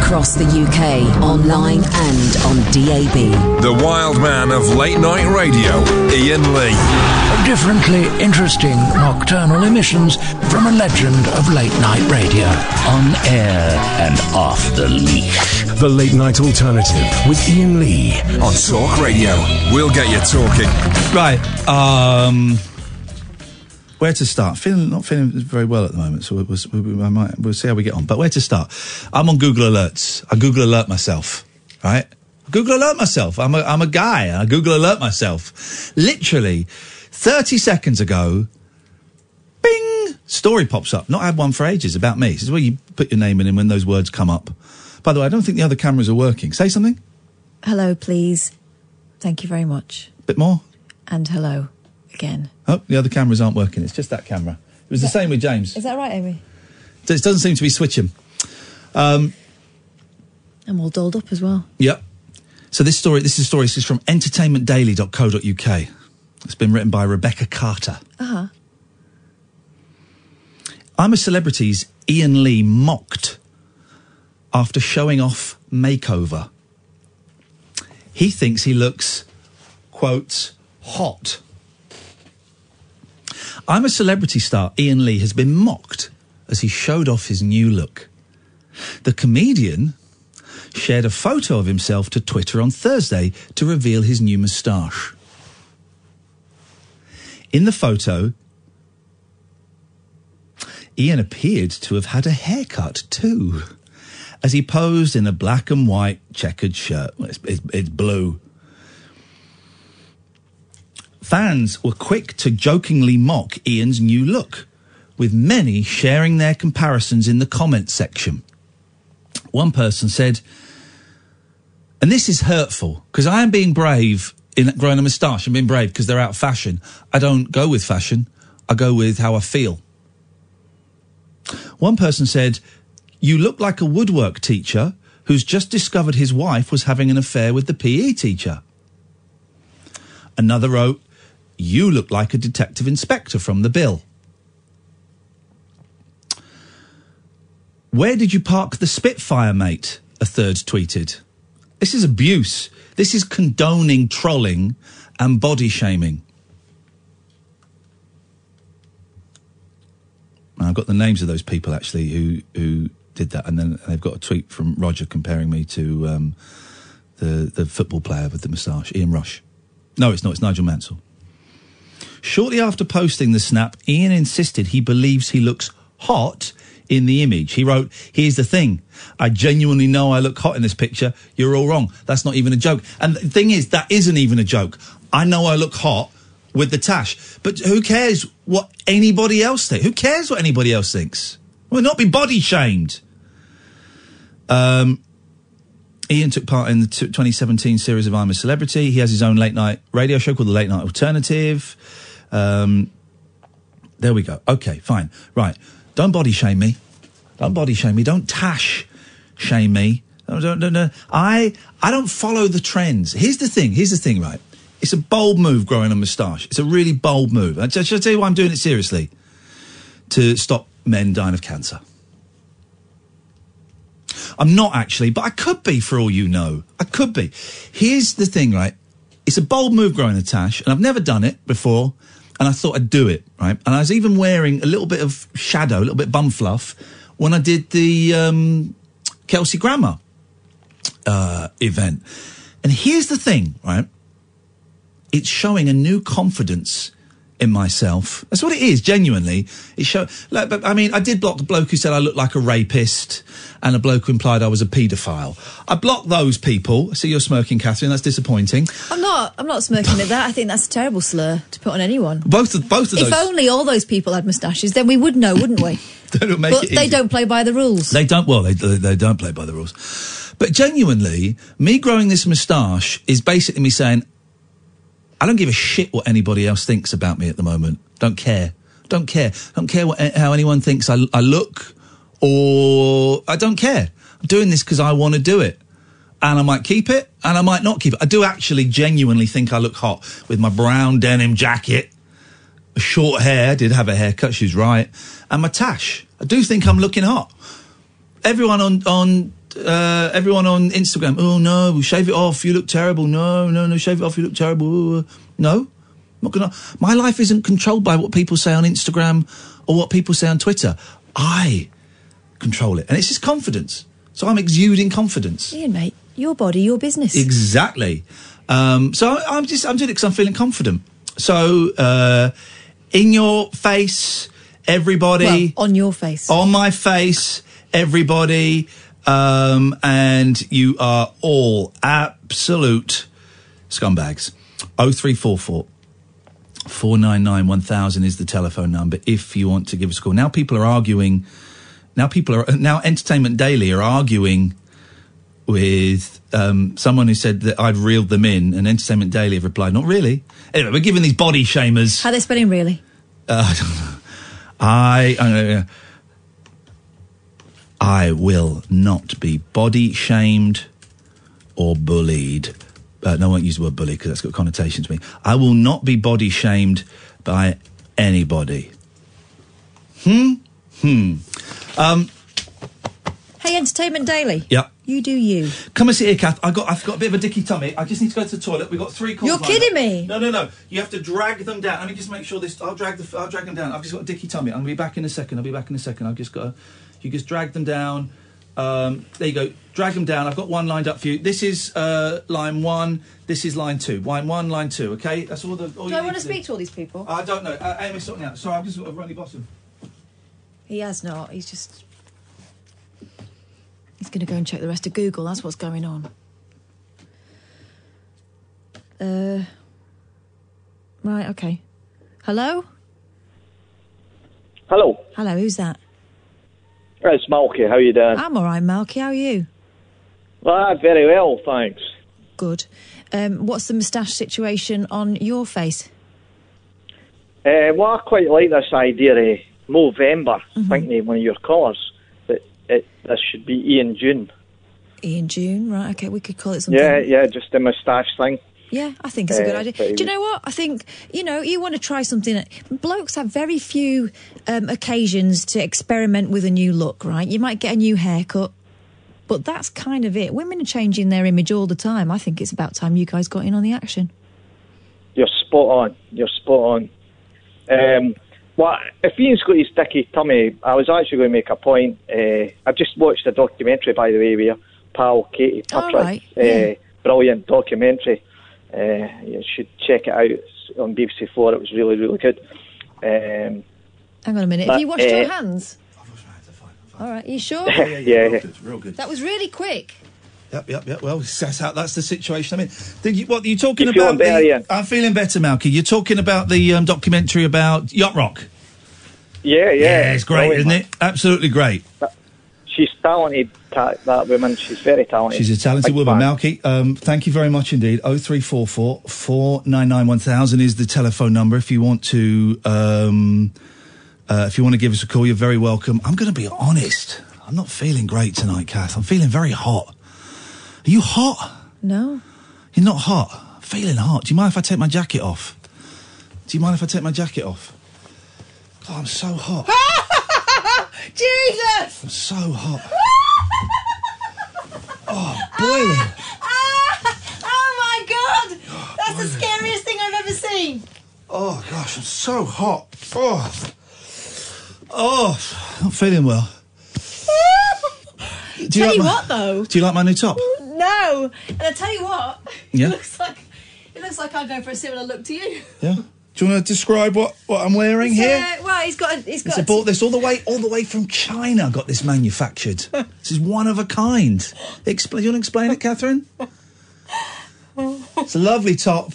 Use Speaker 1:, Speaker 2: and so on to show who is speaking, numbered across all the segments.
Speaker 1: across the UK, online and on DAB.
Speaker 2: The wild man of late night radio, Ian Lee.
Speaker 3: Differently interesting nocturnal emissions from a legend of late night radio.
Speaker 4: On air and off the leash.
Speaker 5: The Late Night Alternative with Ian Lee.
Speaker 2: On Talk Radio, we'll get you talking.
Speaker 6: Right. Um, where to start? Feeling not feeling very well at the moment, so we'll, we'll, I might, we'll see how we get on. But where to start? I'm on Google Alerts. I Google Alert myself. Right. Google Alert myself. I'm a I'm a guy. and I Google Alert myself. Literally, thirty seconds ago. Bing! Story pops up. Not had one for ages about me. This is where you put your name in and when those words come up. By the way, I don't think the other cameras are working. Say something.
Speaker 7: Hello, please. Thank you very much.
Speaker 6: Bit more.
Speaker 7: And hello again.
Speaker 6: Oh, the other cameras aren't working. It's just that camera. It was the same with James.
Speaker 7: Is that right, Amy?
Speaker 6: It doesn't seem to be switching. Um,
Speaker 7: I'm all dolled up as well.
Speaker 6: yep. So this story, this is a story. This is from entertainmentdaily.co.uk. It's been written by Rebecca Carter.
Speaker 7: Uh huh.
Speaker 6: I'm a celebrity's Ian Lee mocked after showing off makeover. He thinks he looks, quote, hot. I'm a celebrity star. Ian Lee has been mocked as he showed off his new look. The comedian shared a photo of himself to Twitter on Thursday to reveal his new moustache. In the photo, Ian appeared to have had a haircut too, as he posed in a black and white checkered shirt. Well, It's, it's, it's blue. Fans were quick to jokingly mock Ian's new look, with many sharing their comparisons in the comments section. One person said, and this is hurtful because I am being brave in growing a moustache. I'm being brave because they're out of fashion. I don't go with fashion, I go with how I feel. One person said, You look like a woodwork teacher who's just discovered his wife was having an affair with the PE teacher. Another wrote, You look like a detective inspector from the bill. Where did you park the Spitfire, mate? A third tweeted. This is abuse. This is condoning trolling and body shaming. And I've got the names of those people actually who who did that, and then they've got a tweet from Roger comparing me to um, the the football player with the moustache, Ian Rush. No, it's not. It's Nigel Mansell. Shortly after posting the snap, Ian insisted he believes he looks hot in the image. He wrote, "Here's the thing. I genuinely know I look hot in this picture. You're all wrong. That's not even a joke. And the thing is, that isn't even a joke. I know I look hot." With the tash, but who cares what anybody else thinks? Who cares what anybody else thinks? We'll not be body shamed. Um, Ian took part in the t- 2017 series of I'm a Celebrity. He has his own late night radio show called The Late Night Alternative. Um, there we go. Okay, fine. Right. Don't body shame me. Don't body shame me. Don't tash shame me. Don't, don't, don't, don't. I, I don't follow the trends. Here's the thing. Here's the thing, right? It's a bold move growing a moustache. It's a really bold move. I, should I tell you why I'm doing it seriously? To stop men dying of cancer. I'm not actually, but I could be for all you know. I could be. Here's the thing, right? It's a bold move growing a tash, and I've never done it before, and I thought I'd do it, right? And I was even wearing a little bit of shadow, a little bit of bum fluff, when I did the um, Kelsey Grammer uh, event. And here's the thing, right? It's showing a new confidence in myself. That's what it is, genuinely. It show, like, but, I mean, I did block a bloke who said I looked like a rapist and a bloke who implied I was a paedophile. I blocked those people. I see you're smirking, Catherine. That's disappointing.
Speaker 7: I'm not. I'm not smirking at that. I think that's a terrible slur to put on anyone.
Speaker 6: Both of, both of
Speaker 7: If
Speaker 6: those.
Speaker 7: only all those people had moustaches, then we would know, wouldn't we?
Speaker 6: don't make
Speaker 7: but
Speaker 6: it
Speaker 7: they
Speaker 6: easy.
Speaker 7: don't play by the rules.
Speaker 6: They don't. Well, they, they they don't play by the rules. But genuinely, me growing this moustache is basically me saying, I don't give a shit what anybody else thinks about me at the moment. Don't care. Don't care. Don't care what, eh, how anyone thinks I, I look, or I don't care. I'm doing this because I want to do it. And I might keep it, and I might not keep it. I do actually genuinely think I look hot with my brown denim jacket short hair, did have a haircut, she's right, and my tash. I do think I'm looking hot. Everyone on, on uh, everyone on Instagram, oh no, shave it off, you look terrible. No, no, no, shave it off, you look terrible. Ooh, uh, No, I'm not gonna. My life isn't controlled by what people say on Instagram or what people say on Twitter. I control it, and it's just confidence. So I'm exuding confidence.
Speaker 7: Ian, mate, your body, your business.
Speaker 6: Exactly. Um, so I- I'm just I'm doing it because I'm feeling confident. So uh, in your face, everybody.
Speaker 7: Well, on your face.
Speaker 6: On my face, everybody. Um, and you are all absolute scumbags. 0344 499 1000 is the telephone number if you want to give us a call. Now people are arguing. Now people are. Now Entertainment Daily are arguing with um, someone who said that I'd reeled them in, and Entertainment Daily have replied, not really. Anyway, we're giving these body shamers.
Speaker 7: How they spelling really?
Speaker 6: Uh, I don't know. I, I'm gonna- I will not be body shamed or bullied. Uh, no, I won't use the word bully because that's got connotations to me. I will not be body shamed by anybody. Hmm? Hmm. Um,
Speaker 7: Hey, Entertainment Daily.
Speaker 6: yeah.
Speaker 7: You do you.
Speaker 6: Come and sit here, Kath. I got, I've got a bit of a dicky tummy. I just need to go to the toilet. We've got three calls.
Speaker 7: You're
Speaker 6: lined up.
Speaker 7: kidding me.
Speaker 6: No, no, no. You have to drag them down. Let me just make sure this. I'll drag the. I'll drag them down. I've just got a dicky tummy. I'm gonna be back in a second. I'll be back in a second. I've just got. To, you just drag them down. Um, there you go. Drag them down. I've got one lined up for you. This is uh, line one. This is line two. Line one, line two. Okay, that's all the. All
Speaker 7: do
Speaker 6: Oh, you
Speaker 7: I
Speaker 6: need
Speaker 7: want to
Speaker 6: do.
Speaker 7: speak to all these people?
Speaker 6: I don't know. Uh, Amy's sorting out. Sorry, I've just got a runny bottom.
Speaker 7: He has not. He's just. He's going to go and check the rest of Google. That's what's going on. Uh. Right. Okay. Hello.
Speaker 8: Hello.
Speaker 7: Hello. Who's that?
Speaker 8: Right, It's Malky. How you doing?
Speaker 7: I'm all right, Malky. How are you?
Speaker 8: ah, very well, thanks.
Speaker 7: Good. Um, what's the moustache situation on your face?
Speaker 8: Uh, well, I quite like this idea of Movember. I think they one of your callers that it, this should be Ian June.
Speaker 7: Ian June, right? Okay, we could call it something.
Speaker 8: Yeah, yeah, just the moustache thing.
Speaker 7: Yeah, I think it's a
Speaker 8: Yeah,
Speaker 7: good idea.
Speaker 8: very
Speaker 7: Do you know what? I think, you know, you want to try something. that- Blokes have very few um, occasions to experiment with a new look, right? You might get a new haircut, but that's kind of it. Women are changing their image all the time. I think it's about time you guys got in on the action.
Speaker 8: You're spot on. You're spot on. Um, well, if Ian's got his dicky tummy, I was actually going to make a point. Uh, I've just watched a documentary, by the way, with your pal Katie
Speaker 7: All
Speaker 8: Patrick.
Speaker 7: right, yeah.
Speaker 8: uh, brilliant documentary. Uh, you should check it out it's on BBC Four. It was really, really good. Um,
Speaker 7: Hang on a minute.
Speaker 8: But,
Speaker 7: Have you washed your
Speaker 8: uh,
Speaker 7: hands? All right, you
Speaker 6: Oh,
Speaker 7: sure?
Speaker 8: yeah, yeah.
Speaker 6: Real good.
Speaker 7: that was really quick.
Speaker 6: Yep, yep, yep. Well, that's how that's the situation. I mean, did you, what are you talking
Speaker 8: You feeling
Speaker 6: about? the-
Speaker 8: better, Ian?
Speaker 6: I'm feeling better, Malky. You're talking about the um, documentary about yacht rock.
Speaker 8: Yeah, yeah.
Speaker 6: it's great,
Speaker 8: Brilliant.
Speaker 6: isn't it? Absolutely great.
Speaker 8: She's talented, ta- that woman. She's very talented.
Speaker 6: She's a talented
Speaker 8: Big
Speaker 6: woman,
Speaker 8: fan.
Speaker 6: Malky. Um, thank you very much indeed. Oh three four four four nine nine one thousand is the telephone number if you want to. Um, uh, if you want to give us a call, you're very welcome. I'm going to be honest. I'm not feeling great tonight, Kath. I'm feeling very hot. Are you hot?
Speaker 7: No.
Speaker 6: You're not hot. I'm feeling hot. Do you mind if I take my jacket off? Do you mind if I take my jacket off? God, I'm so hot.
Speaker 7: Jesus!
Speaker 6: I'm so hot. oh, boiling.
Speaker 7: Ah! Oh my god! That's the scariest thing I've ever seen.
Speaker 6: Oh gosh, I'm so hot. Oh, oh, not feeling well. Do
Speaker 7: Tell
Speaker 6: like
Speaker 7: you
Speaker 6: my-
Speaker 7: what, though.
Speaker 6: Do you like my new top?
Speaker 7: No, and I tell you what.
Speaker 6: Yeah?
Speaker 7: It looks like it looks like I'll go for a similar look to you.
Speaker 6: Yeah. Do you want to describe what, what I'm wearing here?
Speaker 7: So, well, he's got a, he's got
Speaker 6: So I
Speaker 7: a-
Speaker 6: bought this all the way, all the way from China. I got this manufactured. this is one of a kind. Expl- you want to explain it, Catherine? It's a lovely top.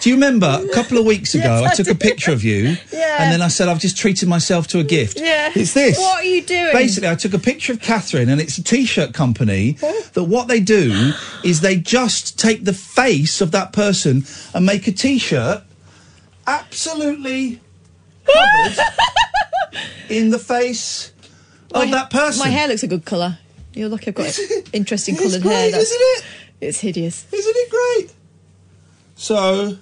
Speaker 6: Do you remember a couple of weeks ago?
Speaker 7: Yes,
Speaker 6: I
Speaker 7: I
Speaker 6: took a
Speaker 7: do.
Speaker 6: picture of you,
Speaker 7: Yeah.
Speaker 6: and then I said I've just treated myself to a gift.
Speaker 7: Yeah.
Speaker 6: it's this.
Speaker 7: What are you doing?
Speaker 6: Basically, I took a picture of Catherine, and it's a T-shirt company that what they do is they just take the face of that person and make a T-shirt absolutely covered in the face
Speaker 7: my,
Speaker 6: of that person.
Speaker 7: My hair looks a good colour. You're lucky I've got interesting
Speaker 6: It's
Speaker 7: coloured
Speaker 6: great,
Speaker 7: hair. That's-
Speaker 6: isn't it?
Speaker 7: It's hideous.
Speaker 6: Isn't it great? So,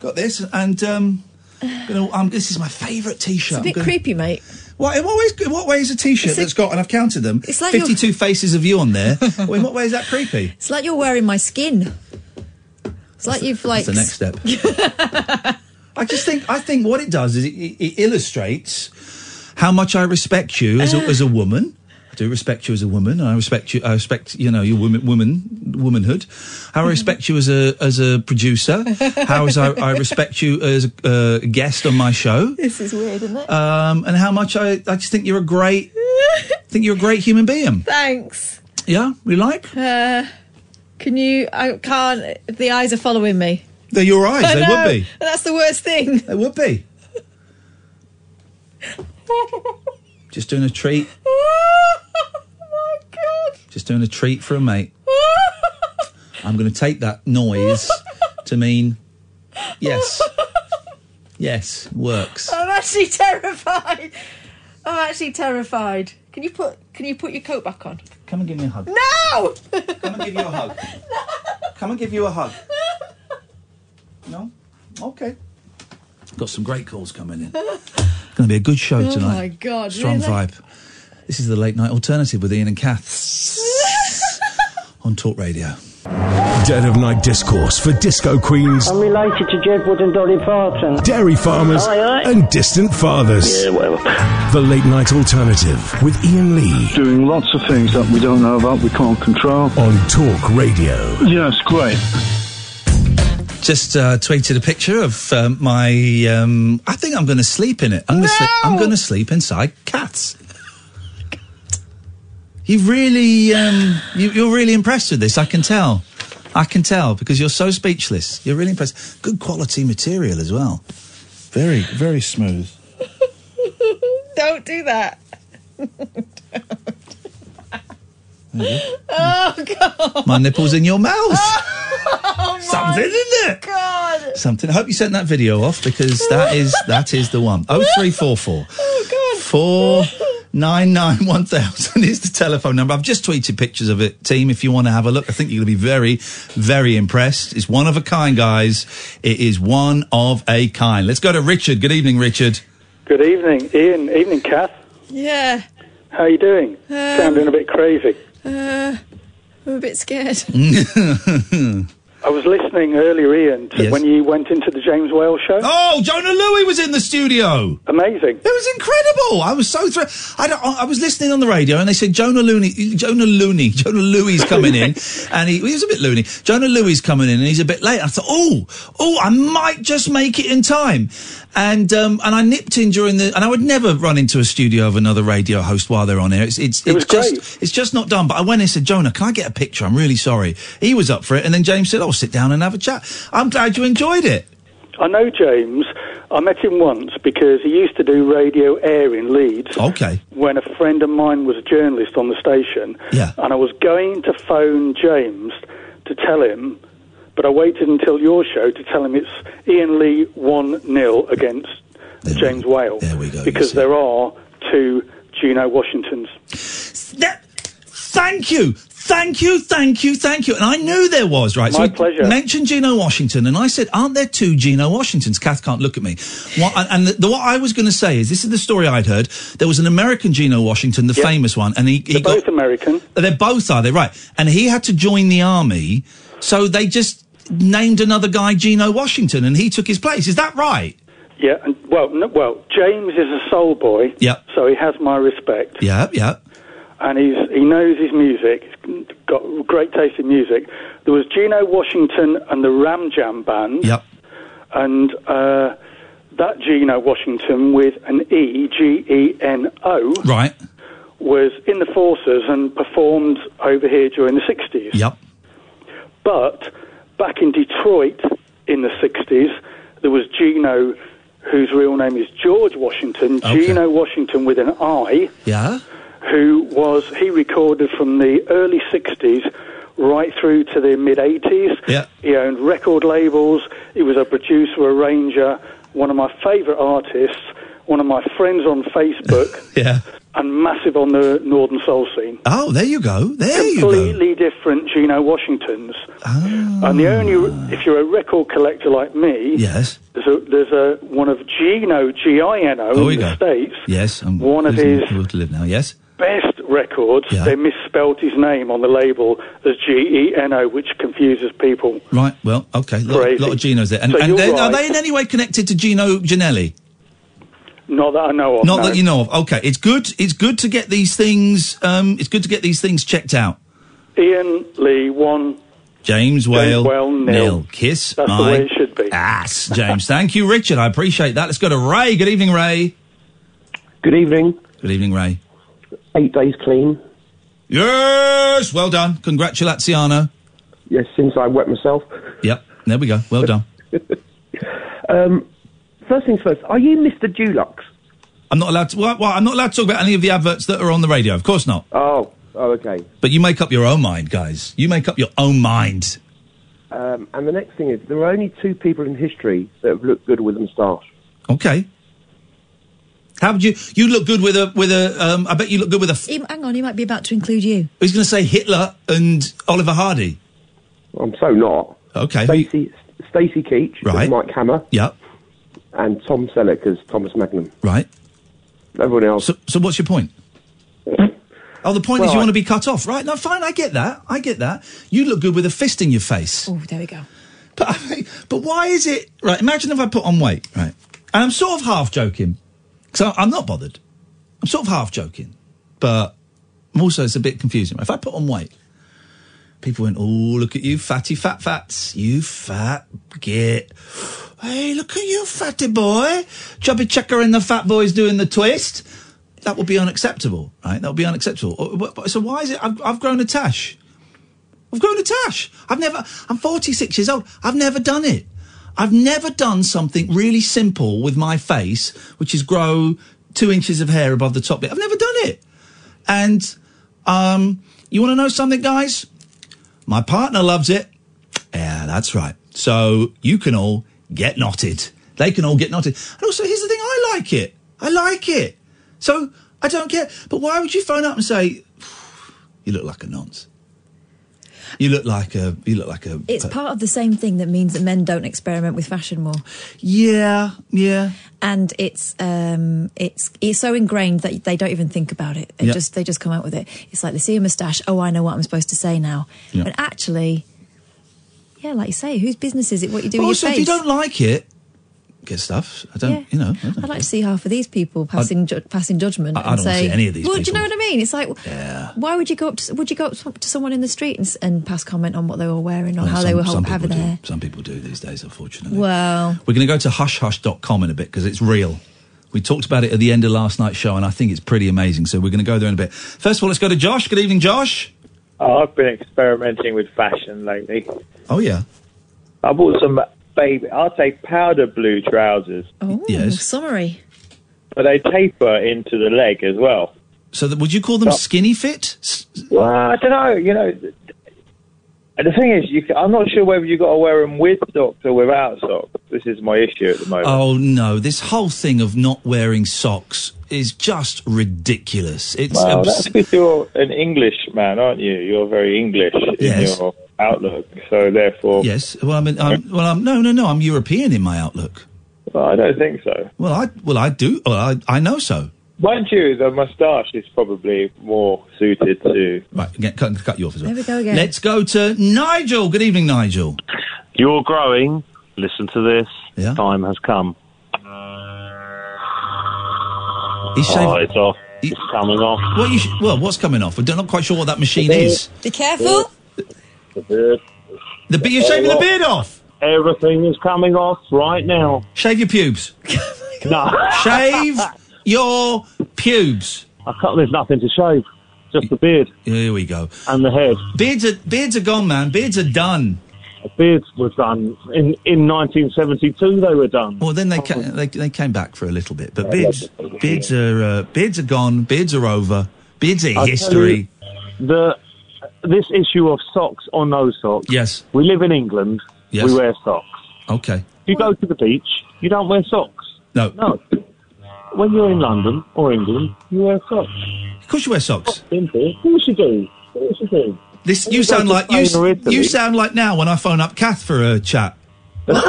Speaker 6: got this, and um, gonna, um, this is my favourite T-shirt.
Speaker 7: It's a
Speaker 6: I'm
Speaker 7: bit
Speaker 6: gonna-
Speaker 7: creepy, mate.
Speaker 6: What, in, what ways, in what way is a T-shirt that's got, and I've counted them,
Speaker 7: It's like
Speaker 6: 52 faces of you on there, well, in what way is that creepy?
Speaker 7: It's like you're wearing my skin. It's like you've like
Speaker 6: That's the next step. I just think, I think what it does is it, it, it illustrates how much I respect you as a, as a woman. I do respect you as a woman. I respect you. I respect you know your woman, woman, womanhood. How I respect you as a as a producer. How is I, I respect you as a uh, guest on my show.
Speaker 7: This is weird, isn't it?
Speaker 6: um, and how much I, I just think you're a great, think you're a great human being.
Speaker 7: Thanks.
Speaker 6: Yeah, we like.
Speaker 7: Uh, can you? I can't. The eyes are following me.
Speaker 6: They're your eyes.
Speaker 7: I
Speaker 6: They
Speaker 7: know,
Speaker 6: would be.
Speaker 7: That's the worst thing.
Speaker 6: They would be. Just doing a treat. Just doing a treat for a mate. I'm going to take that noise to mean yes, yes, works.
Speaker 7: I'm actually terrified. I'm actually terrified. Can you put? Can you put your coat back on?
Speaker 6: Come and give me a hug.
Speaker 7: No.
Speaker 6: Come and give you a hug. Come and give you a hug. No? Okay. Got some great calls coming in. Going to be a good show
Speaker 7: Oh
Speaker 6: tonight.
Speaker 7: my God,
Speaker 6: Strong
Speaker 7: really?
Speaker 6: vibe. This is the late night alternative with Ian and Kath on Talk Radio.
Speaker 5: Dead of Night Discourse for disco queens,
Speaker 9: I'm related to Jed Wood and Dolly Parton.
Speaker 5: dairy farmers,
Speaker 9: Aye, aye.
Speaker 5: and distant fathers.
Speaker 10: Yeah, whatever.
Speaker 5: The Late Night Alternative with Ian Lee
Speaker 10: Doing lots of things that we don't know about, we can't control.
Speaker 5: on Talk Radio.
Speaker 10: Yeah, it's great.
Speaker 6: Just uh, tweeted a picture of um, my. Um, I think I'm going to sleep in it. I'm going to I'm going to sleep inside cats. You really, um, you, you're really impressed with this. I can tell. I can tell because you're so speechless. You're really impressed. Good quality material as well. Very, very smooth.
Speaker 7: Don't do that. oh God!
Speaker 6: My nipples in your mouth. Something, isn't it?
Speaker 7: God!
Speaker 6: something. I hope you sent that video off because that is that is the one. Oh three four four. Four nine nine one thousand is the telephone number. I've just tweeted pictures of it, team. If you want to have a look, I think you're going to be very, very impressed. It's one of a kind, guys. It is one of a kind. Let's go to Richard. Good evening, Richard.
Speaker 11: Good evening, Ian. Evening, Kath.
Speaker 7: Yeah,
Speaker 11: How you doing? Sounding a bit crazy.
Speaker 7: I'm a bit scared.
Speaker 11: I was listening earlier, Ian, to
Speaker 6: Yes.
Speaker 11: when you went into the James Whale show.
Speaker 6: Oh, Jonah Louie was in the studio.
Speaker 11: Amazing.
Speaker 6: It was incredible. I was so thrilled. I, don't- I was listening on the radio and they said Jonah Looney, Jonah Looney, Jonah Louie's coming in, and he, he was a bit loony. Jonah Louie's coming in and he's a bit late. I thought, oh, oh, I might just make it in time, and um, and I nipped in during the. And I would never run into a studio of another radio host while they're on air. It's it's,
Speaker 11: It was
Speaker 6: it's just
Speaker 11: great.
Speaker 6: it's just not done. But I went in and said, Jonah, can I get a picture? I'm really sorry. He was up for it, and then James said, oh, sit down and have a chat. I'm glad you enjoyed it.
Speaker 11: I know James. I met him once because he used to do radio air in Leeds.
Speaker 6: Okay.
Speaker 11: When a friend of mine was a journalist on the station,
Speaker 6: Yeah.
Speaker 11: and I was going to phone James to tell him, but I waited until your show to tell him it's Ian Lee 1 0 against
Speaker 6: There we
Speaker 11: James
Speaker 6: go.
Speaker 11: Whale.
Speaker 6: There we go, you
Speaker 11: Because
Speaker 6: see.
Speaker 11: there are two Juno Washingtons.
Speaker 6: That, thank you. Thank you, thank you, thank you. And I knew there was, right?
Speaker 11: My
Speaker 6: I
Speaker 11: pleasure.
Speaker 6: Mentioned Gino Washington, and I said, Aren't there two Gino Washingtons? Kath can't look at me. What, and- and the, the, what I was going to say is this is the story I'd heard. There was an American Gino Washington, the
Speaker 11: Yep.
Speaker 6: famous one, and he, he
Speaker 11: They're
Speaker 6: got.
Speaker 11: both American.
Speaker 6: They're both, are they? Right. And he had to join the army, so they just named another guy Gino Washington, and he took his place. Is that right?
Speaker 11: Yeah, and well, no, well, James is a soul boy.
Speaker 6: Yep.
Speaker 11: So he has my respect,
Speaker 6: Yeah, yeah.
Speaker 11: and he's he knows his music. He's got great taste in music. There was Gino Washington and the Ram Jam band.
Speaker 6: Yep.
Speaker 11: And uh, that Gino Washington with an E, G E N O,
Speaker 6: Right.
Speaker 11: was in the forces and performed over here during the sixties.
Speaker 6: Yep.
Speaker 11: But back in Detroit in the 60s, there was Gino, whose real name is George Washington,
Speaker 6: Okay.
Speaker 11: Gino Washington with an I,
Speaker 6: Yeah.
Speaker 11: who was, he recorded from the early 60s right through to the mid 80s.
Speaker 6: Yeah.
Speaker 11: He owned record labels, he was a producer, arranger, one of my favourite artists, one of my friends on Facebook,
Speaker 6: Yeah.
Speaker 11: and massive on the Northern Soul scene.
Speaker 6: Oh, there you go. Ah. There you go.
Speaker 11: Completely different Gino Washingtons. And the only, if you're a record collector like me,
Speaker 6: Yes.
Speaker 11: there's a, there's a one of Gino, G I N O,
Speaker 6: Oh, we
Speaker 11: in the
Speaker 6: go.
Speaker 11: States.
Speaker 6: Yes, I'm
Speaker 11: One of
Speaker 6: losing
Speaker 11: his-
Speaker 6: the will to live now. Yes,
Speaker 11: Best records,
Speaker 6: Yeah.
Speaker 11: they misspelled his name on the label as G E N O, which confuses people.
Speaker 6: right. Well, okay. lot,
Speaker 11: Crazy.
Speaker 6: lot of Genos there. And,
Speaker 11: So
Speaker 6: and
Speaker 11: you're
Speaker 6: they- are
Speaker 11: right.
Speaker 6: they in any way connected to Gino Ginelli?
Speaker 11: Not that I know of.
Speaker 6: Not
Speaker 11: no.
Speaker 6: that you know of. Okay, it's good. It's good to get these things. Um, it's good to get these things checked out.
Speaker 11: Ian Lee, one.
Speaker 6: James Whale,
Speaker 11: Whale, nil.
Speaker 6: Kiss
Speaker 11: That's the
Speaker 6: my
Speaker 11: way it should be.
Speaker 6: ass, James. Thank you, Richard. I appreciate that. Let's go to Ray. Good evening, Ray.
Speaker 12: Good evening.
Speaker 6: Good evening, Ray.
Speaker 12: Eight days clean.
Speaker 6: Yes, well done. Congratulaziano.
Speaker 12: Yes, since I wet myself.
Speaker 6: Yep, there we go. Well done.
Speaker 12: Um, first things first, are you Mr. Dulux?
Speaker 6: I'm not allowed to. Well, well, I'm not allowed to talk about any of the adverts that are on the radio. Of course not.
Speaker 12: Oh, oh, okay.
Speaker 6: But you make up your own mind, guys. You make up your own mind.
Speaker 12: Um, and the next thing is, there are only two people in history that have looked good with a moustache.
Speaker 6: Okay. How would you? You look good with a with a. Um, I bet you look good with a. F-
Speaker 7: He- hang on, he might be about to include you.
Speaker 6: who's going to say Hitler and Oliver Hardy?
Speaker 12: I'm so not.
Speaker 6: Okay.
Speaker 12: Stacey, Stacey Keach,
Speaker 6: Right.
Speaker 12: Mike Hammer,
Speaker 6: Yep.
Speaker 12: and Tom Selleck as Thomas Magnum.
Speaker 6: Right.
Speaker 12: Everyone else.
Speaker 6: So, so what's your point? Oh, the point is
Speaker 12: Well,
Speaker 6: you
Speaker 12: I-
Speaker 6: want to be cut off, right? No, fine. I get that. I get that. You look good with a fist in your face.
Speaker 7: Oh, there we go.
Speaker 6: But I mean, but why is it right? Imagine if I put on weight, right? And I'm sort of half joking, because I'm not bothered. I'm sort of half joking, but I'm also it's a bit confusing. If I put on weight, people went, "Oh, look at you, fatty fat fats, you fat git." Hey, look at you, fatty boy, chubby checker, and the fat boys doing the twist. That would be unacceptable, right? That would be unacceptable. Oh, but- but- So why is it? I've, I've grown a tash. I've grown a tash. I've never, I'm 46 years old. I've never done it. I've never done something really simple with my face, which is grow two inches of hair above the top bit. I've never done it. And, um, you want to know something, guys? My partner loves it. Yeah, that's right. So you can all get knotted. They can all get knotted. And also, here's the thing I like it. I like it. So I don't care. But why would you phone up and say, you look like a nonce? You look like a. You look like a.
Speaker 7: It's
Speaker 6: a-
Speaker 7: part of the same thing that means that men don't experiment with fashion more.
Speaker 6: Yeah, yeah.
Speaker 7: And it's um, it's it's so ingrained that they don't even think about it. They
Speaker 13: Yeah.
Speaker 7: just they just come out with it. It's like they see a moustache. Oh, I know what I'm supposed to say now.
Speaker 6: Yeah.
Speaker 7: But actually, yeah, like you say, whose business is it what you do
Speaker 6: But
Speaker 7: with
Speaker 6: also,
Speaker 7: your
Speaker 6: if
Speaker 7: face?
Speaker 6: you don't like it, get stuff. I don't.
Speaker 7: Yeah.
Speaker 6: You know. I
Speaker 7: I'd
Speaker 6: don't-
Speaker 7: like to see half of these people passing ju- passing judgment
Speaker 6: I- I
Speaker 7: and
Speaker 6: don't wanna
Speaker 7: say,
Speaker 6: see any of these
Speaker 7: "Well, do you
Speaker 6: people."
Speaker 7: know what I mean?" It's like, why would you go up? To, would you go up to to someone in the street and, s- and pass comment on what they were wearing or
Speaker 6: Well,
Speaker 7: how they
Speaker 6: some-
Speaker 7: were ho-
Speaker 6: some
Speaker 7: having
Speaker 6: people
Speaker 7: their
Speaker 6: do.
Speaker 7: hair?
Speaker 6: Some people do these days, unfortunately.
Speaker 7: Well,
Speaker 6: We're going to go to hushhush.com in a bit because it's real. We talked about it at the end of last night's show, and I think it's pretty amazing. So we're going to go there in a bit. First of all, let's go to Josh. Good evening, Josh.
Speaker 14: Oh,
Speaker 8: Uh,
Speaker 14: I've been experimenting with fashion lately.
Speaker 6: Oh yeah.
Speaker 14: I bought some baby, I'll say powder blue trousers,
Speaker 7: oh,
Speaker 6: Yes.
Speaker 7: summary.
Speaker 14: but they taper into the leg as well.
Speaker 6: So that, would you call them skinny fit? S-
Speaker 14: Well, I don't know. You know, th- the thing is, you, ca- I'm not sure whether you got to wear them with socks or without socks. This is my issue at the moment.
Speaker 6: Oh no! This whole thing of not wearing socks is just ridiculous. It's
Speaker 14: well,
Speaker 6: obs-
Speaker 14: that's because you're an English man, aren't you? You're very English
Speaker 6: Yes.
Speaker 14: in your outlook, so therefore,
Speaker 6: yes. Well, I mean, I'm, well, I'm no, no, no. I'm European in my outlook.
Speaker 14: Well, I don't think so.
Speaker 6: Well, I well I do. Well, I I know so.
Speaker 14: Mind you, the moustache is probably more suited to.
Speaker 6: Right, get, cut, cut you off as well.
Speaker 14: There we go again.
Speaker 6: Let's go to Nigel. Good evening, Nigel.
Speaker 15: You're growing. Listen to this.
Speaker 6: Yeah.
Speaker 15: Time has come.
Speaker 6: He's shaving-
Speaker 15: Oh, it's off. It's coming off.
Speaker 6: What you sh- well, what's coming off? We're not quite sure what that machine is.
Speaker 7: Be careful.
Speaker 15: The beard.
Speaker 6: The be- you're shaving the beard off.
Speaker 15: Everything is coming off right now.
Speaker 6: Shave your pubes.
Speaker 15: no.
Speaker 6: Shave your pubes.
Speaker 15: I can't, there's nothing to shave. Just the beard.
Speaker 6: Here we go.
Speaker 15: And the head.
Speaker 6: Beards are beards are gone, man. Beards are done.
Speaker 15: Beards were done in in 1972. They were done.
Speaker 6: Well, then they ca- they they came back for a little bit, but beards beards are uh, beards are gone. Beards are over. Beards are
Speaker 15: I'll tell
Speaker 6: history.
Speaker 15: you, The this issue of socks or no socks.
Speaker 6: Yes.
Speaker 15: We live in England.
Speaker 6: Yes.
Speaker 15: We wear socks.
Speaker 6: Okay.
Speaker 15: You go to the beach. You don't wear socks.
Speaker 6: No.
Speaker 15: No. When you're in London or England, you wear socks.
Speaker 6: Of course, you wear socks.
Speaker 15: Of course you do. Of course you do.
Speaker 6: This you sound like you, s- you sound like now when I phone up Kath for a chat.
Speaker 15: What,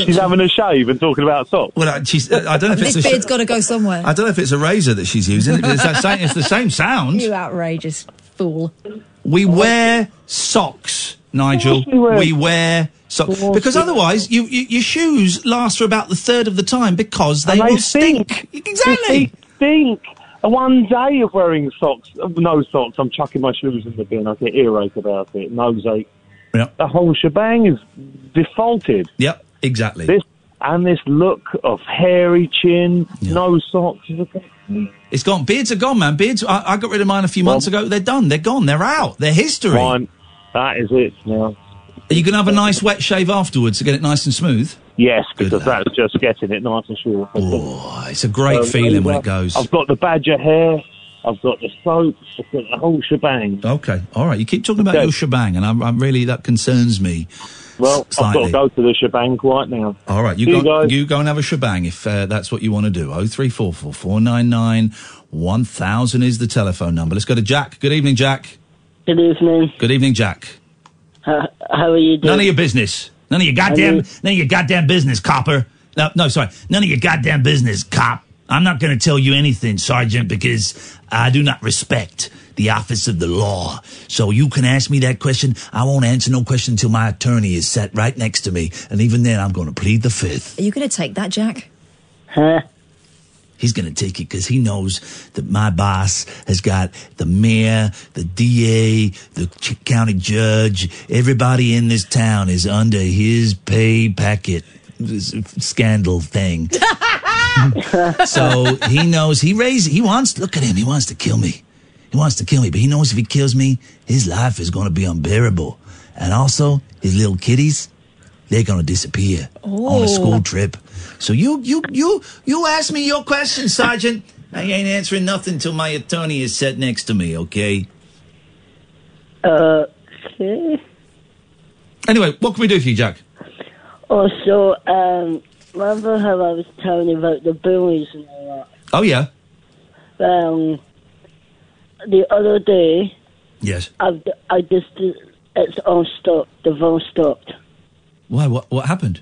Speaker 15: she's having a shave and talking about socks?
Speaker 6: Well, I, she's, uh, I don't know if it's
Speaker 7: This
Speaker 6: a,
Speaker 7: beard's got to go somewhere.
Speaker 6: I don't know if it's a razor that she's using, but it's, that same, it's the same sound.
Speaker 7: You outrageous fool.
Speaker 6: We wear socks, Nigel.
Speaker 7: Of course we wear.
Speaker 6: We wear socks
Speaker 7: course
Speaker 6: because
Speaker 7: we
Speaker 6: otherwise, you, you, your shoes last for about the third of the time because they
Speaker 15: And
Speaker 6: will
Speaker 15: they
Speaker 6: stink. Exactly.
Speaker 15: Stink. One day of wearing socks, no socks. I'm chucking my shoes in the bin. I get earache about it, noseache.
Speaker 6: Yep.
Speaker 15: The whole shebang is defaulted.
Speaker 6: Yep, exactly.
Speaker 15: This and this look of hairy chin, no socks. is a-
Speaker 6: It's gone. Beards are gone, man. Beards. I, I got rid of mine a few months ago. They're done. They're gone. They're out. They're history.
Speaker 15: Mine. That is it. Now.
Speaker 6: Are you going to have a nice wet shave afterwards to get it nice and smooth?
Speaker 15: Yes, because that's just getting it nice and short. uh, um,
Speaker 6: Oh, it's a great feeling when it goes.
Speaker 15: I've got the badger hair. I've got the soaps. I've got the whole shebang.
Speaker 6: Okay. All right. You keep talking about
Speaker 15: Okay.
Speaker 6: your shebang, and I'm, I'm really that concerns me.
Speaker 15: Well, I've got
Speaker 6: slightly.
Speaker 15: to go to the shebang right now.
Speaker 6: All right, you
Speaker 15: See you
Speaker 6: go. You go and have a shebang if uh, that's what you want to do. Oh three four four four nine nine one thousand is the telephone number. Let's go to Jack. Good evening, Jack.
Speaker 13: Good evening.
Speaker 6: Good evening, Jack.
Speaker 13: How, how are you doing?
Speaker 6: None of your business. None of your goddamn. None of your goddamn business, copper. No, no, sorry. None of your goddamn business, cop. I'm not going to tell you anything, sergeant, because I do not respect the office of the law. So you can ask me that question. I won't answer no question until my attorney is sat right next to me, and even then, I'm going to plead the fifth.
Speaker 7: Are you going to take that, Jack?
Speaker 13: Huh?
Speaker 6: He's going to take it because he knows that my boss has got the mayor, the DA, the ch- county judge. Everybody in this town is under his pay packet this scandal thing. so he knows he raised, he wants, look at him, he wants to kill me. He wants to kill me, but he knows if he kills me, his life is going to be unbearable. And also, his little kitties, they're going to disappear on
Speaker 16: Oh.
Speaker 6: a school trip. So you, you, you, you ask me your question, Sergeant. I ain't answering nothing till my attorney is set next to me, okay?
Speaker 13: Uh, Okay.
Speaker 6: Anyway, what can we do for you, Jack?
Speaker 13: Also, Oh, um, remember how I was telling you about the bullies and all
Speaker 6: Oh, yeah.
Speaker 13: that? Um, the other day,
Speaker 6: Yes.
Speaker 13: I've, I just, it's all stopped. They've all stopped.
Speaker 6: Why? What, what happened?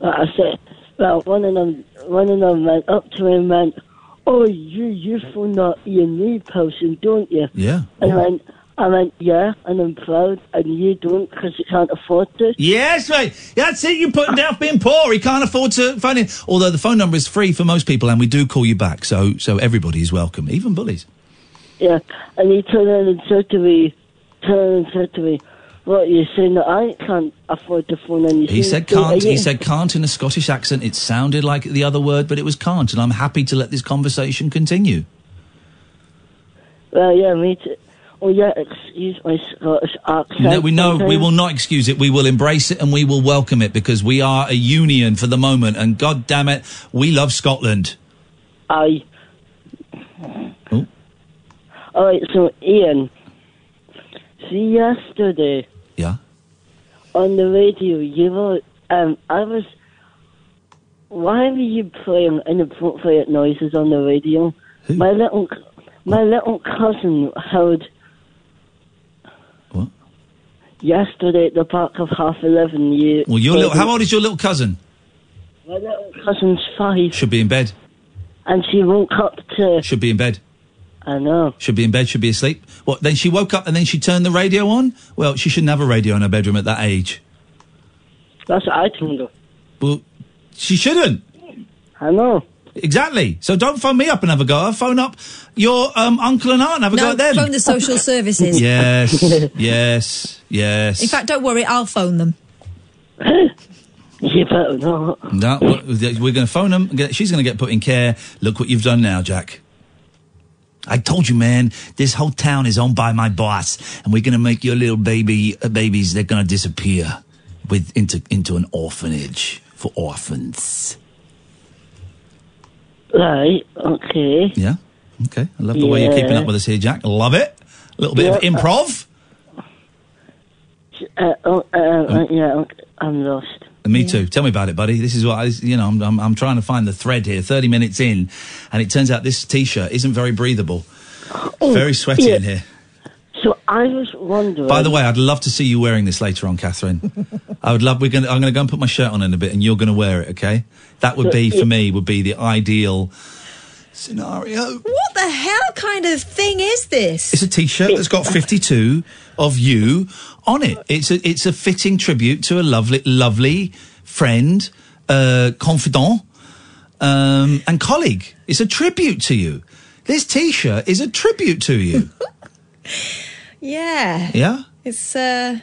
Speaker 13: Like I said, well, one of them, one of them went up to him and went, "Oh, you useful not E person, don't you?"
Speaker 6: Yeah.
Speaker 13: And I went, I went, "Yeah," and I'm proud, and you don't because you can't afford this.
Speaker 6: Yes, mate. That's it. You put him down for being poor. He can't afford to phone in. Although the phone number is free for most people, and we do call you back, so so everybody is welcome, even bullies.
Speaker 13: Yeah, and he turned around and said to me, turned around and said to me, "What you saying that I can't afford the phone?" And you
Speaker 6: He
Speaker 13: saying
Speaker 6: said
Speaker 13: that
Speaker 6: can't. He
Speaker 13: you-
Speaker 6: said can't in a Scottish accent. It sounded like the other word, but it was can't. And I'm happy to let this conversation continue.
Speaker 13: "Well, yeah, me too." Oh yeah, excuse my Scottish accent.
Speaker 6: No, we know we
Speaker 13: sometimes.
Speaker 6: will not excuse it. We will embrace it and we will welcome it because we are a union for the moment. And God damn it, we love Scotland.
Speaker 13: I.
Speaker 6: Oh.
Speaker 13: All right, Oh, so Ian, see yesterday.
Speaker 6: Yeah.
Speaker 13: On the radio, you were. Um, I was. Why were you playing inappropriate noises on the radio? My little, my little cousin heard.
Speaker 6: What?
Speaker 13: Yesterday at the park of half eleven, you.
Speaker 6: Well, your little, how old is your little cousin?
Speaker 13: My little cousin's five,
Speaker 6: Should be in bed.
Speaker 13: and she woke up to.
Speaker 6: Should be in bed.
Speaker 13: I know.
Speaker 6: Should be in bed. Should be asleep. What? Then she woke up and then she turned the radio on. Well, she shouldn't have a radio in her bedroom at that age.
Speaker 13: That's what I told her.
Speaker 6: Well, she shouldn't.
Speaker 13: I know.
Speaker 6: Exactly. So don't phone me up and have a go. Phone up your um, uncle and aunt and have a go
Speaker 7: no,
Speaker 6: at them.
Speaker 7: phone the social services.
Speaker 6: Yes, yes, yes.
Speaker 7: In fact, don't worry, I'll phone them.
Speaker 13: You better not.
Speaker 6: No, we're going to phone them. and get- She's going to get put in care. Look what you've done now, Jack. I told you, man. This whole town is owned by my boss, and we're going to make your little baby uh, babies. They're going to disappear with into into an orphanage for orphans.
Speaker 13: Right. Okay.
Speaker 6: Yeah. Okay. I love the way you're keeping
Speaker 13: Yeah.
Speaker 6: up with us here, Jack. Love it. A little bit of
Speaker 13: Yeah.
Speaker 6: improv.
Speaker 13: Uh, oh, uh, uh, yeah, I'm lost.
Speaker 6: Me
Speaker 13: Mm.
Speaker 6: too. Tell me about it, buddy. This is what I, you know. I'm, I'm, I'm trying to find the thread here. Thirty minutes in, and it turns out this T-shirt isn't very breathable.
Speaker 13: Oh,
Speaker 6: Very sweaty
Speaker 13: yeah.
Speaker 6: in here.
Speaker 13: So I was wondering.
Speaker 6: By the way, I'd love to see you wearing this later on, Catherine. I would love. We're gonna. I'm gonna go and put my shirt on in a bit, and you're gonna wear it. Okay. That would be for me. Would be the ideal scenario.
Speaker 7: What the hell kind of thing is this?
Speaker 6: It's a T-shirt that's got 52 of you on it. It's a it's a fitting tribute to a lovely lovely friend, uh, confidant, um, and colleague. It's a tribute to you. This T-shirt is a tribute to you.
Speaker 7: Yeah.
Speaker 6: Yeah.
Speaker 7: It's uh,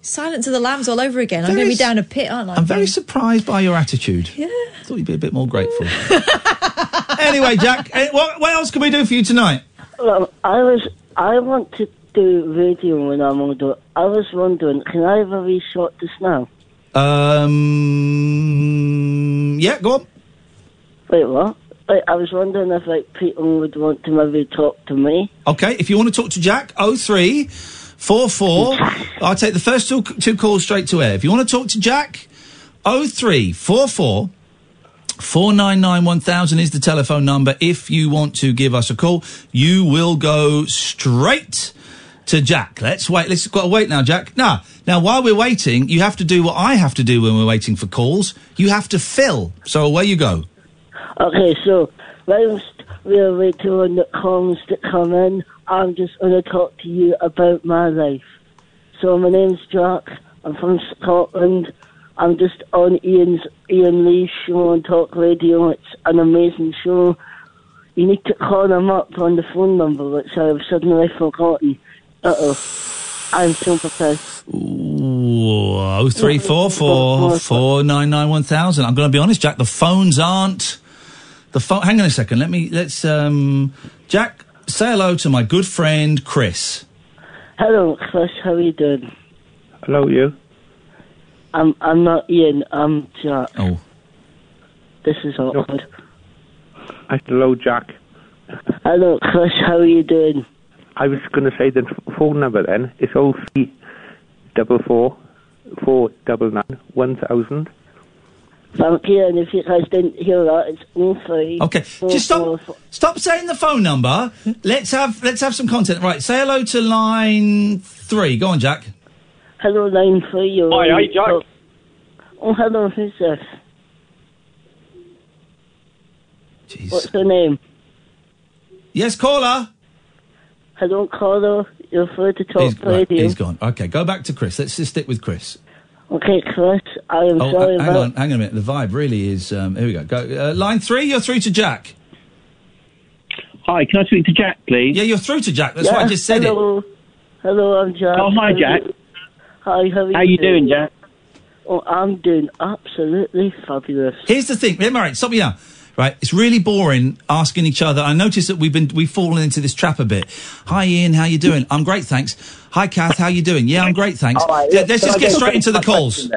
Speaker 7: Silence of the Lambs all over again. I'm going to be
Speaker 6: Very-
Speaker 7: down a pit, aren't I?
Speaker 6: I'm very surprised by your attitude.
Speaker 7: Yeah.
Speaker 6: I thought you'd be a bit more grateful. anyway, Jack, eh, what, what else can we do for you tonight?
Speaker 13: Well, I was. I want to do radio when I'm older. I was wondering, can I have a wee shot just now?
Speaker 6: Um, yeah, go on.
Speaker 13: Wait, what? Like, I was wondering if like people would want to maybe talk to me.
Speaker 6: Okay, if you want to talk to Jack, 03 44. I'll take the first two, two calls straight to air. If you want to talk to Jack, 03 44 499 1000 is the telephone number. If you want to give us a call, you will go straight to Jack. Let's wait. Let's got to wait now, Jack. Now, now while we're waiting, you have to do what I have to do when we're waiting for calls. You have to fill. So away you go.
Speaker 13: Okay, so whilst we're waiting on the calls to come in, I'm just going to talk to you about my life. So my name's Jack. I'm from Scotland. I'm just on Ian's Ian Lee's show on Talk Radio. It's an amazing show. You need to call him up on the phone number, which I've suddenly forgotten. Uh oh, I'm so depressed.
Speaker 6: Oh, three four four four nine nine one thousand. I'm going to be honest, Jack. The phones aren't the phone. Hang on a second. Let me. Let's. Um, Jack, say hello to my good friend Chris.
Speaker 13: Hello, Chris. How are you doing?
Speaker 6: Hello, you.
Speaker 13: I'm I'm not Ian. I'm Jack.
Speaker 6: Oh.
Speaker 13: This is awkward.
Speaker 16: Hello, Jack.
Speaker 13: Hello, Chris. How are you doing?
Speaker 16: I was going to say the phone number then. It's all three double four four double nine one thousand.
Speaker 13: Thank you. And if you guys didn't hear that, it's all free.
Speaker 6: Okay, just stop. Stop saying the phone number. Let's have. Let's have some content. Right. Say hello to line three. Go on, Jack.
Speaker 13: Hello, line three. You're on
Speaker 6: Hi, hi, Jack.
Speaker 13: Oh, oh, hello. Who's this? What's your name?
Speaker 6: Yes, caller.
Speaker 13: Hello, caller. You're free to talk
Speaker 6: He's,
Speaker 13: to
Speaker 6: right,
Speaker 13: radio.
Speaker 6: he's gone. Okay, go back to Chris. Let's just stick with Chris.
Speaker 13: Okay, Chris. I am
Speaker 6: Oh,
Speaker 13: sorry
Speaker 6: uh, hang
Speaker 13: about.
Speaker 6: on, hang on a minute. The vibe really is. Um, here we go. Go uh, line three. You're through to Jack.
Speaker 17: Hi, can I speak to Jack, please?
Speaker 6: Yeah, you're through to Jack. That's
Speaker 13: yeah,
Speaker 6: why I just said it.
Speaker 13: hello. Hello, I'm Jack.
Speaker 17: Oh, hi, Jack.
Speaker 13: Hi, how are you?
Speaker 17: How you doing, Jack?
Speaker 13: Oh, I'm doing absolutely fabulous.
Speaker 6: Here's the thing. Yeah, Right, stop me now. Right, it's really boring asking each other. I notice that we've been we've fallen into this trap a bit. Hi, Ian. How you doing? I'm great, thanks. Hi, Kath. How you doing? Yeah, I'm great, thanks.
Speaker 17: All right,
Speaker 6: Yeah,
Speaker 17: yeah,
Speaker 6: let's
Speaker 17: so
Speaker 6: just
Speaker 17: I
Speaker 6: get
Speaker 17: guess-
Speaker 6: straight into the calls.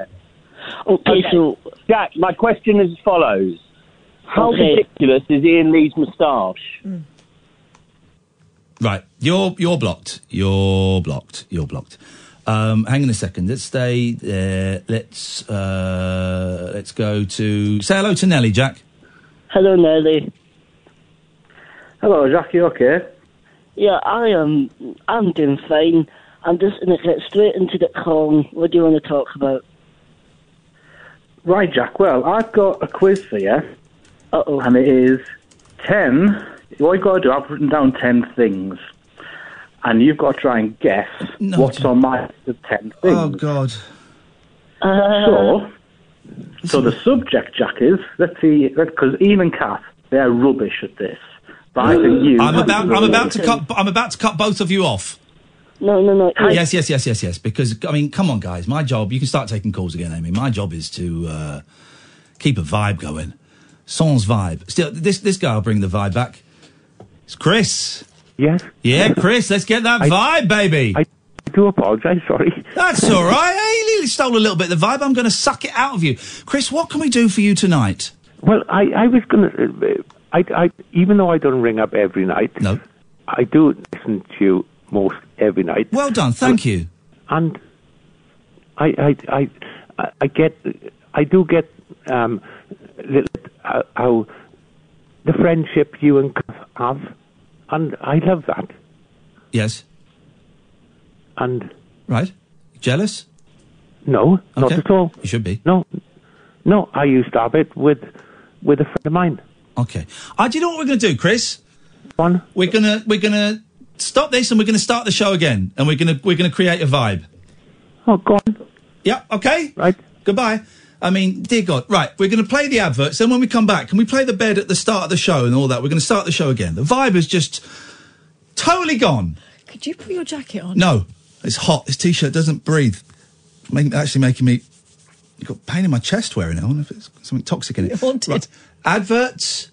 Speaker 15: Oh,
Speaker 13: Okay, so
Speaker 17: Jack, my question is as follows: How
Speaker 6: Okay.
Speaker 17: ridiculous is Ian Lee's moustache?
Speaker 6: Right, you're you're blocked. You're blocked. You're blocked. Um, hang on a second. Let's stay there. Let's uh, let's go to say hello to Nelly, Jack.
Speaker 13: Hello, Nelly.
Speaker 12: Hello, Jack. You okay?
Speaker 13: Yeah, I am. I'm doing fine. I'm just going to get straight into the call. What do you want to talk about?
Speaker 12: Right, Jack. Well, I've got a quiz for you.
Speaker 13: Uh oh.
Speaker 12: And it is 10. What you've got to do, I've written down 10 things. And you've got to try and guess what's on my list of 10 things.
Speaker 6: Oh God.
Speaker 15: Uh.
Speaker 12: so, so the subject, Jack, is let's see, because Ian and Kath, they're rubbish at this. But I think you.
Speaker 6: Uh, I'm about. I'm about to cut. I'm about to cut both of you off.
Speaker 13: No, no, no.
Speaker 6: Yes, yes, yes, yes, yes. Because I mean, come on, guys. My job. You can start taking calls again, Amy. My job is to uh, keep a vibe going. Sans vibe. Still, this this guy will bring the vibe back. It's Chris.
Speaker 16: Yes.
Speaker 6: Yeah, Chris. Let's get that vibe, baby. I
Speaker 16: do apologise. Sorry.
Speaker 6: That's all right. Hey, you stole a little bit of the vibe. I'm going to suck it out of you, Chris. What can we do for you tonight?
Speaker 16: Well, I, I was going to. I, I even though I don't ring up every night.
Speaker 6: No.
Speaker 16: I do listen to you most every night.
Speaker 6: Well done. Thank you.
Speaker 16: And I I I I- I get I do get um little, uh, how the friendship you and Kath have. And I love that.
Speaker 6: Yes.
Speaker 16: And
Speaker 6: right, jealous?
Speaker 16: No, not
Speaker 6: Okay.
Speaker 16: at all.
Speaker 6: You should be.
Speaker 16: No, no. I used to have it with with a friend of mine.
Speaker 6: Okay. Uh, do you know what we're going to do, Chris? We're gonna we're gonna stop this and we're gonna start the show again and we're gonna we're gonna create a vibe.
Speaker 16: Oh, go on.
Speaker 6: Yeah. Okay.
Speaker 16: Right.
Speaker 6: Goodbye. I mean, dear God. Right. We're gonna play the adverts. Then when we come back, can we play the bed at the start of the show and all that? We're gonna start the show again. The vibe is just totally gone.
Speaker 7: Could you put your jacket on?
Speaker 6: No, it's hot. This t-shirt doesn't breathe. Make, actually making me. I've got pain in my chest wearing it. I wonder if it's got something toxic in it. Right. Adverts.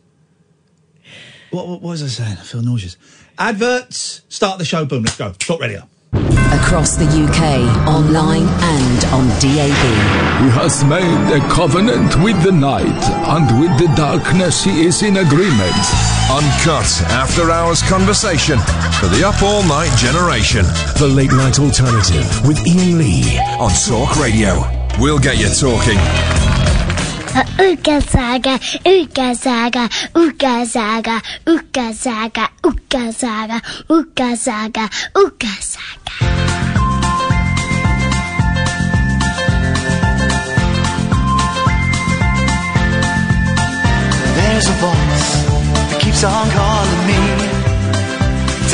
Speaker 6: What, what was I saying? I feel nauseous. Adverts. Start the show. Boom. Let's go. Talk radio.
Speaker 18: Across the UK, online and on DAB.
Speaker 19: He has made a covenant with the night, and with the darkness he is in agreement.
Speaker 5: Uncut after hours conversation for the up all night generation. The late night alternative with Ian Lee on Talk Radio.
Speaker 19: We'll get you talking.
Speaker 20: Ooga Zaga, Ooga Zaga, Ooga Zaga, Ooga Zaga, Ooga Zaga, Ooga Zaga, Ooga Zaga.
Speaker 21: There's a voice that keeps on calling me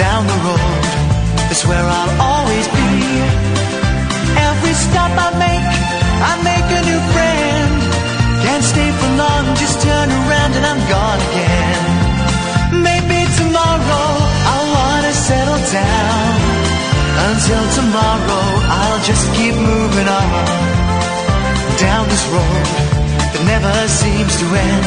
Speaker 21: down the road. It's where I'll always be. Every stop I make, I make a new friend. Can't stay for long, just turn around and I'm gone again. Maybe tomorrow I'll wanna settle down. Until tomorrow, I'll just keep moving on down this road that never seems to end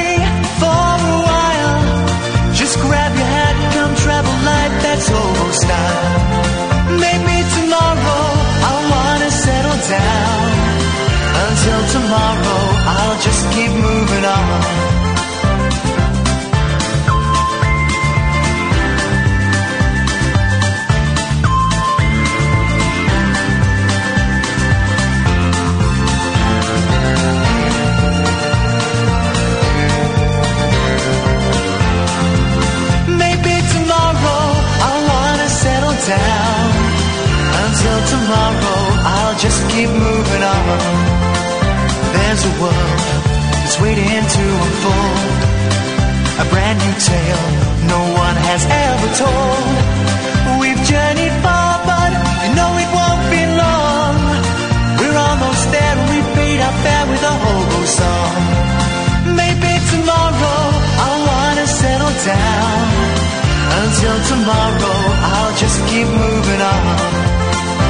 Speaker 21: me for a while, just grab your hat, come travel light, that's hobo style. Maybe tomorrow I wanna settle down. Until tomorrow, I'll just keep moving on. Maybe tomorrow I wanna settle down. Until tomorrow, I'll just keep moving on. There's a world that's waiting to unfold. A brand new tale no one has ever told. We've journeyed far, but you know it won't be long. We're almost there, and we paid our fare with a hobo song. Maybe tomorrow I wanna settle down. Until tomorrow, I'll just keep moving on.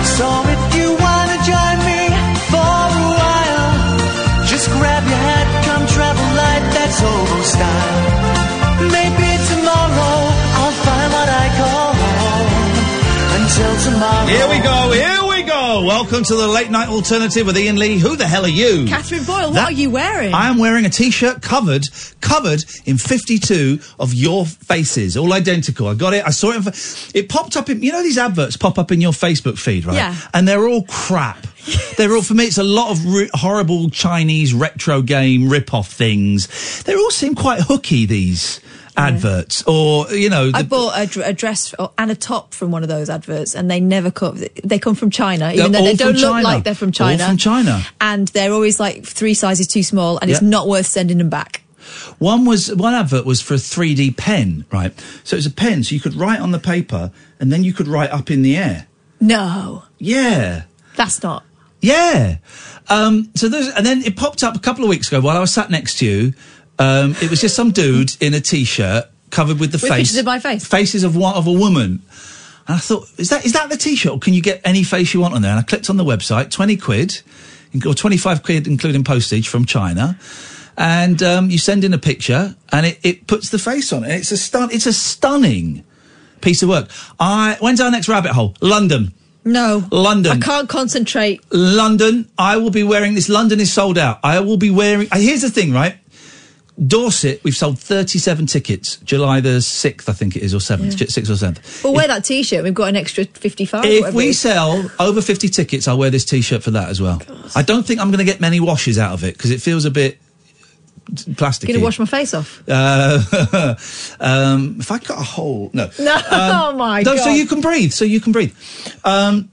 Speaker 21: So if you wanna join me for a while, just grab your hat, come travel light, that's old style. Maybe tomorrow I'll find what I call home. Until tomorrow.
Speaker 6: Here we go. Here we go. Welcome to the late night alternative with Ian Lee. Who the hell are you?
Speaker 7: Catherine Boyle, what
Speaker 6: That-
Speaker 7: are you wearing?
Speaker 6: I am wearing a t-shirt covered, covered in 52 of your faces, all identical. I got it. I saw it. In, fa- it popped up in, you know, these adverts pop up in your Facebook feed, right?
Speaker 22: Yeah.
Speaker 6: And they're all crap. they're all, for me, it's a lot of ri horrible Chinese retro game rip-off things. They all seem quite hooky, these adverts. Or, you know,
Speaker 7: I
Speaker 6: the,
Speaker 7: bought a, dr- a dress f- and a top from one of those adverts, and they never come. They come from China, even
Speaker 6: They're
Speaker 7: though they
Speaker 6: all from
Speaker 7: don't look
Speaker 6: China.
Speaker 7: like they're from
Speaker 6: All
Speaker 7: China.
Speaker 6: from China.
Speaker 7: and they're always like three sizes too small, and it's
Speaker 6: Yeah.
Speaker 7: not worth sending them back.
Speaker 6: One was one advert was for a 3D pen, right? So it was a pen, so you could write on the paper, and then you could write up in the air.
Speaker 7: No,
Speaker 6: Yeah,
Speaker 7: that's not.
Speaker 6: yeah. Um, so there's, and then it popped up a couple of weeks ago while I was sat next to you. Um, it was just some dude in a t-shirt covered with the
Speaker 7: With
Speaker 6: face
Speaker 7: pictures of my face.
Speaker 6: faces of one of a woman. And I thought, is that is that the t-shirt? Or can you get any face you want on there? And I clicked on the website, twenty quid, in- or twenty-five quid including postage from China. And um, you send in a picture, and it, it puts the face on it. It's a stun. It's a stunning piece of work. I when's our next rabbit hole? London.
Speaker 7: No.
Speaker 6: London.
Speaker 7: I can't concentrate.
Speaker 6: London. I will be wearing this. London is sold out. I will be wearing. uh, Here's the thing, right? Dorset, we've sold 37 tickets. July the 6th, I think it is, or 7th,
Speaker 7: Yeah.
Speaker 6: 6th or 7th.
Speaker 7: Well, wear that T-shirt. We've got an extra fifty-five.
Speaker 6: If
Speaker 7: whatever it
Speaker 6: we
Speaker 7: is.
Speaker 6: sell over 50 tickets, I'll wear this t shirt for that as well. I don't think I'm going to get many washes out of it because it feels a bit plasticky.
Speaker 7: gonna wash my face off.
Speaker 6: Uh, um, if I got a hole, no.
Speaker 7: No,
Speaker 6: Um,
Speaker 7: oh my
Speaker 6: no,
Speaker 7: god.
Speaker 6: So you can breathe. So you can breathe. Um,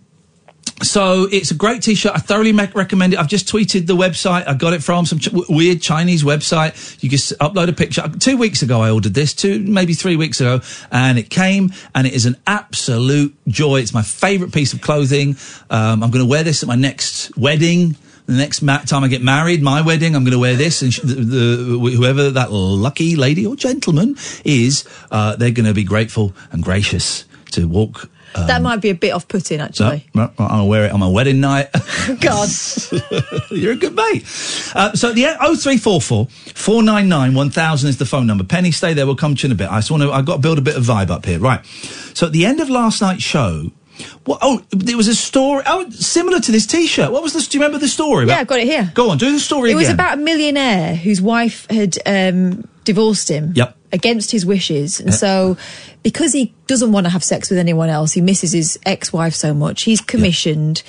Speaker 6: so it's a great T-shirt. I thoroughly mec- recommend it. I've just tweeted the website I got it from some ch- w- weird Chinese website. You just upload a picture. Two weeks ago, I ordered this. Two, maybe three weeks ago, and it came, and it is an absolute joy. It's my favorite piece of clothing. Um, I'm going to wear this at my next wedding. The next ma- time I get married, my wedding, I'm going to wear this, and sh- the, the, wh- whoever that lucky lady or gentleman is, uh, they're going to be grateful and gracious to walk. um,
Speaker 7: that might be a bit off-putting, actually.
Speaker 6: no, no, I'm gonna wear it on my wedding night.
Speaker 7: God.
Speaker 6: You're a good mate. Uh, so the 0344 499 1000 is the phone number. Penny, stay there. We'll come to you in a bit. I just want to. I've got to build a bit of vibe up here, right? So at the end of last night's show. What, oh, there was a story. Oh, similar to this T-shirt. What was this? Do you remember the story?
Speaker 7: Yeah,
Speaker 6: about-
Speaker 7: I've got it here.
Speaker 6: Go on, do the story
Speaker 7: It
Speaker 6: again.
Speaker 7: was about a millionaire whose wife had um, divorced him
Speaker 6: Yep.
Speaker 7: against his wishes. And
Speaker 6: Yeah.
Speaker 7: so, because he doesn't want to have sex with anyone else, he misses his ex wife so much, he's commissioned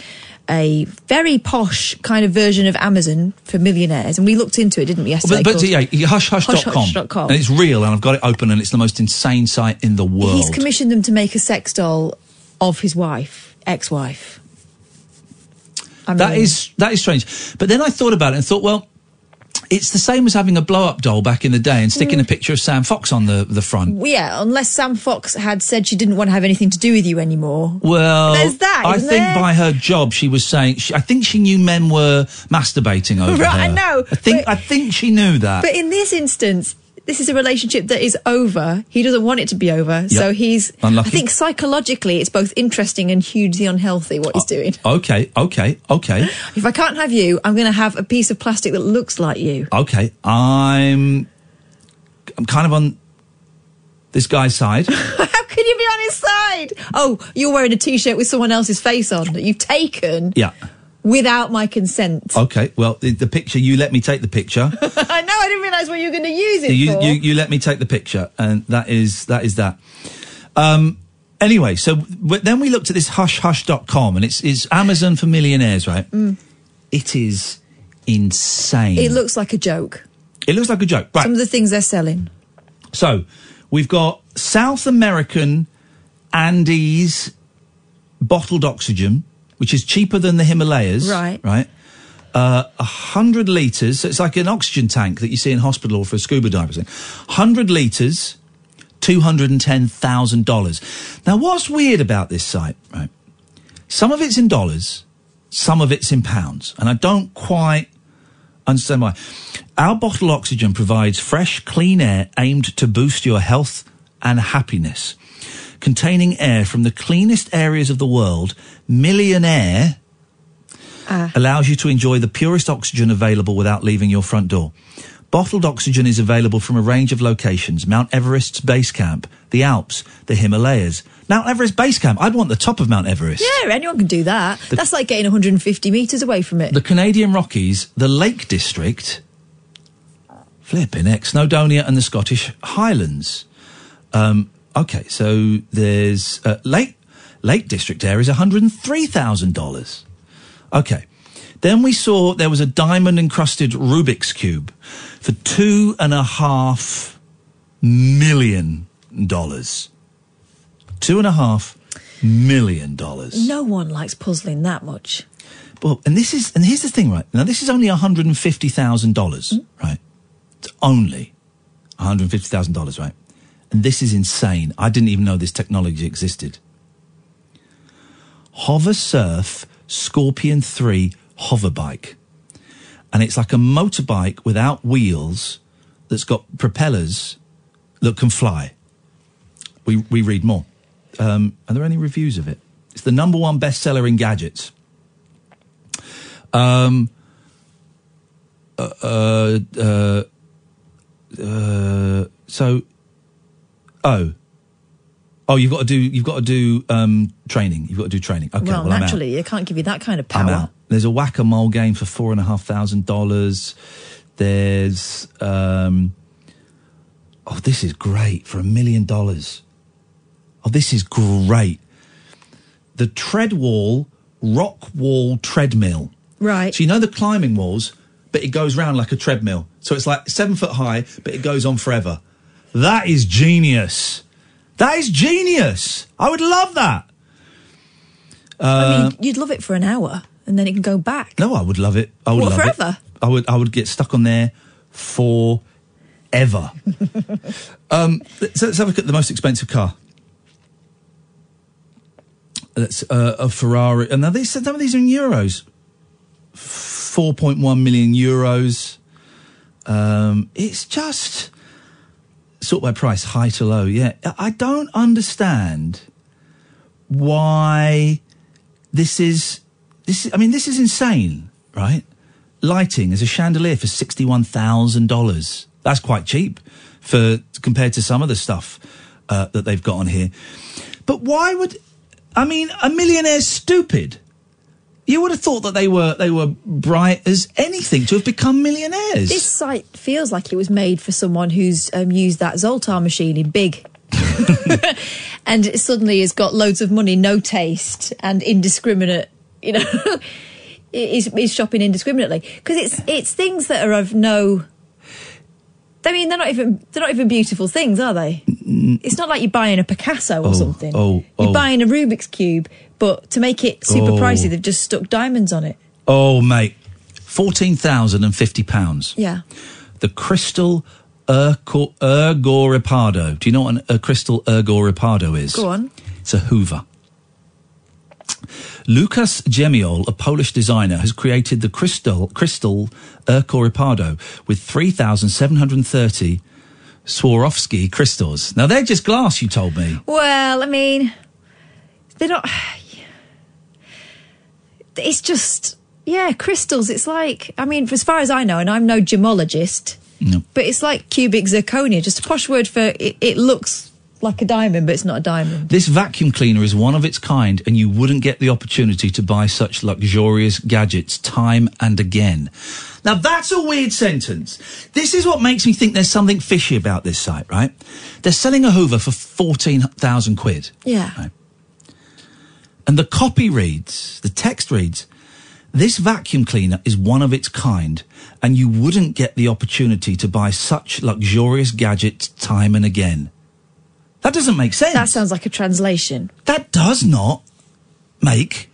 Speaker 7: a very posh kind of version of Amazon for millionaires. And we looked into it, didn't we, yesterday?
Speaker 6: Oh, but, but
Speaker 7: called-
Speaker 6: yeah, hush hush dot com.
Speaker 7: Hush Hush dot com.
Speaker 6: And it's real, and I've got it open, and it's the most insane site in the world.
Speaker 7: He's commissioned them to make a sex doll of his wife, ex wife.
Speaker 6: That is that is strange. But then I thought about it and thought, well, it's the same as having a blow up doll back in the day and sticking
Speaker 7: Mm.
Speaker 6: a picture of Sam Fox on the, the front.
Speaker 7: Well, yeah, unless Sam Fox had said she didn't want to have anything to do with you anymore.
Speaker 6: Well,
Speaker 7: There's that,
Speaker 6: I
Speaker 7: isn't
Speaker 6: think
Speaker 7: there?
Speaker 6: by her job, she was saying. She, I think she knew men were masturbating over
Speaker 7: Right,
Speaker 6: her.
Speaker 7: I know,
Speaker 6: I think I think she knew that.
Speaker 7: But in this instance, this is a relationship that is over. He doesn't want it to be over. So he's
Speaker 6: Unlucky.
Speaker 7: I think psychologically it's both interesting and hugely unhealthy what
Speaker 6: Oh.
Speaker 7: he's doing.
Speaker 6: okay, okay, okay,
Speaker 7: If I can't have you, I'm going to have a piece of plastic that looks like you.
Speaker 6: okay. I'm I'm kind of on this guy's side.
Speaker 7: How can you be on his side? Oh, you're wearing a t-shirt with someone else's face on that you've taken
Speaker 6: yeah. Oh.
Speaker 7: without my consent.
Speaker 6: Okay. Well, the, the picture you let me take the picture.
Speaker 7: I know I didn't realize what you were going to use it
Speaker 6: you,
Speaker 7: for.
Speaker 6: you you let me take the picture, and that is that is that. Um, anyway, so w- then we looked at this hushhush.com, and it's it's Amazon for millionaires, right?
Speaker 7: Mm.
Speaker 6: It is insane.
Speaker 7: It looks like a joke.
Speaker 6: It looks like a joke, right?
Speaker 7: Some of the things they're selling.
Speaker 6: so we've got South American Andes bottled oxygen, which is cheaper than the Himalayas,
Speaker 7: Right.
Speaker 6: Right. Uh, 100 litres, so it's like an oxygen tank that you see in hospital or for scuba divers. thing. 100 litres, $210,000. Now, what's weird about this site, right? Some of it's in dollars, some of it's in pounds, and I don't quite understand why. Our bottle oxygen provides fresh, clean air aimed to boost your health and happiness. Containing air from the cleanest areas of the world, Millionaire allows you to enjoy the purest oxygen available without leaving your front door. Bottled oxygen is available from a range of locations Mount Everest's base camp, the Alps, the Himalayas. Mount Everest base camp. I'd want the top of Mount Everest.
Speaker 7: Yeah, anyone can do that.
Speaker 6: The-
Speaker 7: That's like getting 150 meters away from it.
Speaker 6: The Canadian Rockies, the Lake District, flipping heck, Snowdonia and the Scottish Highlands. Um, okay, so there's uh, Lake Lake District air is one hundred and three thousand dollars. Okay, then we saw there was a diamond encrusted Rubik's cube for two and a half million dollars. Two and a half million dollars.
Speaker 7: No one likes puzzling that much.
Speaker 6: Well, and this is and here's the thing, right? Now this is only one hundred and fifty thousand dollars, right? It's only one hundred fifty thousand dollars, right? And this is insane. I didn't even know this technology existed. Hover Surf Scorpion Three hover bike, and it's like a motorbike without wheels that's got propellers that can fly. We we read more. Um, are there any reviews of it? It's the number one bestseller in gadgets. Um, uh, uh, uh, uh, so, oh, Oh, you've got to do. You've got to do um, training. You've got to do training. Okay, well,
Speaker 7: well,
Speaker 6: I'm out.
Speaker 7: naturally, they can't give you that kind of
Speaker 6: I'm
Speaker 7: power.
Speaker 6: out. There's a whack a mole game for four and a half thousand dollars. There's um, oh, this is great for a million dollars. Oh, this is great. The tread wall, rock wall treadmill.
Speaker 7: Right.
Speaker 6: So you know the climbing walls, but it goes round like a treadmill. So it's like seven foot high, but it goes on forever. That is genius. That is genius. I would love that.
Speaker 7: I
Speaker 6: Uh,
Speaker 7: mean, you'd love it for an hour, and then it can go back.
Speaker 6: No, I would love it. I would
Speaker 7: What,
Speaker 6: Oh, love it.
Speaker 7: forever?
Speaker 6: I would. I would get stuck on there forever. um, let's, let's have a look at the most expensive car. That's uh, a Ferrari. And now these some of these are in euros. Four point one million euros. Um, it's just sort by price, high to low. Yeah, I- I don't understand why this is this. I mean, this is insane, right? Lighting is a chandelier for sixty-one thousand dollars. That's quite cheap for compared to some of the stuff uh, that they've got on here. But why would I mean a millionaire's stupid? You would have thought that they were they were bright as anything to have become millionaires.
Speaker 7: This site feels like it was made for someone who's um, used that Zoltar machine in big. and it suddenly has got loads of money, no taste, and indiscriminate, you know, is, is shopping indiscriminately. Because it's, it's things that are of no. I mean, they're not even they're not even beautiful things, are they? It's not like you're buying a Picasso or
Speaker 6: Oh,
Speaker 7: something.
Speaker 6: oh,
Speaker 7: you're
Speaker 6: oh.
Speaker 7: buying a Rubik's cube, but to make it super
Speaker 6: Oh.
Speaker 7: pricey, they've just stuck diamonds on it.
Speaker 6: oh mate, fourteen thousand and fifty pounds.
Speaker 7: Yeah.
Speaker 6: the crystal ergo, ergoripardo. Do you know what an, a crystal ergoripardo is?
Speaker 7: Go on.
Speaker 6: It's a Hoover. Lucas Gemiol, a Polish designer, has created the crystal crystal ergoripardo with 3,730 Swarovski crystals. Now they're just glass, you told me.
Speaker 7: Well, I mean, they're not. It's just, yeah, crystals. It's like, I mean, for as far as I know, and I'm no gemologist, but it's like cubic zirconia, just a posh word for it, it looks like a diamond, but it's not a diamond.
Speaker 6: This vacuum cleaner is one of its kind, and you wouldn't get the opportunity to buy such luxurious gadgets time and again. Now, that's a weird sentence. This is what makes me think there's something fishy about this site, right? They're selling a Hoover for 14,000 quid.
Speaker 7: Yeah.
Speaker 6: And the copy reads, the text reads, this vacuum cleaner is one of its kind, and you wouldn't get the opportunity to buy such luxurious gadgets time and again. That doesn't make sense. That
Speaker 7: sounds like a translation.
Speaker 6: That does not make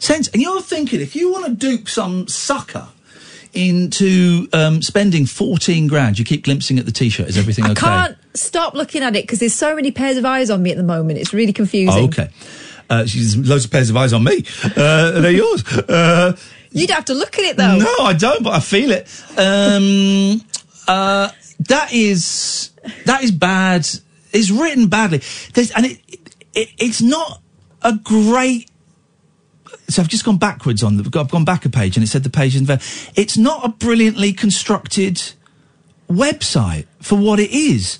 Speaker 6: sense. And you're thinking, if you want to dupe some sucker into um, spending 14 grand, you keep glimpsing at the t shirt. Is everything
Speaker 7: I
Speaker 6: okay?
Speaker 7: can't stop looking at it because there's so many pairs of eyes on me at the moment. It's really confusing.
Speaker 6: Oh, okay. Uh, she's loads of pairs of eyes on me. Uh, they're yours. Uh,
Speaker 7: You'd have to look at it though.
Speaker 6: No, I don't, but I feel it. Um, uh, that is that is bad. It's written badly. There's, and it, it it's not a great. So I've just gone backwards on the. I've gone back a page, and it said the page. in the- It's not a brilliantly constructed website for what it is.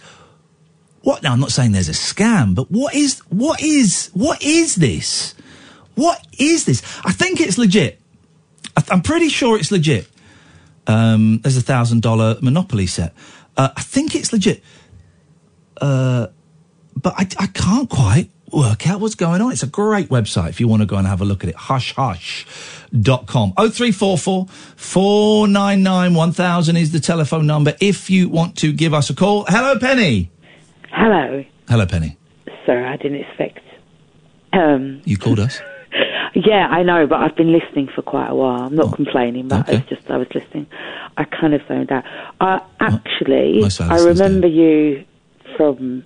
Speaker 6: What now? I'm not saying there's a scam, but what is what is what is this? What is this? I think it's legit. I th- I'm pretty sure it's legit. Um, there's a thousand dollar Monopoly set. Uh, I think it's legit. Uh, but I, I can't quite work out what's going on. It's a great website if you want to go and have a look at it. Hushhush.com. 0344 499 1000 is the telephone number if you want to give us a call. Hello, Penny.
Speaker 23: Hello.
Speaker 6: Hello, Penny.
Speaker 23: Sorry, I didn't expect. Um,
Speaker 6: You called us.
Speaker 23: yeah, I know, but I've been listening for quite a while. I'm not complaining, but it's just I was listening. I kind of zoned out. I actually,
Speaker 21: most of our
Speaker 23: I
Speaker 21: listeners
Speaker 23: remember you from.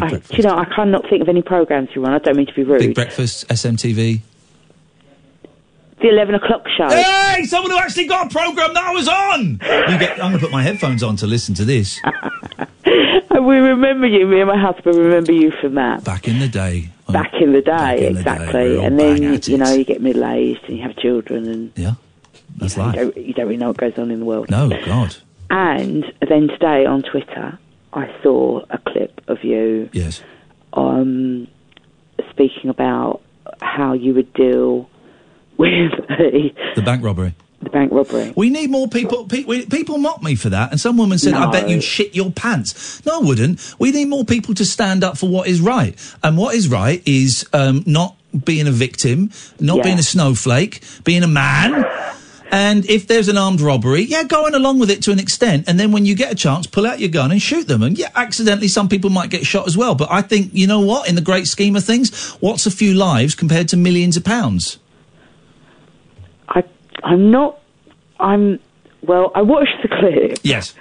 Speaker 23: I, do you know, I cannot think of any programs you run. I don't mean to be rude.
Speaker 6: Big Breakfast, SMTV.
Speaker 23: the eleven o'clock show.
Speaker 6: Hey, someone who actually got a program that I was on. You get, I'm going to put my headphones on to listen to this.
Speaker 23: and we remember you. Me and my husband remember you from that.
Speaker 6: Back in the day.
Speaker 23: Back in the day, exactly. and then you know you get middle aged and you have children and
Speaker 6: yeah, that's
Speaker 23: you know,
Speaker 6: life.
Speaker 23: You don't, you don't really know what goes on in the world.
Speaker 6: No, God.
Speaker 23: And then today on Twitter, I saw a clip of you
Speaker 6: Yes.
Speaker 23: um, speaking about how you would deal with a,
Speaker 6: The bank robbery.
Speaker 23: the bank robbery.
Speaker 6: We need more people. Pe- we, people mock me for that, and some woman said, "I bet
Speaker 23: No.
Speaker 6: you'd shit your pants." No, I wouldn't. We need more people to stand up for what is right, and what is right is um, not being a victim, not
Speaker 21: Yeah.
Speaker 6: being a snowflake, being a man. And if there's an armed robbery, yeah, going along with it to an extent, and then when you get a chance, pull out your gun and shoot them. And yeah, accidentally, some people might get shot as well. But I think you know what? In the great scheme of things, what's a few lives compared to millions of pounds?
Speaker 23: I, I'm not. I'm. Well, I watched the clip.
Speaker 6: Yes.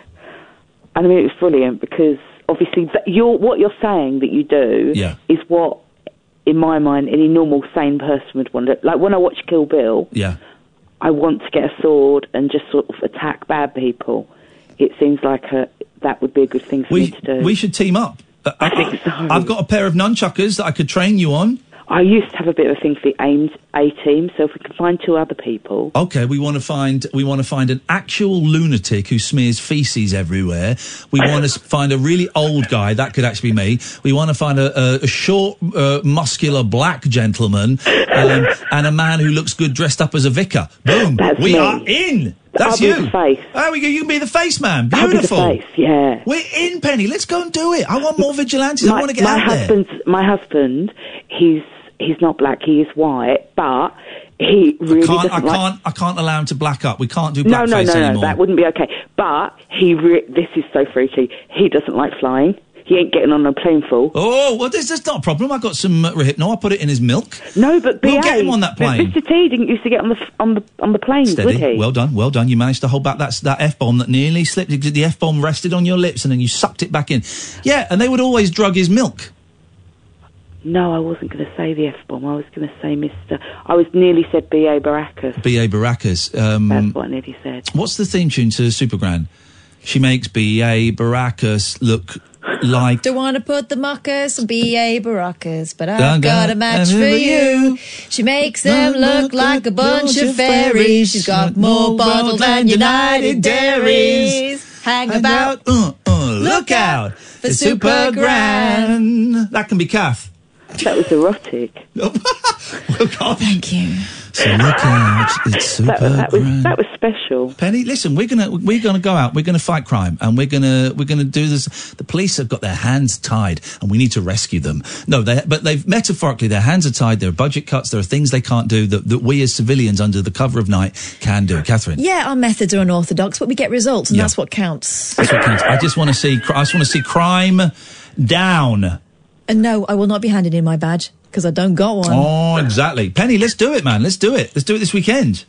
Speaker 23: And I mean, it was brilliant because obviously that you're, what you're saying that you do
Speaker 6: Yeah.
Speaker 23: is what, in my mind, any normal sane person would want to. Like when I watch Kill Bill,
Speaker 6: Yeah.
Speaker 23: I want to get a sword and just sort of attack bad people. It seems like a, that would be a good thing for me
Speaker 6: We
Speaker 23: to do.
Speaker 6: we should team up. I think so. I've got a pair of nunchuckers that I could train you on.
Speaker 23: I used to have a bit of a thing for the aimed A team, so if we can find two other people,
Speaker 6: Okay, we want to find we want to find an actual lunatic who smears feces everywhere. We want to find a really old guy that could actually be me. We want to find a, a, a short, uh, muscular black gentleman um, and a man who looks good dressed up as a vicar. Boom,
Speaker 23: That's
Speaker 6: we
Speaker 23: me.
Speaker 6: are in. That's
Speaker 23: I'll be
Speaker 6: you.
Speaker 23: the face.
Speaker 6: There we go. You can be the face man.
Speaker 23: I'll be the
Speaker 6: Beautiful.
Speaker 23: face, yeah.
Speaker 6: We're in, Penny. Let's go and do it. I want more vigilantes. I want to get
Speaker 23: my
Speaker 6: out there.
Speaker 23: husband's, My husband, he's he's not black, he is white, but he really
Speaker 6: can't, I
Speaker 23: doesn't like.
Speaker 6: can't, I can't allow him to black up. We can't do
Speaker 23: no,
Speaker 6: blackface
Speaker 23: no, no,
Speaker 6: anymore.
Speaker 23: no, that wouldn't be okay. But he, re- this is so freaky. He doesn't like flying. He ain't getting on a plane full.
Speaker 6: Oh well, this is not a problem. I got some uh, Rohypnol. I put it in his milk.
Speaker 23: No, but
Speaker 6: We'll
Speaker 23: BA,
Speaker 6: get him on that
Speaker 23: but
Speaker 6: plane.
Speaker 23: Mr. T didn't used to get on the f- on the on the plane, would
Speaker 6: Steady.
Speaker 23: he?
Speaker 6: Well done. Well done. You managed to hold back that that f bomb that nearly slipped. The f bomb rested on your lips, and then you sucked it back in. Yeah, and they would always drug his milk.
Speaker 23: no, I wasn't going to say the f bomb. I was going to say Mr. I was nearly said BA Baracus.
Speaker 6: B.A. Baracus. Um,
Speaker 23: That's what I nearly said.
Speaker 6: What's the theme tune to Supergran? She makes B.A. Baracus look like
Speaker 7: Do want to put the muckers and B.A. Baracas, but
Speaker 6: Dun,
Speaker 7: I've got a
Speaker 6: dun,
Speaker 7: match
Speaker 6: dun,
Speaker 7: for
Speaker 6: dun,
Speaker 7: you. She makes them look like a bunch of fairies. She's got more bottle than United Dairies. Hang about.
Speaker 6: Uh, uh, look out for Supergran. That can be Kath.
Speaker 23: That was erotic.
Speaker 6: Thank
Speaker 7: you.
Speaker 6: So look out, it's super
Speaker 23: That, that was
Speaker 6: grand.
Speaker 23: that was special.
Speaker 6: Penny, listen, we're gonna we're gonna go out. We're gonna fight crime, and we're gonna we're gonna do this. The police have got their hands tied, and we need to rescue them. No, they but they've metaphorically their hands are tied. There are budget cuts. There are things they can't do that, that we as civilians under the cover of night can do. Catherine,
Speaker 7: Yeah, our methods are unorthodox, but we get results, and
Speaker 6: Yeah.
Speaker 7: that's what counts.
Speaker 6: that's what counts. I just want to see cr- I just want to see crime down.
Speaker 7: And no, I will not be handing in my badge because I don't got one.
Speaker 6: Oh, exactly, Penny. Let's do it, man. Let's do it. Let's do it this weekend.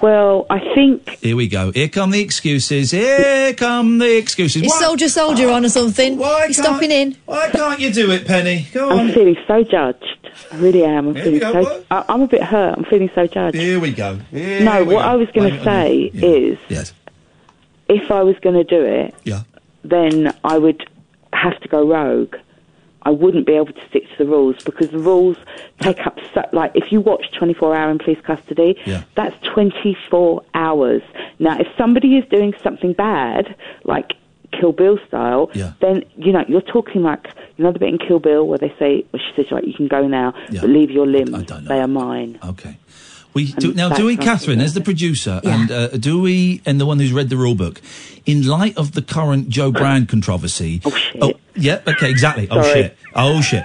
Speaker 23: Well, I think
Speaker 6: Here we go. Here come the excuses. Here come the excuses.
Speaker 7: Is
Speaker 6: Why-
Speaker 7: Soldier Soldier on or something? Why He's stopping in.
Speaker 6: Why can't you do it, Penny? Go on.
Speaker 23: I'm feeling so judged. I really am. I'm
Speaker 6: Here we
Speaker 23: feeling
Speaker 6: go,
Speaker 23: so.
Speaker 6: what?
Speaker 23: I, I'm a bit hurt. I'm feeling so judged.
Speaker 6: Here we go. Here
Speaker 23: no,
Speaker 6: we
Speaker 23: what
Speaker 6: go.
Speaker 23: I was going
Speaker 6: Blame
Speaker 23: to
Speaker 6: it on you.
Speaker 23: say is,
Speaker 6: Yes.
Speaker 23: if I was going to do it,
Speaker 6: Yeah.
Speaker 23: then I would have to go rogue. I wouldn't be able to stick to the rules because the rules take up so, like if you watch 24 hour in police custody,
Speaker 24: Yeah.
Speaker 23: that's 24 hours. Now, if somebody is doing something bad, like Kill Bill style,
Speaker 24: Yeah.
Speaker 23: then you know you're talking like you know the bit in Kill Bill where they say, well, she says like you can go now,
Speaker 6: Yeah.
Speaker 23: but leave your limbs, they are mine.
Speaker 6: Okay. We do,
Speaker 23: And
Speaker 6: now,
Speaker 23: that's
Speaker 6: do we,
Speaker 23: not-
Speaker 6: Catherine, as the producer,
Speaker 23: Yeah.
Speaker 6: and uh, do we, and the one who's read the rule book, in light of the current Joe Brand controversy? Oh shit! yeah. Okay. Exactly. Oh
Speaker 23: Sorry.
Speaker 6: shit! Oh shit!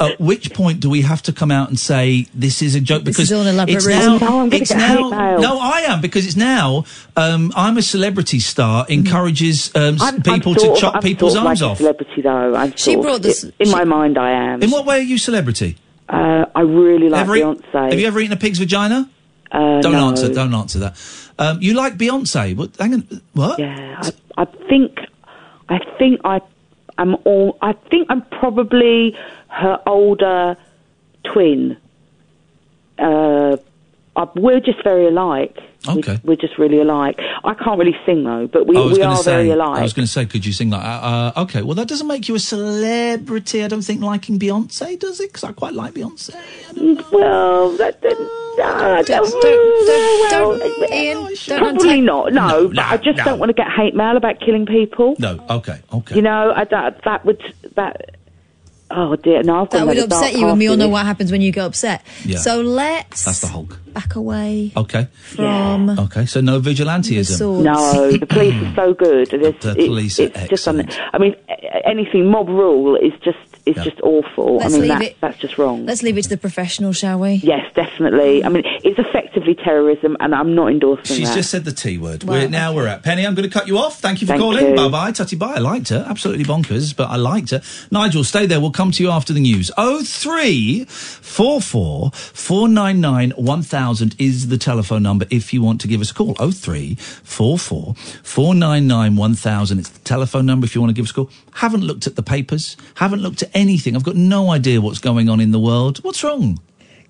Speaker 6: At which point do we have to come out and say this is a joke?
Speaker 7: This
Speaker 6: Because
Speaker 7: is all an elaborate
Speaker 6: it's
Speaker 7: ruse.
Speaker 6: now,
Speaker 7: No, I'm gonna
Speaker 6: it's
Speaker 7: get
Speaker 6: now.
Speaker 7: hate mail.
Speaker 6: No, I am because it's now. Um, I'm a celebrity star. Encourages um, s-
Speaker 23: Mm. I'm- I'm
Speaker 6: people
Speaker 23: sort
Speaker 6: to
Speaker 23: of-
Speaker 6: chop
Speaker 23: I'm
Speaker 6: people's
Speaker 23: sort of
Speaker 6: arms
Speaker 23: like a
Speaker 6: off.
Speaker 23: celebrity though. I'm
Speaker 6: She
Speaker 23: sort of-
Speaker 6: brought this-
Speaker 23: in
Speaker 6: she-
Speaker 23: my mind. I am.
Speaker 6: In what way are you celebrity?
Speaker 23: Uh, I really like
Speaker 6: Ever eat-
Speaker 23: Beyonce.
Speaker 6: Have you ever eaten a pig's vagina?
Speaker 23: Uh,
Speaker 6: don't
Speaker 23: no.
Speaker 6: answer. Don't answer that. Um, you like Beyonce? What? Hang on. What?
Speaker 23: Yeah, I, I think, I think I, I'm all. I think I'm probably her older twin. Uh, I, we're just very alike.
Speaker 6: Okay.
Speaker 23: We're just really alike. I can't really sing though, but we,
Speaker 6: Oh, I was
Speaker 23: we
Speaker 6: gonna
Speaker 23: are
Speaker 6: say,
Speaker 23: very
Speaker 6: I was
Speaker 23: alike.
Speaker 6: going to say, could you sing like? Uh, uh, okay, well that doesn't make you a celebrity. I don't think liking Beyonce does it because I quite like Beyonce. uh,
Speaker 23: Well, that, that, ah, that- well, probably not. No, but I just
Speaker 6: no.
Speaker 23: don't want to get hate mail about killing people.
Speaker 6: No. Okay. Okay.
Speaker 23: You know, I, that, that would that Oh dear, no, I've got
Speaker 7: That would
Speaker 23: another dark
Speaker 7: upset you, and we all
Speaker 23: past
Speaker 7: know
Speaker 23: here.
Speaker 7: what happens when you get upset.
Speaker 6: Yeah.
Speaker 7: So let's
Speaker 6: That's the Hulk.
Speaker 7: back away
Speaker 6: Okay.
Speaker 7: from.
Speaker 6: Okay, so no vigilantism.
Speaker 23: No, the police are so good. There's-
Speaker 6: The
Speaker 23: it-
Speaker 6: police are
Speaker 23: it's just on. I mean, a- anything mob rule is just is just awful.
Speaker 7: Let's
Speaker 23: I mean,
Speaker 7: leave
Speaker 23: that,
Speaker 7: it-
Speaker 23: that's just wrong.
Speaker 7: Let's leave it to the professional, shall we?
Speaker 23: Yes, definitely. I mean, it's effectively terrorism, and I'm not endorsing
Speaker 6: She's
Speaker 23: that.
Speaker 6: just said the T word.
Speaker 23: Well,
Speaker 6: we're, now we're at. Penny, I'm going to cut you off. Thank you for
Speaker 23: Thank
Speaker 6: calling.
Speaker 23: you.
Speaker 6: Bye bye. Tutty bye. I liked her. Absolutely bonkers, but I liked her. Nigel, stay there. We'll come to you after the news. 0344 499 1000 is the telephone number if you want to give us a call. 0344 499 1000. It's the telephone number if you want to give us a call. Haven't looked at the papers, haven't looked at anything. I've got no idea what's going on in the world. What's wrong?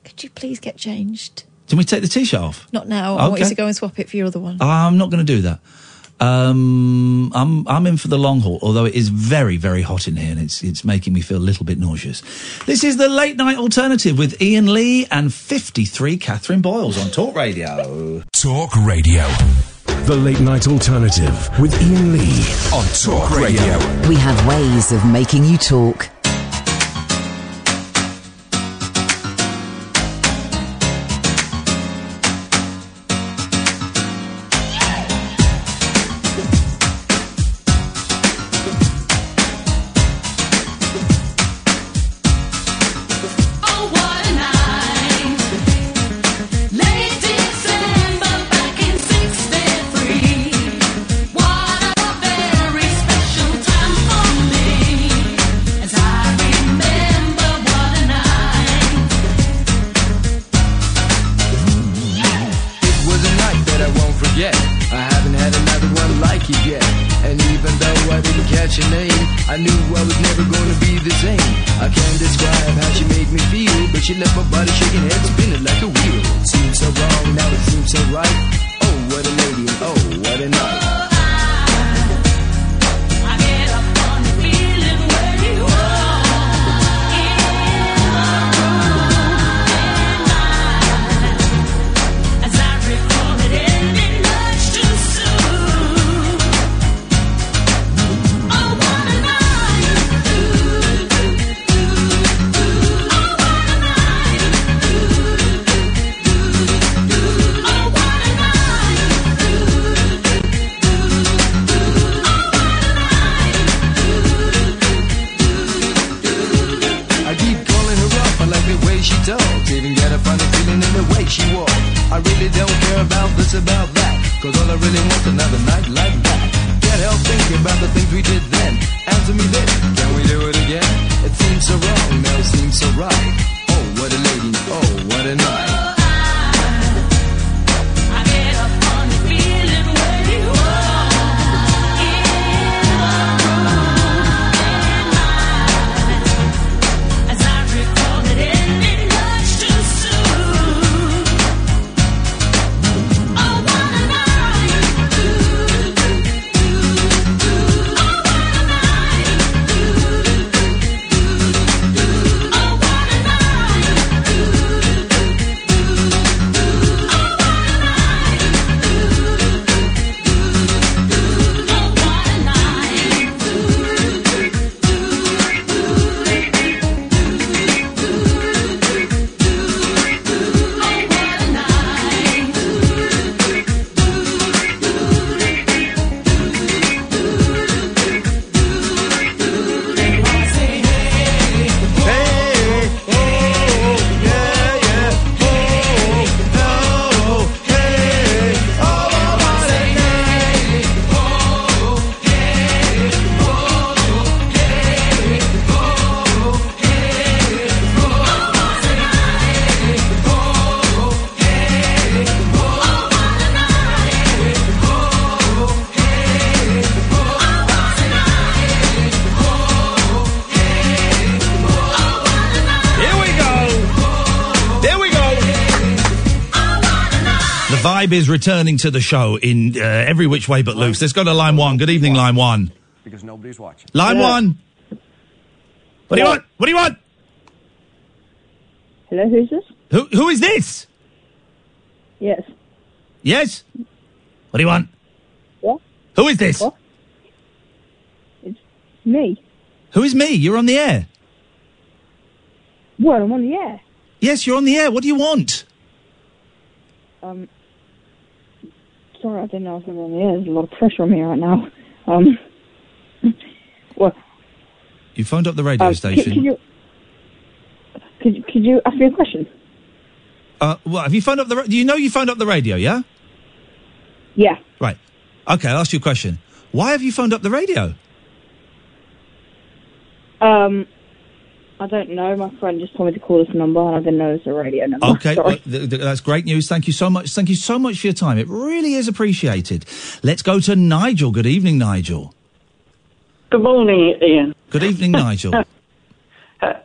Speaker 7: Could you please get changed?
Speaker 6: Can we take the t shirt off?
Speaker 7: Not now. I want you
Speaker 6: Okay.
Speaker 7: to
Speaker 6: Oh,
Speaker 7: go and swap it for your other one.
Speaker 6: Ah, I'm not going to do that. Um, I'm I'm in for the long haul. Although it is very very hot in here, and it's it's making me feel a little bit nauseous. This is the late night alternative with Ian Lee and 53 Catherine Boyles on Talk Radio.
Speaker 5: Talk Radio. The late night alternative with Ian Lee on Talk Radio.
Speaker 1: We have ways of making you talk.
Speaker 22: Oh, what a night. Late December back in 63. What a very special time for me. As I remember, what a night.
Speaker 21: It was a night that I won't forget. I haven't had another one like it yet. And even though I didn't catch her name, I knew I was never gonna be the same. I can't describe how she made me feel, but she left my body shaking, head spinning like a wheel. Seems so wrong, now it seems so right. Oh, what a lady, and oh, what a night.
Speaker 22: I get up on the feeling where you are. In my room, midnight. As I recall it ended much too soon. Oh, what a night. Oh, what a night. Oh, what a night.
Speaker 21: I keep calling her up, I like the way she talks. Even got a funny feeling in the way she walks. I really don't care about this, about that. Cause all I really want's another night like that. Can't help thinking about the things we did then. Answer me this, can we do it again? It seems so wrong, now it seems so right. Oh, what a lady, oh, what a night.
Speaker 22: I get up on the feeling where you are in my room midnight. As I recall, it ended much too soon. Oh, what a night! Oh, what a night! Oh, what a
Speaker 6: Here we go. There we go. The vibe is returning to the show in uh, every which way but loose. Let's go to line one. Good evening, line one.
Speaker 24: because nobody's watching.
Speaker 6: Line one. What do you want? What do you want?
Speaker 25: Hello, who's this?
Speaker 6: Who who is this?
Speaker 25: Yes.
Speaker 6: Yes. What do you want?
Speaker 25: What?
Speaker 6: Who is this?
Speaker 25: What? It's me.
Speaker 6: Who is me? You're on the air.
Speaker 25: Well, I'm on the air.
Speaker 6: Yes, you're on the air. What do you want?
Speaker 25: Um, sorry, I didn't know I was going to be on the air. There's a lot of pressure on me right now. Um, well,
Speaker 6: You phoned up the radio
Speaker 25: um, c-
Speaker 6: station.
Speaker 25: Could you, could, you- could you ask me a question?
Speaker 6: Uh, well, have you phoned up the? ra- Do you know you phoned up the radio? Yeah.
Speaker 25: Yeah.
Speaker 6: Right. Okay, I'll ask you a question. Why have you phoned up the radio?
Speaker 25: Um, I don't know. My friend just told me to call this number, and I didn't know it was a radio number.
Speaker 6: Okay,
Speaker 25: Sorry.
Speaker 6: well, th- th- that's great news. Thank you so much. Thank you so much for your time. It really is appreciated. Let's go to Nigel. Good evening, Nigel.
Speaker 3: Good morning, Ian.
Speaker 6: Good evening, Nigel.
Speaker 3: Uh,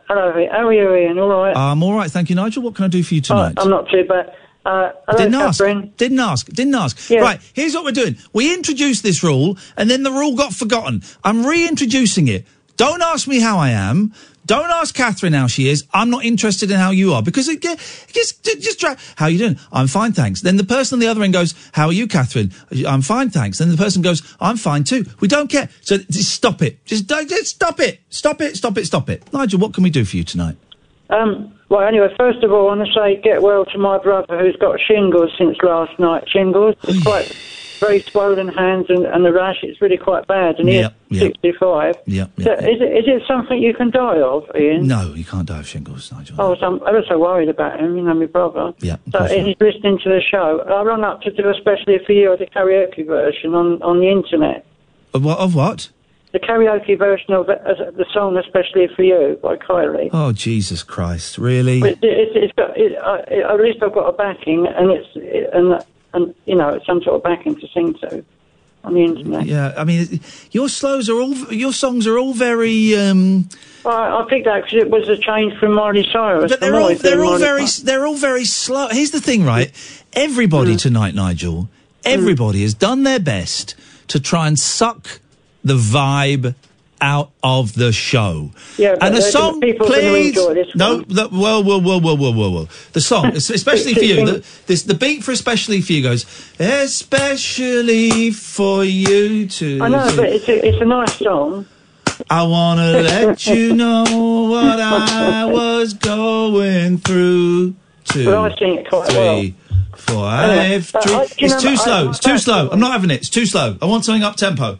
Speaker 3: hello, Ian. how are you, Ian? All right.
Speaker 6: I'm all right. Thank you, Nigel. What can I do for you tonight?
Speaker 3: I'm not too bad. Uh, hello,
Speaker 6: Didn't ask.
Speaker 3: Catherine.
Speaker 6: Didn't ask. Didn't ask. Right. Here's what we're doing. We introduced this rule, and then the rule got forgotten. I'm reintroducing it. Don't ask me how I am. Don't ask Catherine how she is. I'm not interested in how you are because it, ge- just ju- just try. How you doing? I'm fine, thanks. Then the person on the other end goes, "How are you, Catherine? I'm fine, thanks." Then the person goes, "I'm fine too." We don't care. So just stop it. Just, don't- just stop it. Stop it. Stop it. Stop it. Nigel, what can we do for you tonight?
Speaker 3: Um, well, anyway, first of all, I want to say get well to my brother who's got shingles since last night. Shingles. It's quite very swollen hands and, and the rash. It's really quite bad. And he's
Speaker 6: Yeah, yeah.
Speaker 3: 65.
Speaker 6: Yeah.
Speaker 3: So is, it, is it something you can die of, Ian?
Speaker 6: No, you can't die of shingles, Nigel.
Speaker 3: I was, um, I was so worried about him, you know, my brother.
Speaker 6: Yeah.
Speaker 3: So he's listening to the show. I rang up to do especially for you the karaoke version on, on the internet.
Speaker 6: Of what? Of what?
Speaker 3: The karaoke version of it, uh, the song especially for you by Kylie.
Speaker 6: Oh Jesus Christ! Really?
Speaker 3: But it, it, it's got, it, I, it, at least I've got a backing, and it's it, and and you know it's some sort of backing to sing to on the internet.
Speaker 6: Yeah, I mean, your slows are all your songs are all very. Um,
Speaker 3: I, I picked that because it was a change from Miley Cyrus.
Speaker 6: but they're
Speaker 3: I'm
Speaker 6: all
Speaker 3: always
Speaker 6: they're
Speaker 3: doing
Speaker 6: all
Speaker 3: Miley
Speaker 6: very
Speaker 3: Cyrus.
Speaker 6: they're all very slow. Here's the thing, right? Everybody
Speaker 3: Mm.
Speaker 6: tonight, Nigel. Everybody has done their best to try and suck the vibe out of the show.
Speaker 3: Yeah, but
Speaker 6: and the
Speaker 3: they're gonna-
Speaker 6: song,
Speaker 3: people are gonna
Speaker 6: please.
Speaker 3: enjoy this
Speaker 6: no, the, whoa, whoa, whoa, whoa, whoa, whoa, whoa. The song, es- especially for you. The, this the beat for especially for you goes especially for you to.
Speaker 3: I know, but it's a, it's a nice song.
Speaker 6: I wanna let you know what I was going through. Two,
Speaker 3: Well, I sing it quite
Speaker 6: three, four.
Speaker 3: Anyway,
Speaker 6: I've
Speaker 3: but
Speaker 6: dream-
Speaker 3: I- do you
Speaker 6: it's
Speaker 3: know,
Speaker 6: too
Speaker 3: I-
Speaker 6: slow.
Speaker 3: I-
Speaker 6: It's too slow. I'm not having it. It's too slow. I want something up tempo.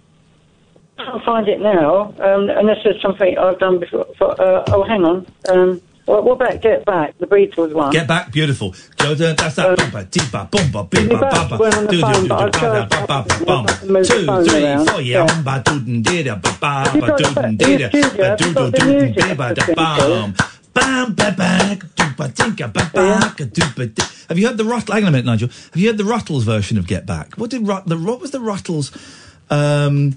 Speaker 3: I can't find it now, um, and this is something I've done before. For, uh, oh, hang on. Um, what, what about Get Back, the Beatles one?
Speaker 6: Get back, beautiful. Go da- that's
Speaker 3: Uh,
Speaker 6: that. Bumba, dee-ba, bumba, bee-ba,
Speaker 3: You're back
Speaker 6: baba,
Speaker 3: when on the
Speaker 6: doo-doo,
Speaker 3: phone,
Speaker 6: doo-doo,
Speaker 3: but I've
Speaker 6: ba-da,
Speaker 3: tried-
Speaker 6: ba-ba, bum.
Speaker 3: move the
Speaker 6: Two,
Speaker 3: phone
Speaker 6: three,
Speaker 3: around.
Speaker 6: four, yeah, um, umba, doo-dun, dee-da, ba-ba,
Speaker 3: You've got-
Speaker 6: ba-doo-dun,
Speaker 3: you've
Speaker 6: dee-da,
Speaker 3: got the
Speaker 6: ba-doo-doo,
Speaker 3: music,
Speaker 6: doo-dun,
Speaker 3: that's
Speaker 6: dee-ba-da,
Speaker 3: been
Speaker 6: bum. Bum, ba-ba, doo-ba, dee-ga, ba-ba, ka-doo-ba, dee- Have you heard the Ruttles? Hang on a minute, Nigel. Have you heard the Ruttles version of Get Back? What did Rut- the what was the Ruttles? Um,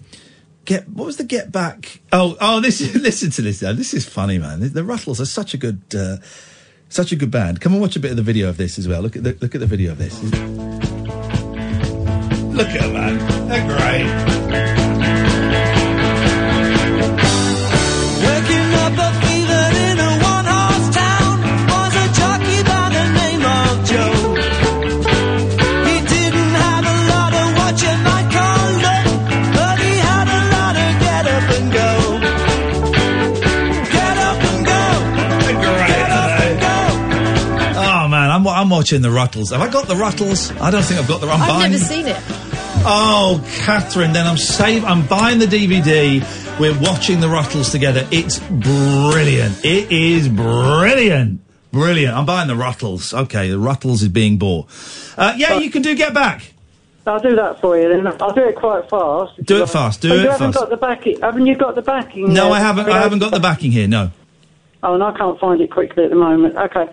Speaker 6: get what was the Get Back? Oh, oh, this is listen to this. Now. This is funny, man. The, the Ruttles are such a good, uh, such a good band. Come and watch a bit of the video of this as well. Look at the look at the video of this. Look at them, man. They're great.
Speaker 22: Working up a fever in a one-horse town was a jockey by the name of Joe. He didn't have a lot of what you might call luck, but he had a lot of get up and go. Get up and go. Get up and go.
Speaker 6: Oh man, I'm wa- I'm watching the Ruttles. Have I got the Ruttles? I don't think I've got the. I'm
Speaker 7: I've
Speaker 6: buying.
Speaker 7: never seen it.
Speaker 6: Oh, Catherine, then I'm save. I'm buying the DVD. We're watching the Ruttles together. It's brilliant. It is brilliant. Brilliant. I'm buying the Ruttles. Okay, the Ruttles is being bought. Uh, yeah, you can do Get Back.
Speaker 3: I'll do that for you. Then I'll do it quite fast. if
Speaker 6: Do
Speaker 3: you
Speaker 6: it
Speaker 3: like.
Speaker 6: fast, do
Speaker 3: But
Speaker 6: it
Speaker 3: you haven't
Speaker 6: fast.
Speaker 3: got the backing. Haven't you got the backing?
Speaker 6: No,
Speaker 3: there?
Speaker 6: I haven't. I haven't got the backing here. No.
Speaker 3: Oh, and I can't find it quickly at the moment. Okay.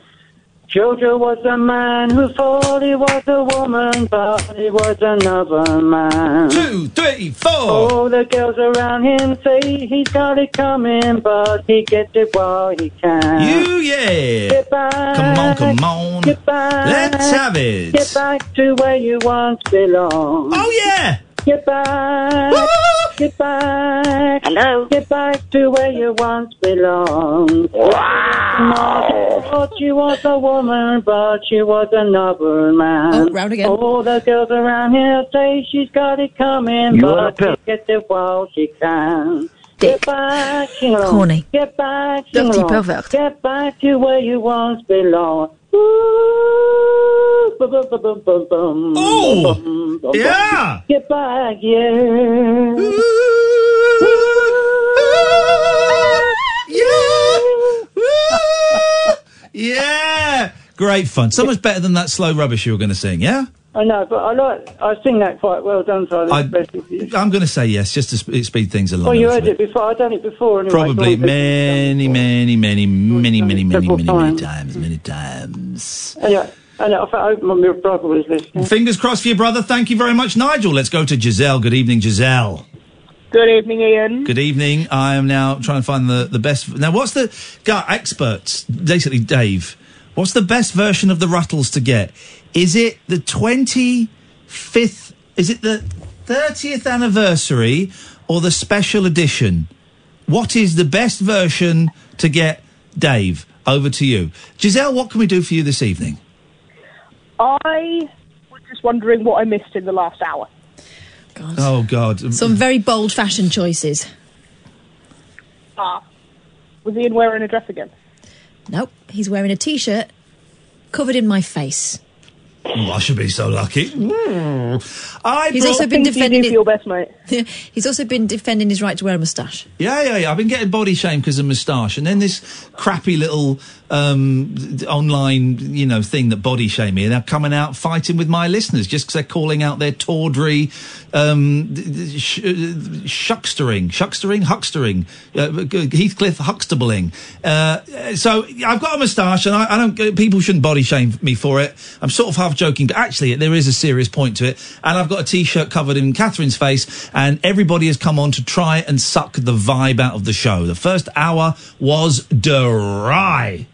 Speaker 3: Jojo was a man who thought he was a woman, but he was another man.
Speaker 6: Two, three, four.
Speaker 3: All the girls around him say he's got it coming, but he gets it while he can.
Speaker 6: You, yeah.
Speaker 3: Get back.
Speaker 6: Come on, come on.
Speaker 3: Get back.
Speaker 6: Let's have it.
Speaker 3: Get back to where you once belonged.
Speaker 6: Oh, yeah.
Speaker 3: Get back. Get back. Hello. Get back to where you once belonged. Wow. Thought you was a woman, but she was another man.
Speaker 7: Oh, round again.
Speaker 3: All the girls around here say she's got it coming,
Speaker 22: You are a
Speaker 3: but she
Speaker 22: pimp.
Speaker 3: gets it while she can. Dick. Get back, you know.
Speaker 7: Corny.
Speaker 3: Get back, you
Speaker 7: Dirty
Speaker 3: know.
Speaker 7: pervert.
Speaker 3: Get back to where you once belong. Ooh, bum, bum, bum, bum, bum, bum,
Speaker 22: Oh,
Speaker 3: bum, bum,
Speaker 22: yeah.
Speaker 3: Bum. Get back, yeah.
Speaker 6: Yeah. Great fun. So much better than that slow rubbish you were going to sing, yeah?
Speaker 3: I know, but I like. I sing that quite well, don't I?
Speaker 6: I, I'm going to say yes, just to sp- speed things along.
Speaker 3: well, you
Speaker 6: a
Speaker 3: heard
Speaker 6: little
Speaker 3: it before. I've done it before. Anyway,
Speaker 6: Probably
Speaker 3: It's all good.
Speaker 6: many, many, many, many, many, many, many, many,
Speaker 3: Several times.
Speaker 6: times, many times.
Speaker 3: Anyway, and I hope my brother was listening.
Speaker 6: Fingers crossed for your brother. Thank you very much, Nigel. Let's go to Giselle. Good evening, Giselle.
Speaker 4: Good evening, Ian.
Speaker 6: Good evening. I am now trying to find the, the best. Now, what's the guy experts? Basically, Dave. What's the best version of the Ruttles to get? Is it the twenty fifth? Is it the thirtieth anniversary or the special edition? What is the best version to get, Dave? Over to you, Giselle. What can we do for you this evening?
Speaker 4: I was just wondering what I missed in the last hour.
Speaker 6: Oh God,
Speaker 7: Some very bold fashion choices.
Speaker 4: Ah, was Ian wearing a dress again?
Speaker 7: Nope, he's wearing a t-shirt covered in my face.
Speaker 6: Oh, I should be so lucky. Mm. I
Speaker 7: he's
Speaker 6: brought-
Speaker 7: also been
Speaker 6: Things you do
Speaker 7: defending
Speaker 6: for
Speaker 7: his,
Speaker 4: your best mate.
Speaker 7: he's also been defending his right to wear a moustache.
Speaker 6: Yeah, yeah, yeah. I've been getting body shamed because of moustache, and then this crappy little um, d- online, you know, thing that body shame me. And they're coming out fighting with my listeners just because they're calling out their tawdry, um, d- d- sh- uh, shuckstering, shuckstering, huckstering, uh, g- Heathcliff huxtabling. Uh, so I've got a moustache, and I, I don't. g- People shouldn't body shame me for it. I'm sort of half joking, but actually, there is a serious point to it. And I've got a t-shirt covered in Catherine's face, and everybody has come on to try and suck the vibe out of the show. The first hour was dry.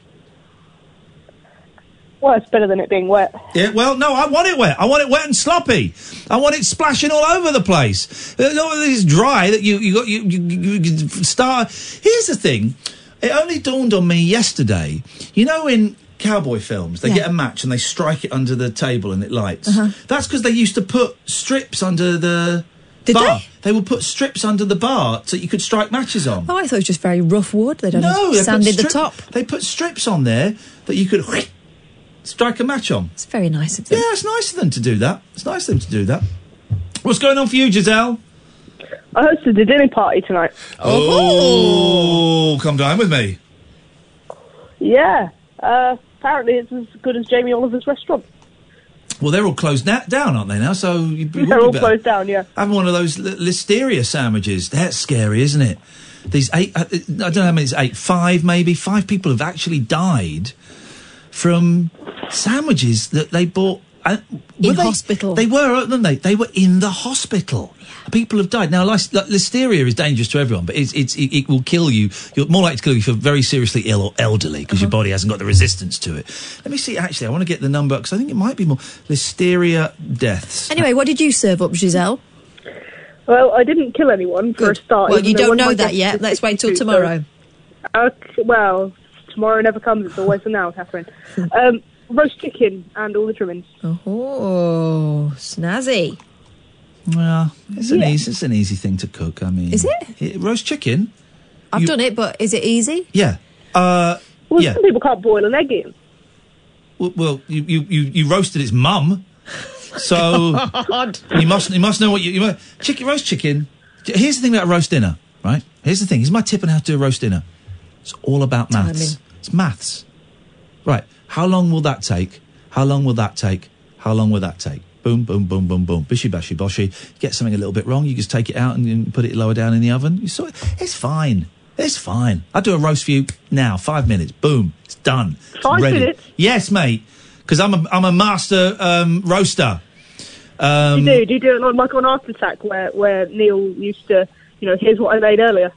Speaker 4: Well, it's better than it being wet.
Speaker 6: Yeah, well, no, I want it wet. I want it wet and sloppy. I want it splashing all over the place. Uh, All this is dry that you you got you, you, you you start. Here's the thing. It only dawned on me yesterday. You know, in cowboy films, they get a match and they strike it under the table and it lights.
Speaker 22: Uh-huh.
Speaker 6: That's because they used to put strips under the
Speaker 7: Did
Speaker 6: bar. They? would put strips under the bar so you could strike matches on.
Speaker 7: Oh, I thought it was just very rough wood. They don't
Speaker 6: no, they put
Speaker 7: sanded the
Speaker 6: strip-
Speaker 7: top.
Speaker 6: They put strips on there that you could strike a match on.
Speaker 7: It's very nice of them.
Speaker 6: Yeah, it's nice of them to do that. It's nice of them to do that. What's going on for you, Giselle?
Speaker 4: I hosted a dinner party tonight.
Speaker 6: Oh, come down with me.
Speaker 4: Yeah. Uh, apparently, it's as good as Jamie Oliver's restaurant.
Speaker 6: Well, they're all closed na- down, aren't they now? So you would
Speaker 4: They're
Speaker 6: be
Speaker 4: all
Speaker 6: better.
Speaker 4: closed down. Yeah.
Speaker 6: Having one of those li- listeria sandwiches. That's scary, isn't it? These eight, uh, I I don't know how many it's eight, five maybe, five people have actually died from sandwiches that they bought. uh, were
Speaker 7: In
Speaker 6: they-
Speaker 7: hospital.
Speaker 6: They were, weren't they? They were in the hospital. People have died. Now, lis- like, listeria is dangerous to everyone, but it's, it's, it, it will kill you. You're more likely to kill you if you're very seriously ill or elderly because
Speaker 7: Uh-huh.
Speaker 6: your body hasn't got the resistance to it. Let me see, actually, I want to get the number because I think it might be more. Listeria deaths.
Speaker 7: Anyway, what did you serve up, Giselle?
Speaker 4: Well, I didn't kill anyone for a start.
Speaker 7: Well,
Speaker 4: even
Speaker 7: you
Speaker 4: though
Speaker 7: don't
Speaker 4: one of
Speaker 7: know
Speaker 4: my
Speaker 7: that
Speaker 4: guests
Speaker 7: yet.
Speaker 4: is
Speaker 7: Let's wait till
Speaker 4: 62, so-
Speaker 7: tomorrow.
Speaker 4: Okay, well, tomorrow never comes. It's always the now, Catherine. Um, roast chicken and all the trimmings.
Speaker 7: Oh, snazzy.
Speaker 6: Well, it's an
Speaker 7: Yeah.
Speaker 6: easy, it's an easy thing to cook. I mean,
Speaker 7: Is it?
Speaker 6: roast chicken?
Speaker 7: I've
Speaker 6: You-
Speaker 7: done it, but is it easy?
Speaker 6: Yeah. Uh,
Speaker 4: Well,
Speaker 6: yeah.
Speaker 4: some people can't boil an egg in.
Speaker 6: Well, well you, you, you, you roasted its mum, so you must you must know what you, you mu- chicken roast chicken. Here's the thing about a roast dinner, right? Here's the thing. Here's my tip on how to do a roast dinner. It's all about maths.
Speaker 22: Timing.
Speaker 6: It's maths, right? How long will that take? How long will that take? How long will that take? Boom, boom, boom, boom, boom. Bishy, bashy, boshy. You get something a little bit wrong, you just take it out and, and put it lower down in the oven. You sort of, it's fine. It's fine. I do a roast for you now. Five minutes. Boom. It's done. It's
Speaker 4: Five minutes?
Speaker 6: Yes, mate. Because I'm a, I'm a master um, roaster. Um,
Speaker 4: you do. Do you do it on, like on Art Attack, where, where Neil used to, you know, here's what I made earlier?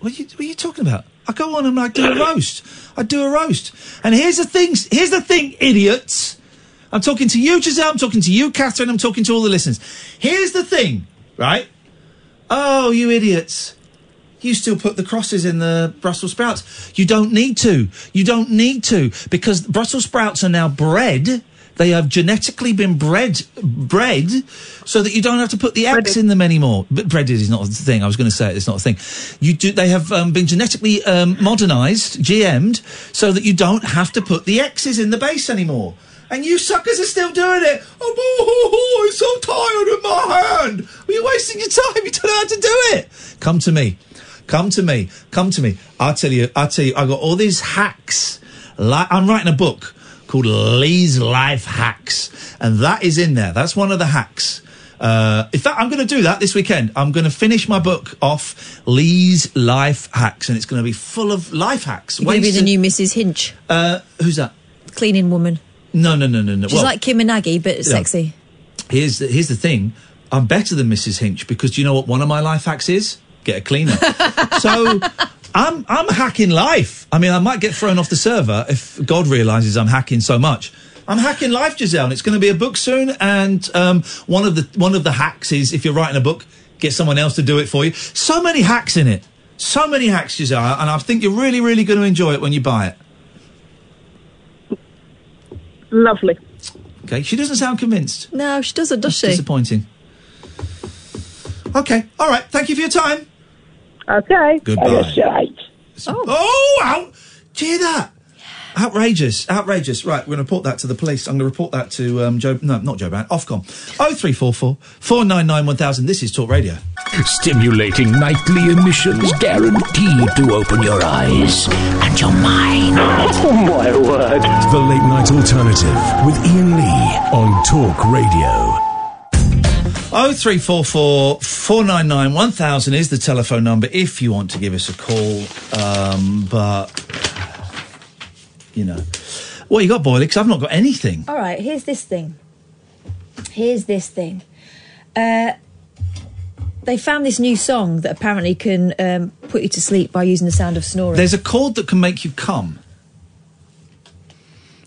Speaker 6: What are, you, what are you talking about? I go on and I do a roast. I do a roast. And here's the thing. Here's the thing, idiots. I'm talking to you, Giselle. I'm talking to you, Catherine. I'm talking to all the listeners. Here's the thing, right? Oh, you idiots. You still put the crosses in the Brussels sprouts. You don't need to. You don't need to because Brussels sprouts are now bread. They have genetically been bred bred so that you don't have to put the X in them anymore. But breaded is not a thing. I was going to say it, it's not a thing. You do. They have um, been genetically um, modernized, GM'd, so that you don't have to put the X's in the base anymore. And you suckers are still doing it. Oh, boo, hoo, hoo, I'm so tired of my hand. Are you wasting your time? You don't know how to do it. Come to me. Come to me. Come to me. I'll tell you. I'll tell you. I got all these hacks. Li I'm writing a book called Lee's Life Hacks, and that is in there. That's one of the hacks. Uh, in fact, I'm going to do that this weekend. I'm going to finish my book off, Lee's Life Hacks, and it's going to be full of life hacks.
Speaker 7: You're going to be
Speaker 6: Ways
Speaker 7: the
Speaker 6: to-
Speaker 7: new Mrs. Hinch,
Speaker 6: Uh, who's that?
Speaker 7: cleaning woman.
Speaker 6: No, no, no, no, no.
Speaker 7: She's
Speaker 6: Well-
Speaker 7: like Kim and Aggie, but
Speaker 6: Yeah.
Speaker 7: sexy.
Speaker 6: Here's the, here's the thing. I'm better than Mrs. Hinch because do you know what one of my life hacks is? Get a cleaner. so I'm I'm hacking life. I mean, I might get thrown off the server if God realizes I'm hacking so much. I'm hacking life, Giselle, and it's going to be a book soon. And um, one of the one of the hacks is if you're writing a book, get someone else to do it for you. So many hacks in it. So many hacks, Giselle, and I think you're really, really going to enjoy it when you buy it.
Speaker 4: Lovely.
Speaker 6: Okay, she doesn't sound convinced.
Speaker 7: No, she doesn't, does she?
Speaker 6: Disappointing. Okay, all right. Thank you for your time.
Speaker 4: Okay.
Speaker 6: Goodbye. Oh. out! Do you hear that? Outrageous, outrageous. Right, we're going to report that to the police. I'm going to report that to um, Joe. No, not Joe Brand. Ofcom. 0344 499 1000. This is Talk Radio.
Speaker 2: Stimulating nightly emissions guaranteed to open your eyes and your mind.
Speaker 5: Oh my word. The Late Night Alternative with Ian Lee on Talk Radio.
Speaker 6: 0344 499 1000 is the telephone number if you want to give us a call. Um, but, you know. What you got, Boyle? Because I've not got anything.
Speaker 7: All right, here's this thing. Here's this thing. Uh, they found this new song that apparently can um, put you to sleep by using the sound of snoring.
Speaker 6: There's a chord that can make you come.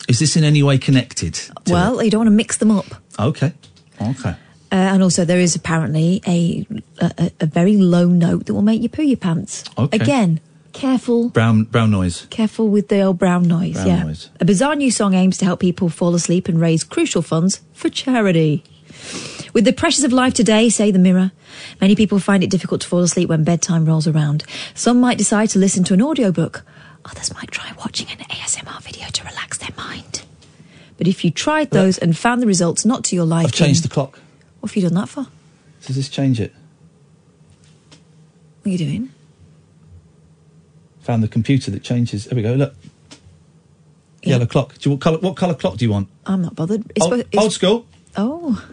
Speaker 6: Is this in any way connected? to
Speaker 7: well, you don't want to mix them up.
Speaker 6: it? Okay. Okay.
Speaker 7: Uh, and also, there is apparently a, a a- a very low note that will make you poo your pants.
Speaker 6: Okay.
Speaker 7: Again, careful,
Speaker 6: Brown brown noise.
Speaker 7: careful with the old brown noise.
Speaker 6: Brown
Speaker 7: yeah.
Speaker 6: noise.
Speaker 7: A bizarre new song aims to help people fall asleep and raise crucial funds for charity. With the pressures of life today, say the mirror, many people find it difficult to fall asleep when bedtime rolls around. Some might decide to listen to an audiobook. Others might try watching an ASMR video to relax their mind. But if you tried those and found the results not to your liking,
Speaker 6: I've changed the clock.
Speaker 7: what have you done that for?
Speaker 6: Does this change it?
Speaker 7: What are you doing?
Speaker 6: Found the computer that changes. There we go. Look. Yellow clock. Do you, what color? What color clock do you want?
Speaker 7: I'm not bothered. It's
Speaker 6: old,
Speaker 7: supposed- it's-
Speaker 6: old school.
Speaker 7: Oh,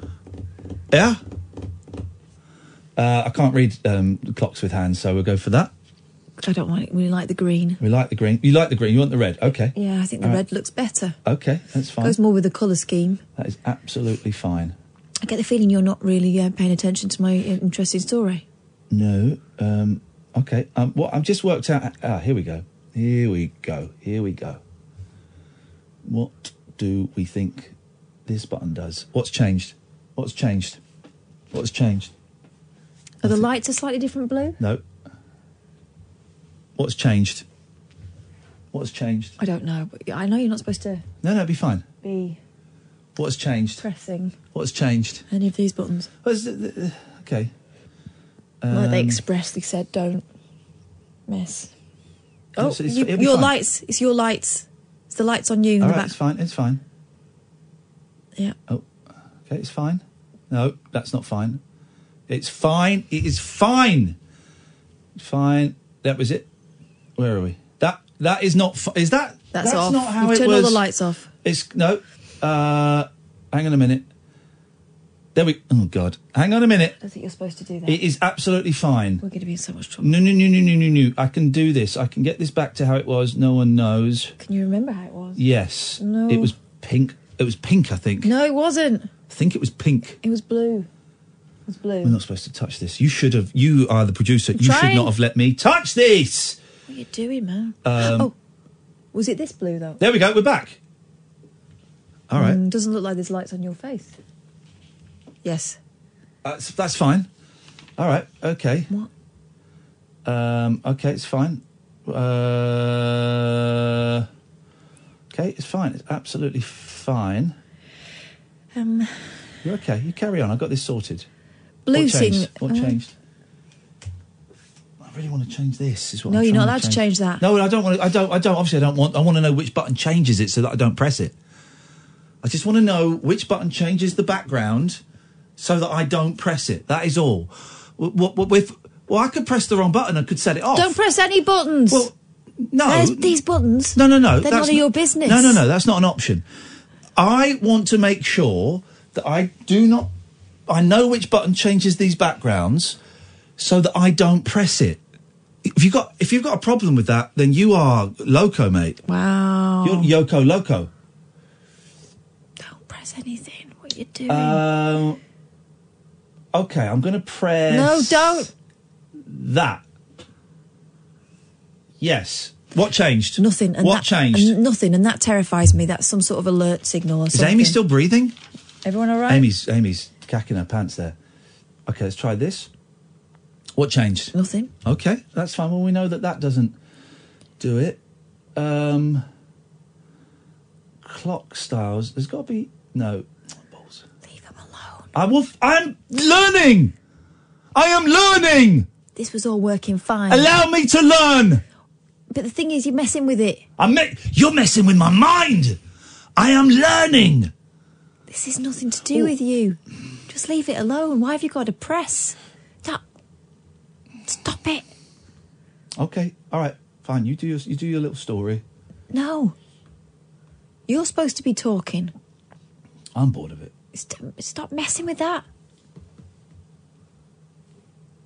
Speaker 6: Yeah. Uh, I can't read um, clocks with hands, so we'll go for that.
Speaker 7: I don't want it. We like the green.
Speaker 6: We like the green. You like the green. You want the red. Okay.
Speaker 7: Yeah, I think the
Speaker 6: All right.
Speaker 7: red looks better.
Speaker 6: Okay, that's fine.
Speaker 7: Goes more with the colour scheme.
Speaker 6: That is absolutely fine.
Speaker 7: I get the feeling you're not really uh, paying attention to my uh, interesting story.
Speaker 6: No. Um, okay. Um, what I've just worked out. Ah, here we go. Here we go. Here we go. What do we think this button does? What's changed? What's changed? What's changed?
Speaker 7: Are the lights a slightly different blue?
Speaker 6: No. What's changed? What's changed?
Speaker 7: I don't know. But I know you're not supposed to
Speaker 6: No, no, it'll be fine.
Speaker 7: be
Speaker 6: What's changed?
Speaker 7: pressing
Speaker 6: What's changed?
Speaker 7: any of these buttons.
Speaker 6: What's the, the, okay.
Speaker 7: like they
Speaker 6: Um,
Speaker 7: expressly said, don't mess.
Speaker 6: No,
Speaker 7: Oh,
Speaker 6: it's- it's-
Speaker 7: you-
Speaker 6: it'll be
Speaker 7: your
Speaker 6: fine.
Speaker 7: lights. It's your lights. It's the lights on you in
Speaker 6: All
Speaker 7: the
Speaker 6: right,
Speaker 7: back.
Speaker 6: it's fine. It's fine.
Speaker 7: Yeah.
Speaker 6: Oh, okay, it's fine. No, that's not fine. It's fine. It is fine. Fine. That was it. Where are we? That that is not. Fi- is that?
Speaker 7: That's, off.
Speaker 6: not how
Speaker 7: You've
Speaker 6: it
Speaker 7: turned all
Speaker 6: was.
Speaker 7: the lights off.
Speaker 6: It's no. Uh, hang on a minute. There we. Oh God. Hang on a minute.
Speaker 7: I don't think you're supposed to do that.
Speaker 6: It is absolutely fine.
Speaker 7: We're going to be in so much trouble.
Speaker 6: No, no, no, no, no, no, no. I can do this. I can get this back to how it was. No one knows.
Speaker 7: Can you remember how it was?
Speaker 6: Yes.
Speaker 7: No.
Speaker 6: It was pink. It was pink. I think.
Speaker 7: No, it wasn't.
Speaker 6: I think it was pink.
Speaker 7: It was blue. It was blue.
Speaker 6: We're not supposed to touch this. You should have. You are the producer.
Speaker 7: I'm
Speaker 6: you should
Speaker 7: trying.
Speaker 6: not have let me touch this.
Speaker 7: What are you doing, man?
Speaker 6: Um,
Speaker 7: oh, was it this blue though?
Speaker 6: There we go. We're back. All right.
Speaker 7: Mm, doesn't look like there's lights on your face. Yes.
Speaker 6: That's Uh, that's fine. All right. Okay. What? Um. Okay. It's fine. Uh. Okay. It's fine. It's absolutely fine.
Speaker 7: Um,
Speaker 6: You're okay. You carry on. I got this sorted.
Speaker 7: Blue
Speaker 6: what changed?
Speaker 7: sing-
Speaker 6: What
Speaker 7: uh,
Speaker 6: changed? I really want to change this. Is what
Speaker 7: No,
Speaker 6: I'm
Speaker 7: you're not
Speaker 6: trying
Speaker 7: allowed to change that.
Speaker 6: No, I don't want to. I don't. I don't. Obviously, I don't want. I want to know which button changes it so that I don't press it. I just want to know which button changes the background so that I don't press it. That is all. What? What? With? Well, I could press the wrong button and could set it off.
Speaker 7: Don't press any buttons. Well,
Speaker 6: no.
Speaker 7: There's these buttons.
Speaker 6: No, no, no.
Speaker 7: They're
Speaker 6: that's
Speaker 7: none of your business.
Speaker 6: No, no, no. That's not an option. I want to make sure that I do not. I know which button changes these backgrounds, so that I don't press it. If you got if you've got a problem with that, then you are loco, mate.
Speaker 7: Wow.
Speaker 6: You're Yoko Loco.
Speaker 7: Don't press anything. What are you doing?
Speaker 6: Um. Okay, I'm going to press.
Speaker 7: no, don't.
Speaker 6: That. Yes. What changed?
Speaker 7: Nothing. And
Speaker 6: What
Speaker 7: that,
Speaker 6: changed?
Speaker 7: and nothing. And that terrifies me. That's some sort of alert signal or
Speaker 6: Is
Speaker 7: something.
Speaker 6: Amy still breathing?
Speaker 7: Everyone all right?
Speaker 6: Amy's Amy's cacking her pants there. Okay, let's try this. What changed?
Speaker 7: Nothing.
Speaker 6: Okay, that's fine. Well, we know that that doesn't do it. Um, clock styles. There's got to be no balls. Leave
Speaker 7: them
Speaker 6: alone. I will. F- I'm learning. I am learning.
Speaker 7: This was all working fine.
Speaker 6: Allow me to learn.
Speaker 7: But the thing is, you're messing with it.
Speaker 6: I'm. Me- you're messing with my mind. I am learning.
Speaker 7: This has nothing to do with you. Just leave it alone. Why have you got to press? That. Stop it.
Speaker 6: Okay. All right. Fine. You do your. You do your little story.
Speaker 7: No. You're supposed to be talking.
Speaker 6: I'm bored of it.
Speaker 7: St- Stop messing with that.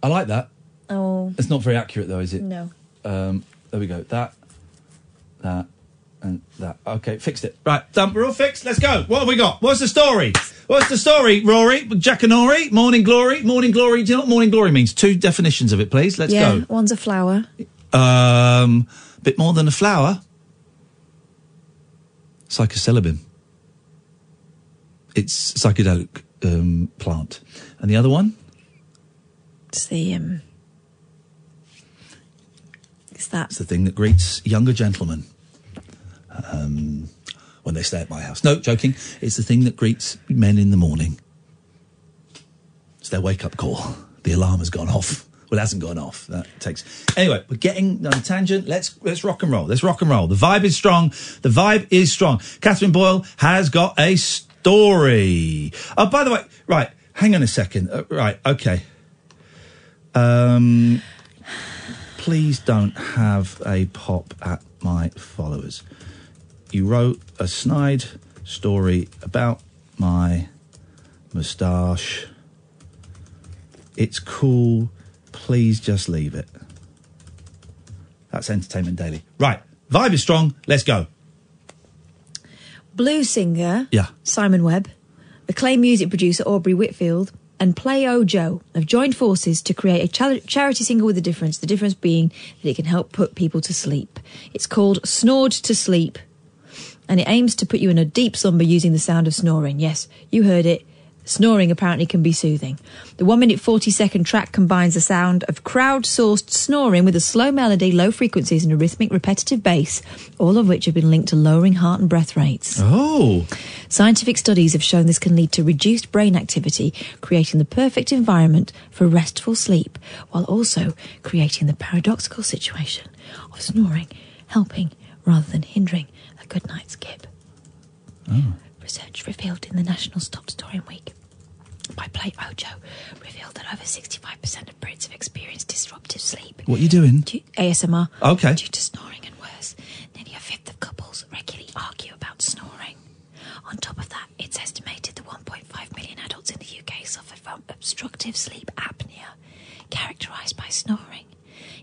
Speaker 6: I like that.
Speaker 7: Oh.
Speaker 6: It's not very accurate though, is it?
Speaker 7: No.
Speaker 6: Um, there we go. That, that, and that. Okay, fixed it. Right, done. We're all fixed. Let's go. What have we got? What's the story? What's the story, Rory? Jackanory? Morning glory? Morning glory? Do you know what morning glory means? Two definitions of it, please. Let's
Speaker 7: yeah, one's a flower.
Speaker 6: go. Um, bit more than a flower. Psychocelibin. It's psychedelic um, plant. And the other one?
Speaker 7: It's the um. It's that.
Speaker 6: It's the thing that greets younger gentlemen um, when they stay at my house. No, joking. It's the thing that greets men in the morning. It's their wake up call. The alarm has gone off. Well, it hasn't gone off. That takes. Anyway, we're getting on a tangent. Let's let's rock and roll. Let's rock and roll. The vibe is strong. The vibe is strong. Catherine Boyle has got a story. Oh, by the way, right. Hang on a second. Uh, right. Okay. Um, please don't have a pop at my followers. You wrote a snide story about my moustache. It's cool. Please just leave it. That's Entertainment Daily. Right. Vibe is strong. Let's go.
Speaker 7: Blue singer
Speaker 6: Yeah.
Speaker 7: Simon Webb, acclaimed music producer Aubrey Whitfield, and Play O Joe have joined forces to create a chal- charity single with a difference. The difference being that it can help put people to sleep. It's called Snored to Sleep, and it aims to put you in a deep slumber using the sound of snoring. Yes, you heard it. Snoring apparently can be soothing. The 1 minute 40 second track combines the sound of crowd-sourced snoring with a slow melody, low frequencies, and a rhythmic, repetitive bass, all of which have been linked to lowering heart and breath rates.
Speaker 6: Oh.
Speaker 7: Scientific studies have shown this can lead to reduced brain activity, creating the perfect environment for restful sleep, while also creating the paradoxical situation of snoring helping rather than hindering a good night's kip. Research revealed in the National Stop Snoring Week by Play Ojo revealed that over 65% of Brits have experienced disruptive sleep.
Speaker 6: What you doing?
Speaker 7: Due- ASMR.
Speaker 6: Okay.
Speaker 7: Due to snoring and worse, nearly a fifth of couples regularly argue about snoring. On top of that, it's estimated that 1.5 million adults in the UK suffer from obstructive sleep apnea, characterised by snoring.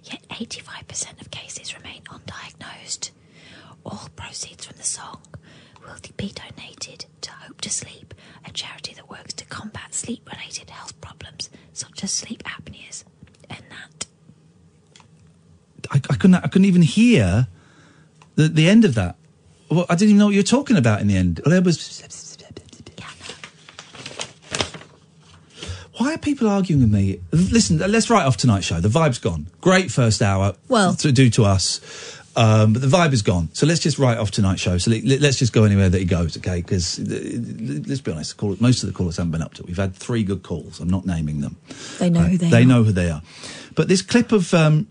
Speaker 7: Yet 85% of cases remain undiagnosed. All proceeds from the song will be donated to Hope to Sleep, a charity that works to combat sleep related health problems such as sleep apneas. And that
Speaker 6: I, I couldn't. I couldn't even hear the the end of that. Well, I didn't even know what you were talking about in the end. There was. Why are people arguing with me? Listen, let's write off tonight's show. The vibe's gone. Great first hour.
Speaker 7: Well-
Speaker 6: to do to us. Um, but the vibe is gone. So let's just write off tonight's show. So let, us just go anywhere that he goes, okay? Because let's be honest, the call, most of the callers haven't been up to it. We've had three good calls. I'm not naming them.
Speaker 7: They know who they,
Speaker 6: They
Speaker 7: are.
Speaker 6: know who they are. But this clip of um,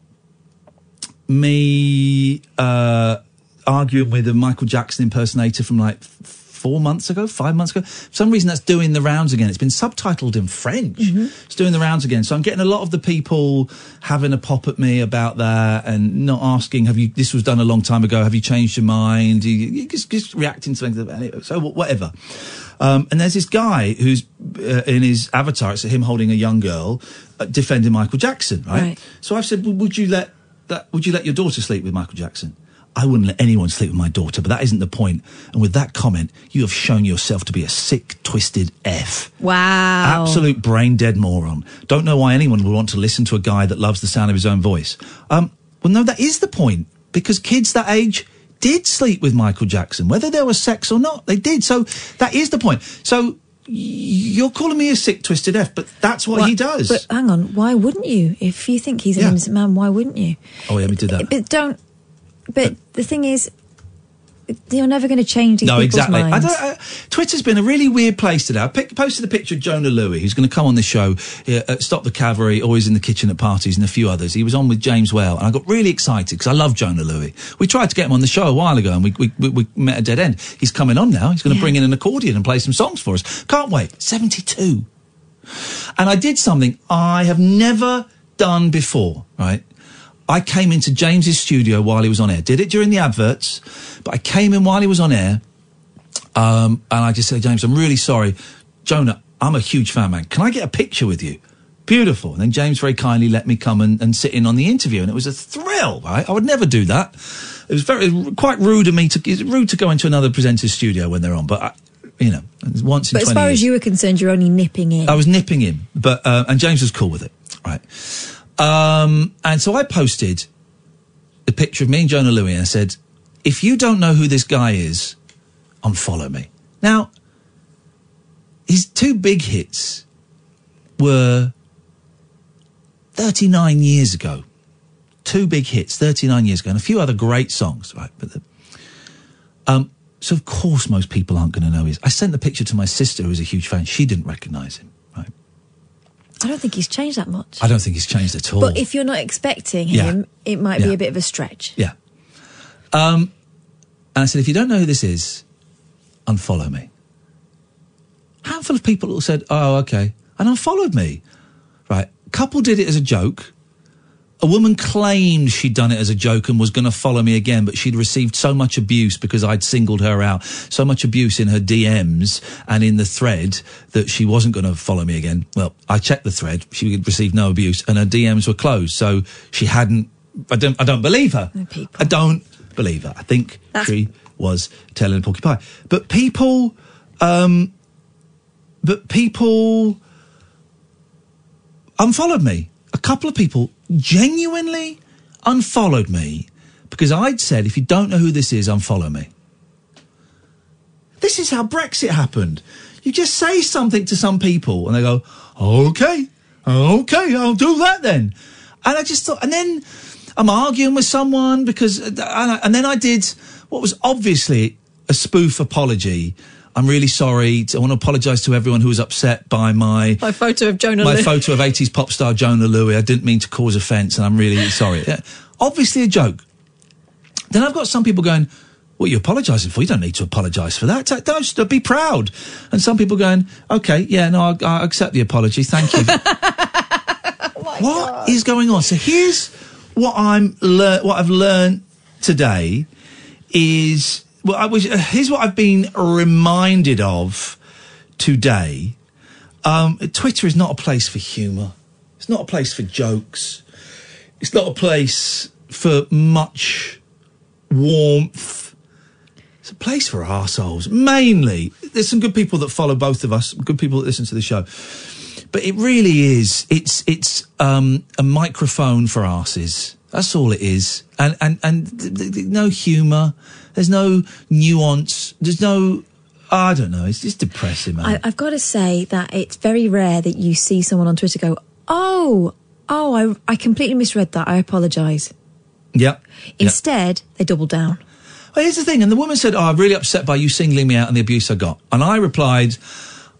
Speaker 6: me uh, arguing with a Michael Jackson impersonator from like f- four months ago, five months ago. For some reason, that's doing the rounds again. It's been subtitled in French. It's doing the rounds again. So I'm getting a lot of the people having a pop at me about that and not asking, have you, this was done a long time ago, have you changed your mind? You, you just, just reacting to things. Anyway, So wh- whatever. Um, and there's this guy who's uh, in his avatar, it's him holding a young girl, uh, defending Michael Jackson, right?
Speaker 7: Right.
Speaker 6: So I've said, well, would you let that, would you let your daughter sleep with Michael Jackson? I wouldn't let anyone sleep with my daughter, but that isn't the point. And with that comment, you have shown yourself to be a sick, twisted F.
Speaker 7: Wow.
Speaker 6: Absolute brain dead moron. Don't know why anyone would want to listen to a guy that loves the sound of his own voice. Um, well, no, that is the point because kids that age did sleep with Michael Jackson, whether there was sex or not, they did. So that is the point. So y- you're calling me a sick, twisted F, but that's what
Speaker 7: Why-
Speaker 6: he does.
Speaker 7: But hang on, why wouldn't you? If you think he's an
Speaker 6: Yeah.
Speaker 7: innocent man, why wouldn't you?
Speaker 6: oh, yeah, we did that.
Speaker 7: But don't. But the thing is, you're never going to change these
Speaker 6: No,
Speaker 7: people's
Speaker 6: exactly. I
Speaker 7: minds.
Speaker 6: don't, I, Twitter's been a really weird place today. I pic- posted a picture of Jonah Louis, who's going to come on the show, uh, at Stop the Cavalry, always in the kitchen at parties, and a few others. He was on with James Whale, and I got really excited because I love Jonah Louis. We tried to get him on the show a while ago, and we, we, we, we met a dead end. He's coming on now. He's going to
Speaker 8: Yeah.
Speaker 6: bring in an accordion and play some songs for us. Can't wait. 72. And I did something I have never done before, right? I came into James's studio while he was on air. Did it during the adverts, but I came in while he was on air. Um, and I just said, James, I'm really sorry. Jonah, I'm a huge fan, man. Can I get a picture with you? Beautiful. And then James very kindly let me come and, and sit in on the interview. And it was a thrill, right? I would never do that. It was very, quite rude of me to, it's rude to go into another presenter's studio when they're on. But, I, you know, once in
Speaker 7: But as far
Speaker 6: 20 years. Oh.
Speaker 7: as you were concerned, you're only nipping in.
Speaker 6: I was nipping him, but uh, and James was cool with it, right? Um, and so I posted a picture of me and Jonah Louis, and I said, "If you don't know who this guy is, unfollow me." Now, his two big hits were 39 years ago. Two big hits, 39 years ago, and a few other great songs, right? But the, um, so of course most people aren't going to know his. I sent the picture to my sister, who's a huge fan. She didn't recognise him.
Speaker 7: I don't think he's changed that much.
Speaker 6: I don't think he's changed at all.
Speaker 7: But if you're not expecting
Speaker 6: Yeah.
Speaker 7: him, it might be
Speaker 6: Yeah.
Speaker 7: a bit of a stretch.
Speaker 6: yeah. Um, and I said, if you don't know who this is, unfollow me. Handful of people said, oh, okay, and unfollowed me. Right. Couple did it as a joke. A woman claimed she'd done it as a joke and was going to follow me again, but she'd received so much abuse because I'd singled her out, so much abuse in her DMs and in the thread that she wasn't going to follow me again. Well, I checked the thread; she had received no abuse, and her DMs were closed, so she hadn't. I don't. I don't believe her. I don't believe her. I think
Speaker 7: That's-
Speaker 6: she was telling a porcupine. But people, um, but people unfollowed me. A couple of people genuinely unfollowed me because I'd said, if you don't know who this is, unfollow me. This is how Brexit happened. You just say something to some people and they go, okay, okay, I'll do that then. And I just thought, and then I'm arguing with someone because, and, I, and then I did what was obviously a spoof apology. I'm really sorry. I want to apologise to everyone who was upset by my
Speaker 7: My photo of Jonah
Speaker 6: my
Speaker 7: Lewis.
Speaker 6: photo of 80s pop star Jonah Louis. I didn't mean to cause offence and I'm really sorry. Yeah, Obviously a joke. Then I've got some people going, What are you apologising for? You don't need to apologise for that. Don't- Don't just be proud. And some people going, Okay, yeah, no, I, I accept the apology. Thank you. Oh What is going on? So here's what I'm lear- what I've learned today is well, I was, uh, here's what I've been reminded of today. Um, Twitter is not a place for humour. It's not a place for jokes. It's not a place for much warmth. It's a place for arseholes, mainly. There's some good people that follow both of us, good people that listen to the show. But it really is. It's it's um, a microphone for asses. That's all it is. And and and th- th- th- no humour. There's no nuance. There's no. I don't know. It's just depressing, man.
Speaker 7: I, I've got to say that it's very rare that you see someone on Twitter go, "Oh, oh, I, I completely misread that. I apologise."
Speaker 6: Yep.
Speaker 7: Instead, they double down.
Speaker 6: Well, here's the thing. And the woman said, Oh, I'm really upset by you singling me out and the abuse I got. And I replied,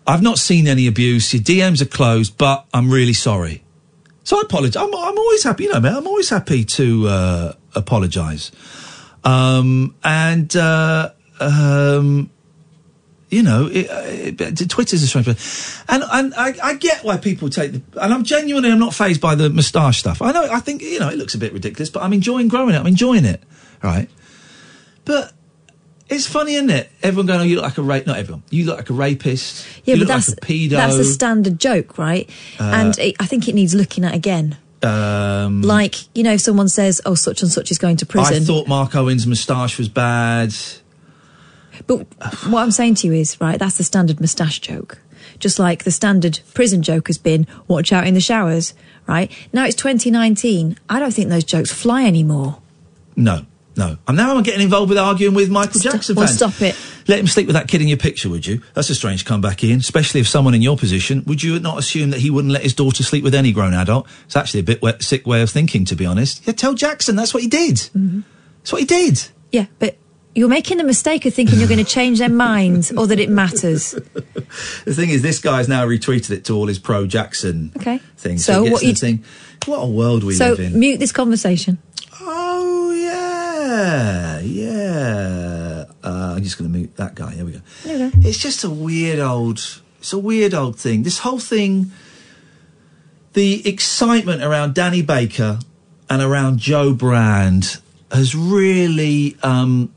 Speaker 6: I've not seen any abuse. Your DMs are closed, but I'm really sorry. So I apologize. I'm, I'm always happy, you know, man, I'm always happy to uh, apologize. Um, and, uh, um, you know, it, uh, it, Twitter's a strange place. And, and I, I get why people take the. And I'm genuinely, I'm not phased by the moustache stuff. I know, I think, you know, it looks a bit ridiculous, but I'm enjoying growing it. I'm enjoying it. Right. But it's funny, isn't it? Everyone going, oh, you look like a rape. Not everyone. You look like a rapist.
Speaker 7: Yeah, but
Speaker 6: you look
Speaker 7: that's
Speaker 6: like a pedo. Uh,
Speaker 7: that's the standard joke, right? and it, I think it needs looking at again.
Speaker 6: um,
Speaker 7: like you know, if someone says, "Oh, such and such is going to
Speaker 6: I
Speaker 7: prison,"
Speaker 6: thought Mark Owen's moustache was bad.
Speaker 7: But what I'm saying to you is, right, that's the standard moustache joke. Just like the standard prison joke has been, watch out in the showers, right? Now it's 2019. I don't think those jokes fly anymore.
Speaker 6: No, no. And now I'm getting involved with arguing with Michael Jackson
Speaker 7: well,
Speaker 6: fans.
Speaker 7: stop it.
Speaker 6: Let him sleep with that kid in your picture, would you? That's a strange comeback, Ian. Especially if someone in your position, would you not assume that he wouldn't let his daughter sleep with any grown adult? It's actually a bit we- sick way of thinking, to be honest. Yeah, tell Jackson that's what he did.
Speaker 7: Mm-hmm.
Speaker 6: That's what he did.
Speaker 7: Yeah, but you're making the mistake of thinking you're going to change their minds or that it matters.
Speaker 6: The thing is, this guy's now retweeted it to all his pro Jackson
Speaker 7: Okay.
Speaker 6: things.
Speaker 7: So
Speaker 6: So,
Speaker 7: what
Speaker 6: what
Speaker 7: you-
Speaker 6: you thing. What a world we
Speaker 7: so
Speaker 6: live in.
Speaker 7: mute this conversation.
Speaker 6: Oh yeah, yeah. Uh, I'm just going to mute that guy. Here we go. It's just a weird old. It's a weird old thing. This whole thing. The excitement around Danny Baker and around Joe Brand has really, um,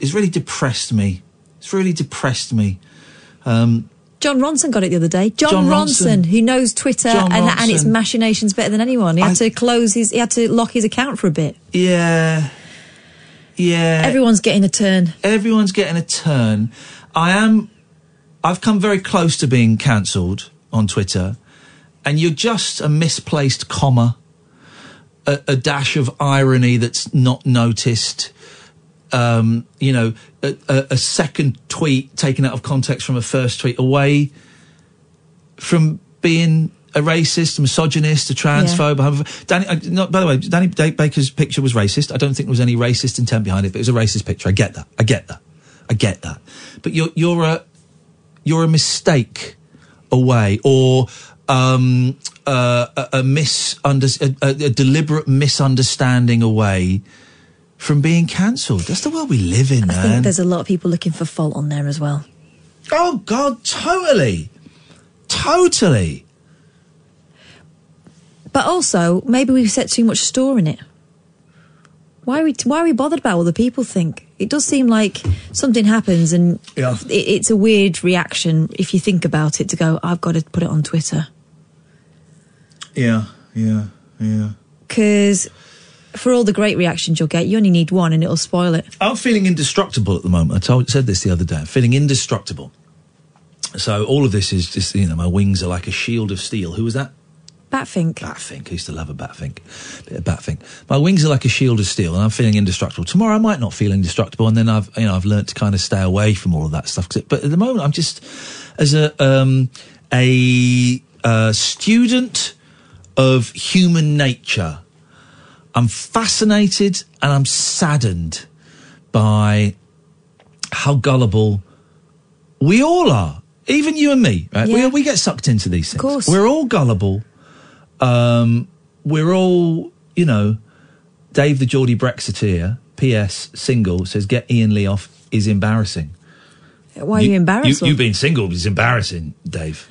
Speaker 6: has really depressed me. It's really depressed me. Um,
Speaker 7: John Ronson got it the other day. John,
Speaker 6: John
Speaker 7: Ronson,
Speaker 6: Ronson.
Speaker 7: who knows Twitter
Speaker 6: John
Speaker 7: and, and its
Speaker 6: Ronson.
Speaker 7: machinations better than anyone. He had to close his, he had to lock his account for a bit.
Speaker 6: yeah, yeah.
Speaker 7: Everyone's getting a turn.
Speaker 6: everyone's getting a turn. I am. I've come very close to being cancelled on Twitter, and you're just a misplaced comma, a, a dash of irony that's not noticed. Um, you know, a, a, a second tweet taken out of context from a first tweet away from being a racist, a misogynist, a transphobe. a- Danny, I, no, by the way, Danny Da- Baker's picture was racist. I don't think there was any racist intent behind it, but it was a racist picture. I get that. I get that. I get that. But you're you're a you're a mistake away, or um, uh, a, a misunder- a, a, a deliberate misunderstanding away from being cancelled. That's the world we live in,
Speaker 7: I
Speaker 6: man.
Speaker 7: think there's a lot of people looking for fault on there as well.
Speaker 6: Oh God, totally, totally.
Speaker 7: But also, maybe we've set too much store in it. Why are we Why are we bothered about what the people think? It does seem like something happens, and
Speaker 6: Yeah.
Speaker 7: it, it's a weird reaction if you think about it. To go, I've got to put it on Twitter
Speaker 6: Yeah, yeah, yeah.
Speaker 7: because for all the great reactions you'll get, you only need one, and it'll spoil it.
Speaker 6: I'm feeling indestructible at the moment. I told, said this the other day. I'm feeling indestructible. So all of this is just, you know, my wings are like a shield of steel. Who was that?
Speaker 7: Batfink.
Speaker 6: Batfink. I used to love a Batfink. Bit of Batfink. My wings are like a shield of steel, and I'm feeling indestructible. Tomorrow I might not feel indestructible, and then I've, you know, I've learnt to kind of stay away from all of that stuff. 'Cause it- But at the moment, I'm just as a um, a uh, student of human nature. I'm fascinated and I'm saddened by how gullible we all are. Even you and me, right? We, we get sucked into these things. Of course. We're all gullible. Um, we're all, you know, Dave the Geordie Brexiteer, PS single, says get Ian Lee off is embarrassing.
Speaker 7: Why are you, embarrassed?
Speaker 6: You, you being single is embarrassing, Dave.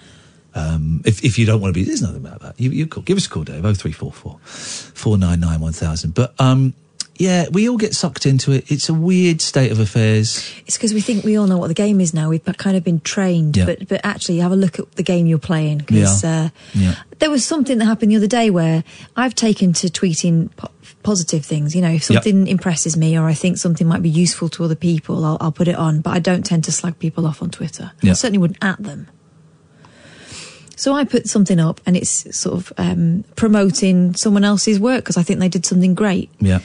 Speaker 6: Um, if, if you don't want to be, there's nothing about that. You, you call, give us a call, Dave, 0344 499 1000. But um, yeah, we all get sucked into it. It's a weird state of affairs.
Speaker 7: It's because we think we all know what the game is now. We've kind of been trained,
Speaker 6: Yeah.
Speaker 7: but but actually, have a look at the game you're playing because
Speaker 6: Yeah.
Speaker 7: uh, there was something that happened the other day where I've taken to tweeting po- positive things. You know, if
Speaker 8: Yep.
Speaker 7: something impresses me or I think something might be useful to other people, I'll, I'll put it on. But I don't tend to slag people off on Twitter. I
Speaker 8: Yep.
Speaker 7: certainly wouldn't at them. So I put something up, and it's sort of um, promoting someone else's work because I think they did something great
Speaker 6: Yeah.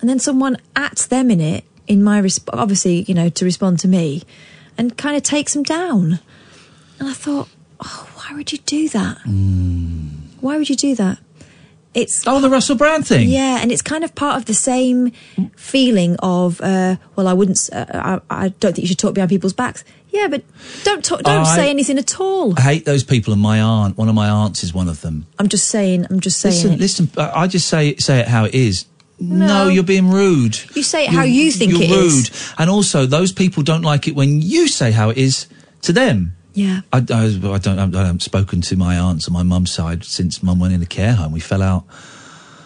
Speaker 7: and then someone at them in it in my resp- obviously you know to respond to me and kind of takes them down and i thought oh why would you do that why would you do that It's
Speaker 6: Hmm. oh, the Russell Brand thing.
Speaker 7: Yeah, and it's kind of part of the same feeling of uh, well, I wouldn't. s- Uh, I, I don't think you should talk behind people's backs. Yeah, but don't talk, don't
Speaker 6: I-
Speaker 7: say anything at all.
Speaker 6: I hate those people, and my aunt, one of my aunts, is one of them.
Speaker 7: I'm just saying. I'm just saying.
Speaker 6: listen,
Speaker 7: it.
Speaker 6: listen. I I just say say it how it is. No,
Speaker 7: No.
Speaker 6: you're being rude.
Speaker 7: You say it how you think
Speaker 6: you're
Speaker 7: it
Speaker 6: rude.
Speaker 7: is.
Speaker 6: And also, those people don't like it when you say how it is to them.
Speaker 7: Yeah.
Speaker 6: I, I, I don't. I haven't spoken to my aunts on my mum's side since mum went in a care home. We fell out.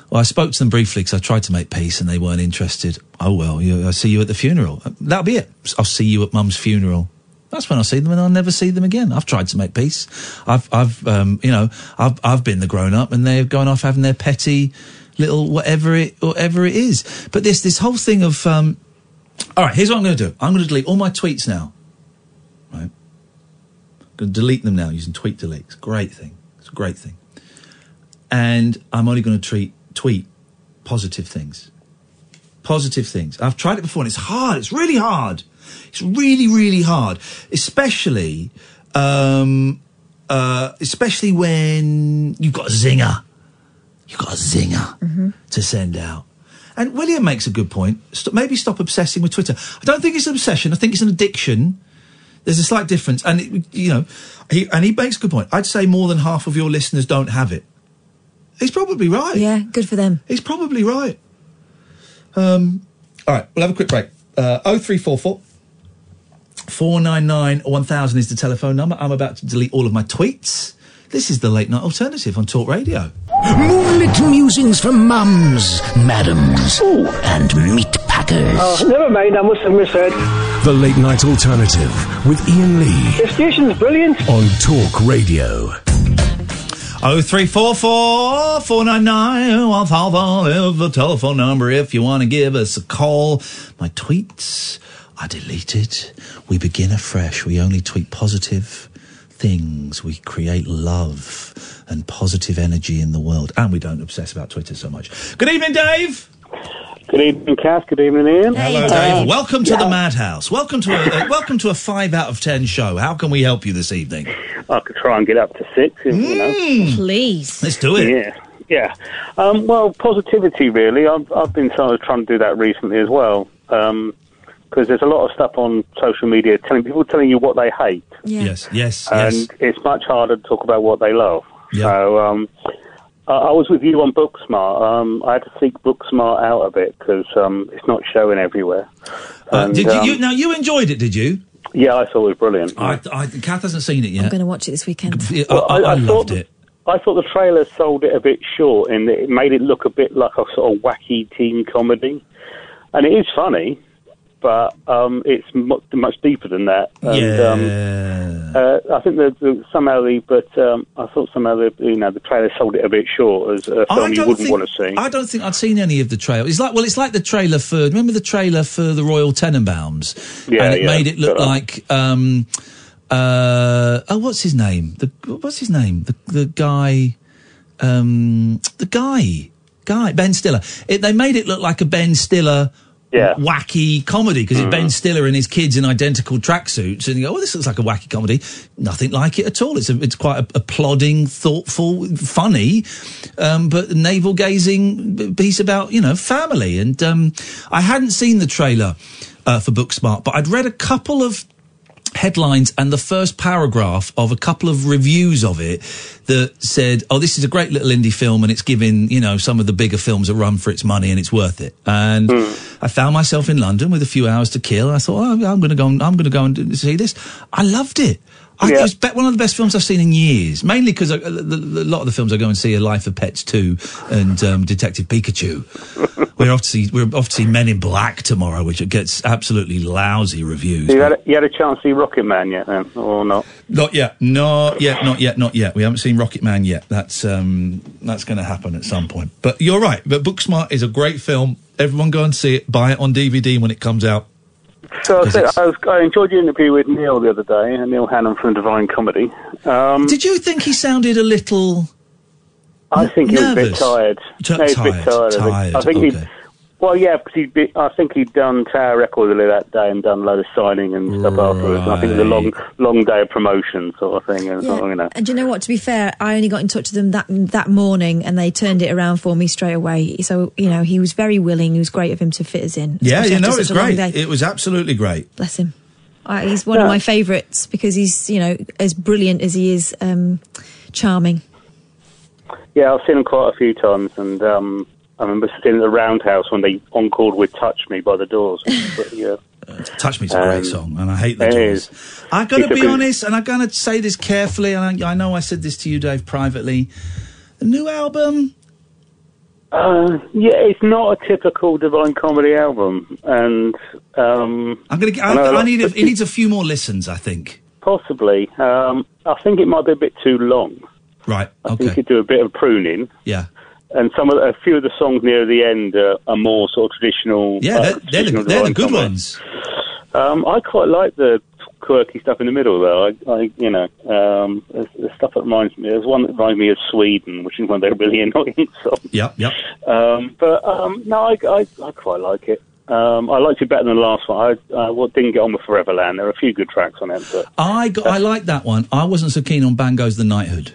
Speaker 6: Well, I spoke to them briefly because I tried to make peace, and they weren't interested. Oh well, you, I see you at the funeral. Uh, That'll be it. I'll see you at mum's funeral. That's when I see them, and I'll never see them again. I've tried to make peace. I've, I've, um, you know, I've, I've been the grown up, and they've gone off having their petty little whatever it, whatever it is. But this, this whole thing of, um, all right, here's what I'm going to do. I'm going to delete all my tweets now. Right, going to delete them now using tweet delete. It's a great thing. It's a great thing. And I'm only going to treat tweet positive things. Positive things. I've tried it before, and it's hard. It's really hard. It's really, really hard, especially, um, uh, especially when you've got a zinger. You've got a zinger
Speaker 7: Mm-hmm.
Speaker 6: to send out. And William makes a good point. St- maybe stop obsessing with Twitter. I don't think it's an obsession. I think it's an addiction. There's a slight difference, and it, you know, he, and he makes a good point. I'd say more than half of your listeners don't have it. He's probably right.
Speaker 7: Yeah, good for them.
Speaker 6: He's probably right. Um, all right, we'll have a quick break. Uh, 0344 499 1000 is the telephone number. I'm about to delete all of my tweets. This is the late night alternative on Talk Radio.
Speaker 2: Moonlit musings from mums, madams, and meat packers.
Speaker 8: Oh, never mind, I must have misheard.
Speaker 5: The Late Night Alternative with Ian Lee
Speaker 8: The station's brilliant.
Speaker 5: on Talk Radio.
Speaker 6: 0344 499 1000 is the telephone number if you want to give us a call. My tweets are deleted. We begin afresh. We only tweet positive things. We create love and positive energy in the world. And we don't obsess about Twitter so much. Good evening, Dave.
Speaker 9: Good evening, Cass. Good evening, Ian.
Speaker 6: Hello, Dave. Welcome to the madhouse. Welcome to a, a- welcome to a five out of ten show. How can we help you this evening? Hmm.
Speaker 9: I could try and get up to six. If, you know.
Speaker 7: Please.
Speaker 6: Let's do it.
Speaker 9: Yeah. Yeah. Um, well, positivity, really. I've, I've been sort of trying to do that recently as well. Because there's a lot of stuff on social media telling people telling you what they hate.
Speaker 6: Yes, yes,
Speaker 9: and
Speaker 6: yes.
Speaker 9: it's much harder to talk about what they love. So um, I, I was with you on Booksmart. Um, I had to seek Booksmart out of it because um, it's not showing everywhere.
Speaker 6: Uh,
Speaker 9: And,
Speaker 6: did
Speaker 9: um,
Speaker 6: you, you now you enjoyed it? Did you?
Speaker 9: Yeah, I thought it was brilliant.
Speaker 6: I, I, Kath hasn't seen it yet.
Speaker 7: I'm going to watch it this weekend.
Speaker 6: Yeah, I,
Speaker 9: Well,
Speaker 6: I,
Speaker 9: I-
Speaker 6: I
Speaker 9: I thought
Speaker 6: loved
Speaker 9: the-
Speaker 6: it.
Speaker 9: I thought the trailer sold it a bit short in that it made it look a bit like a sort of wacky teen comedy, and it is funny, but um, it's much, much deeper than that. uh, And, um, uh, I think that the, somehow the but um, I thought somehow the you know the trailer sold it a bit short as a film you wouldn't want to see.
Speaker 6: I don't think I'd seen any of the trailer. It's like well, it's like the trailer for remember the trailer for the Royal Tenenbaums,
Speaker 9: Yeah,
Speaker 6: and it
Speaker 9: yeah,
Speaker 6: made it look
Speaker 9: got it.
Speaker 6: like um, uh, oh, what's his name? The what's his name? The the guy, um, the guy, guy Ben Stiller. It, they made it look like a Ben Stiller. Wacky comedy because it's Ben Stiller and his kids in identical tracksuits, and you go, "Oh, this looks like a wacky comedy." Nothing like it at all. It's a, it's quite a, a plodding, thoughtful, funny, um, but navel gazing b- piece about you know family. And um, I hadn't seen the trailer uh, for Booksmart, but I'd read a couple of headlines and the first paragraph of a couple of reviews of it that said, "Oh, this is a great little indie film, and it's giving you know some of the bigger films a run for its money, and it's worth it." And I found myself in London with a few hours to kill. And I thought, oh, "I'm going to go. And, I'm going to go and do- see this." I loved it. I, It was be- one of the best films I've seen in years, mainly because a lot of the films I go and see are Life of Pets 2 and um, Detective Pikachu. we're off to see we're off to see Men in Black tomorrow, which gets absolutely lousy reviews.
Speaker 9: you had a, you had a chance to see Rocket Man yet then, or not?
Speaker 6: Not yet. Not yet. Not yet. Not yet. We haven't seen Rocket Man yet. That's um, that's going to happen at some point. But you're right. But Booksmart is a great film. Everyone go and see it. Buy it on DVD when it comes out.
Speaker 9: So I,
Speaker 6: Because
Speaker 9: said,
Speaker 6: it's-
Speaker 9: I, was, I enjoyed your interview with Neil the other day, and Neil Hannon from Divine Comedy. Um,
Speaker 6: Did you think he sounded a little?
Speaker 9: I think he was a bit
Speaker 6: nervous?
Speaker 9: tired.
Speaker 6: T-
Speaker 9: he was a bit
Speaker 6: tired,
Speaker 9: I think,
Speaker 6: tired,
Speaker 9: I think he, Well, yeah, because he'd be, I think he'd done Tower Record earlier that day and done a load of signing and stuff afterwards. And I think it was a long, long day of promotion sort of thing. And
Speaker 7: Yeah.
Speaker 9: sort of, you know,
Speaker 7: And do you know what? To be fair, I only got in touch with them that that morning, and they turned it around for me straight away. So you know, he was very willing. It was great of him to fit us in.
Speaker 6: Yeah,
Speaker 7: especially
Speaker 6: you
Speaker 7: after
Speaker 6: know,
Speaker 7: such
Speaker 6: it's
Speaker 7: a long
Speaker 6: great.
Speaker 7: day.
Speaker 6: It was absolutely great.
Speaker 7: Bless him. I, he's one of my favourites because he's you know as brilliant as he is um, charming.
Speaker 9: yeah, I've seen him quite a few times, and um, I remember sitting at the Roundhouse when they encored with "Touch Me" by the Doors. But, yeah. Um,
Speaker 6: Touch Me's a great song, and I hate that.
Speaker 9: It
Speaker 6: choice.
Speaker 9: is.
Speaker 6: I got
Speaker 9: It's a
Speaker 6: to be
Speaker 9: good-
Speaker 6: honest, and I'm going to say this carefully, and I, I know I said this to you, Dave, privately. The new album,
Speaker 9: Uh, yeah, it's not a typical Divine Comedy album, and um,
Speaker 6: I'm going to. I,
Speaker 9: know
Speaker 6: I,
Speaker 9: lot-
Speaker 6: need. A, it needs a few more listens, I think.
Speaker 9: possibly. Um, I think it might be a bit too long.
Speaker 6: Right.
Speaker 9: I think you could do a bit of pruning.
Speaker 6: Yeah.
Speaker 9: and some of the, a few of the songs near the end are, are more sort of traditional.
Speaker 6: Yeah, they're,
Speaker 9: uh,
Speaker 6: they're, the,
Speaker 9: traditional
Speaker 6: they're the
Speaker 9: Divine
Speaker 6: good
Speaker 9: Comedy.
Speaker 6: ones.
Speaker 9: Um, I quite like the quirky stuff in the middle, though. I, I you know, um, there's, there's stuff that reminds me. There's one that reminds me of Sweden, which is one of their really annoying songs.
Speaker 6: Yep, yep.
Speaker 9: Um, but um, no, I, I, I quite like it. Um, I liked it better than the last one. I, I well, didn't get on with Foreverland. There are a few good tracks on it, but
Speaker 6: I got. I like that one. I wasn't so keen on Bango's The Knighthood.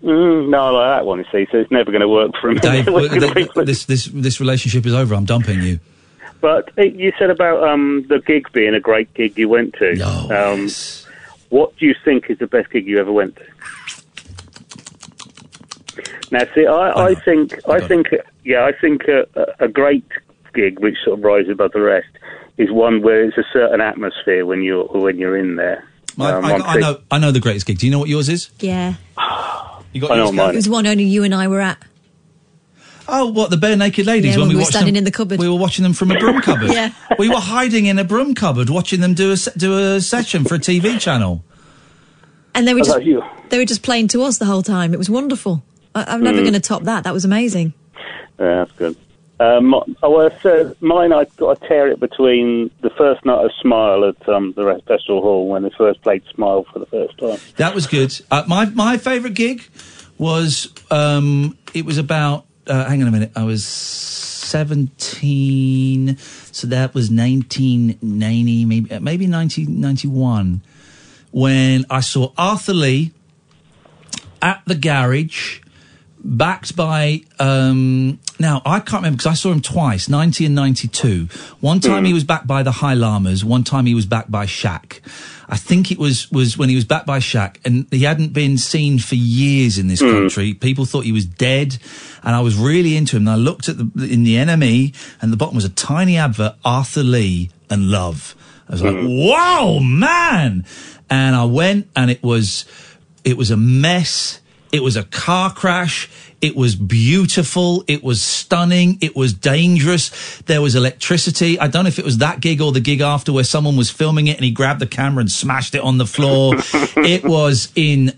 Speaker 9: mm, no, I like that one. You see, so it's never going to work for me.
Speaker 6: Dave,
Speaker 9: It's gonna be-
Speaker 6: this this this relationship is over. I'm dumping you.
Speaker 9: But uh, you said about um, the gig being a great gig you went to. um, What do you think is the best gig you ever went to? Now, see, I, I think, I think, yeah, I think a, a- a great gig which sort of rises above the rest is one where it's a certain atmosphere when you're when you're in there.
Speaker 6: My,
Speaker 9: Um,
Speaker 6: I,
Speaker 9: I'm
Speaker 6: I
Speaker 9: thinking-
Speaker 6: know. I know the greatest gig. Do you know what yours is?
Speaker 7: Yeah,
Speaker 6: You got
Speaker 9: I know
Speaker 6: yours,
Speaker 9: mine.
Speaker 7: it was one only you and I were at.
Speaker 6: Oh, what the bare naked ladies
Speaker 7: Yeah, when
Speaker 6: when,
Speaker 7: we were
Speaker 6: watched
Speaker 7: standing
Speaker 6: them,
Speaker 7: in the cupboard.
Speaker 6: We were watching them from a broom cupboard.
Speaker 7: Yeah.
Speaker 6: we were hiding in a broom cupboard watching them do a se- do a session for a TV channel.
Speaker 7: And they were
Speaker 6: How
Speaker 7: just
Speaker 6: about you?
Speaker 7: they were just playing to us the whole time. It was wonderful. I, I'm never
Speaker 9: Mm.
Speaker 7: going to top that. That was amazing.
Speaker 9: Yeah, that's good. Um, I was uh, mine. I got to tear it between the first night of Smile at um, the Red Festival Hall when they first played Smile for the first time.
Speaker 6: That was good. Uh, my my favourite gig was um, it was about. Uh, hang on a minute. I was seventeen, so that was nineteen ninety, maybe uh, maybe nineteen ninety one, when I saw Arthur Lee at the garage, backed by. Um, now I can't remember because I saw him twice, ninety and ninety two. One time he was backed by the High Lamas. One time he was backed by Shaq. I think it was was when he was backed by Shaq, and he hadn't been seen for years in this
Speaker 2: Mm.
Speaker 6: country. People thought he was dead, and I was really into him. And I looked at the in the NME, and the bottom was a tiny advert: Arthur Lee and Love. I was like, "Wow, man!" And I went, and it was it was a mess. It was a car crash. It was beautiful. It was stunning. It was dangerous. There was electricity. I don't know if it was that gig or the gig after where someone was filming it and he grabbed the camera and smashed it on the floor. it was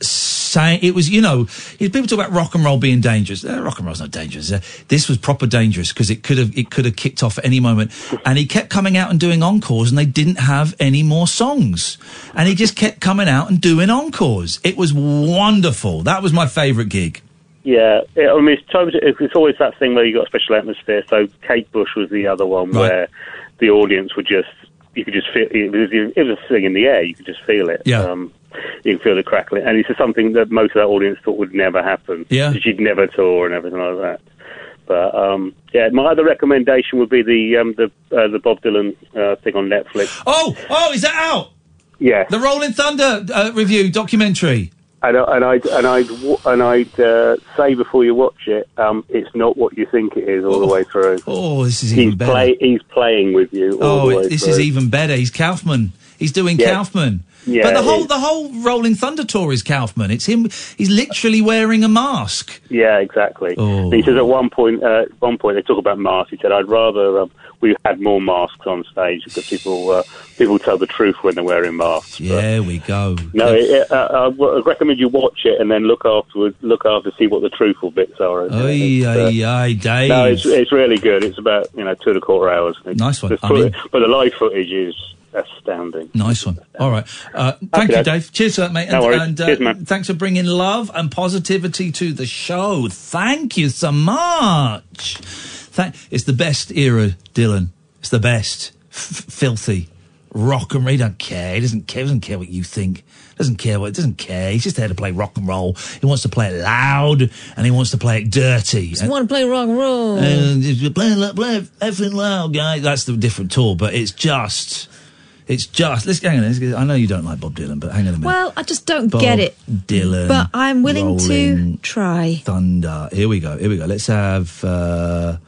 Speaker 6: insane. It was, you know, you- people talk about rock and roll being dangerous. Eh, rock and roll's not dangerous. Eh, This was proper dangerous because it could have, it could have kicked off at any moment. And he kept coming out and doing encores and they didn't have any more songs. And he just kept coming out and doing encores. It was wonderful. That was my favorite gig.
Speaker 9: Yeah, it, I mean, it's, times, it's always that thing where you got a special atmosphere. So Kate Bush was the other one
Speaker 6: Right.
Speaker 9: where the audience would just you could just feel it was it was a thing in the air. You could just feel it.
Speaker 6: Yeah.
Speaker 9: Um, you could feel the crackling, and it's just something that most of that audience thought would never happen.
Speaker 6: Yeah.
Speaker 9: that she'd never tour and everything like that. But um, yeah, my other recommendation would be the um, the uh, the Bob Dylan uh, thing on Netflix.
Speaker 6: Oh, oh, is that out?
Speaker 9: Yeah.
Speaker 6: The Rolling Thunder uh, review documentary.
Speaker 9: And, I- and I'd and I'd wa- and I'd uh, say before you watch it, um, it's not what you think it is all the way through.
Speaker 6: Oh, this is
Speaker 9: he's
Speaker 6: even better.
Speaker 9: play- he's playing with you. All the
Speaker 6: Oh,
Speaker 9: way
Speaker 6: this
Speaker 9: through.
Speaker 6: is even better. He's Kaufman. He's doing
Speaker 9: Yeah.
Speaker 6: Kaufman.
Speaker 9: Yeah,
Speaker 6: but the
Speaker 9: it
Speaker 6: whole
Speaker 9: is.
Speaker 6: the whole Rolling Thunder tour is Kaufman. It's him. He's literally wearing a mask.
Speaker 9: Yeah, exactly.
Speaker 6: Oh.
Speaker 9: He says at one point, uh, at one point they talk about masks. He said, "I'd rather um, we had more masks on stage because people uh, people tell the truth when they're wearing masks."
Speaker 6: Yeah, we go.
Speaker 9: No, it, it, uh, I recommend you watch it and then look afterwards. Look after see what the truthful bits are.
Speaker 6: Ay, ay, ay, Dave.
Speaker 9: No, it's, it's really good. It's about you know two and a quarter hours.
Speaker 6: Nice one.
Speaker 9: The
Speaker 6: I
Speaker 9: foot-
Speaker 6: mean-
Speaker 9: but the live footage is astounding.
Speaker 6: Nice one. All right. Uh, thank
Speaker 9: Okay,
Speaker 6: you,
Speaker 9: Dave.
Speaker 6: Dave. Cheers for that, mate.
Speaker 9: No worries.
Speaker 6: and uh,
Speaker 9: Cheers, man.
Speaker 6: thanks for bringing love and positivity to the show. Thank you so much. Thank, it's the best era, Dylan. It's the best. F- filthy. Rock and roll. He don't care. He doesn't care. He doesn't care what you think. Doesn't care what. Doesn't care. He's just there to play rock and roll. He wants to play it loud and he wants to play it dirty.
Speaker 7: I
Speaker 6: And-
Speaker 7: want to play rock and roll.
Speaker 6: and if you're playing like play effing loud, guy. That's the different tour, but it's just, it's just. Let's hang on. Let's, I know you don't like Bob Dylan, but hang on a minute.
Speaker 7: well, I just don't
Speaker 6: Bob
Speaker 7: get it.
Speaker 6: Dylan,
Speaker 7: But I'm willing
Speaker 6: Rolling
Speaker 7: to try.
Speaker 6: Thunder. Here we go. Here we go. Let's have. Uh,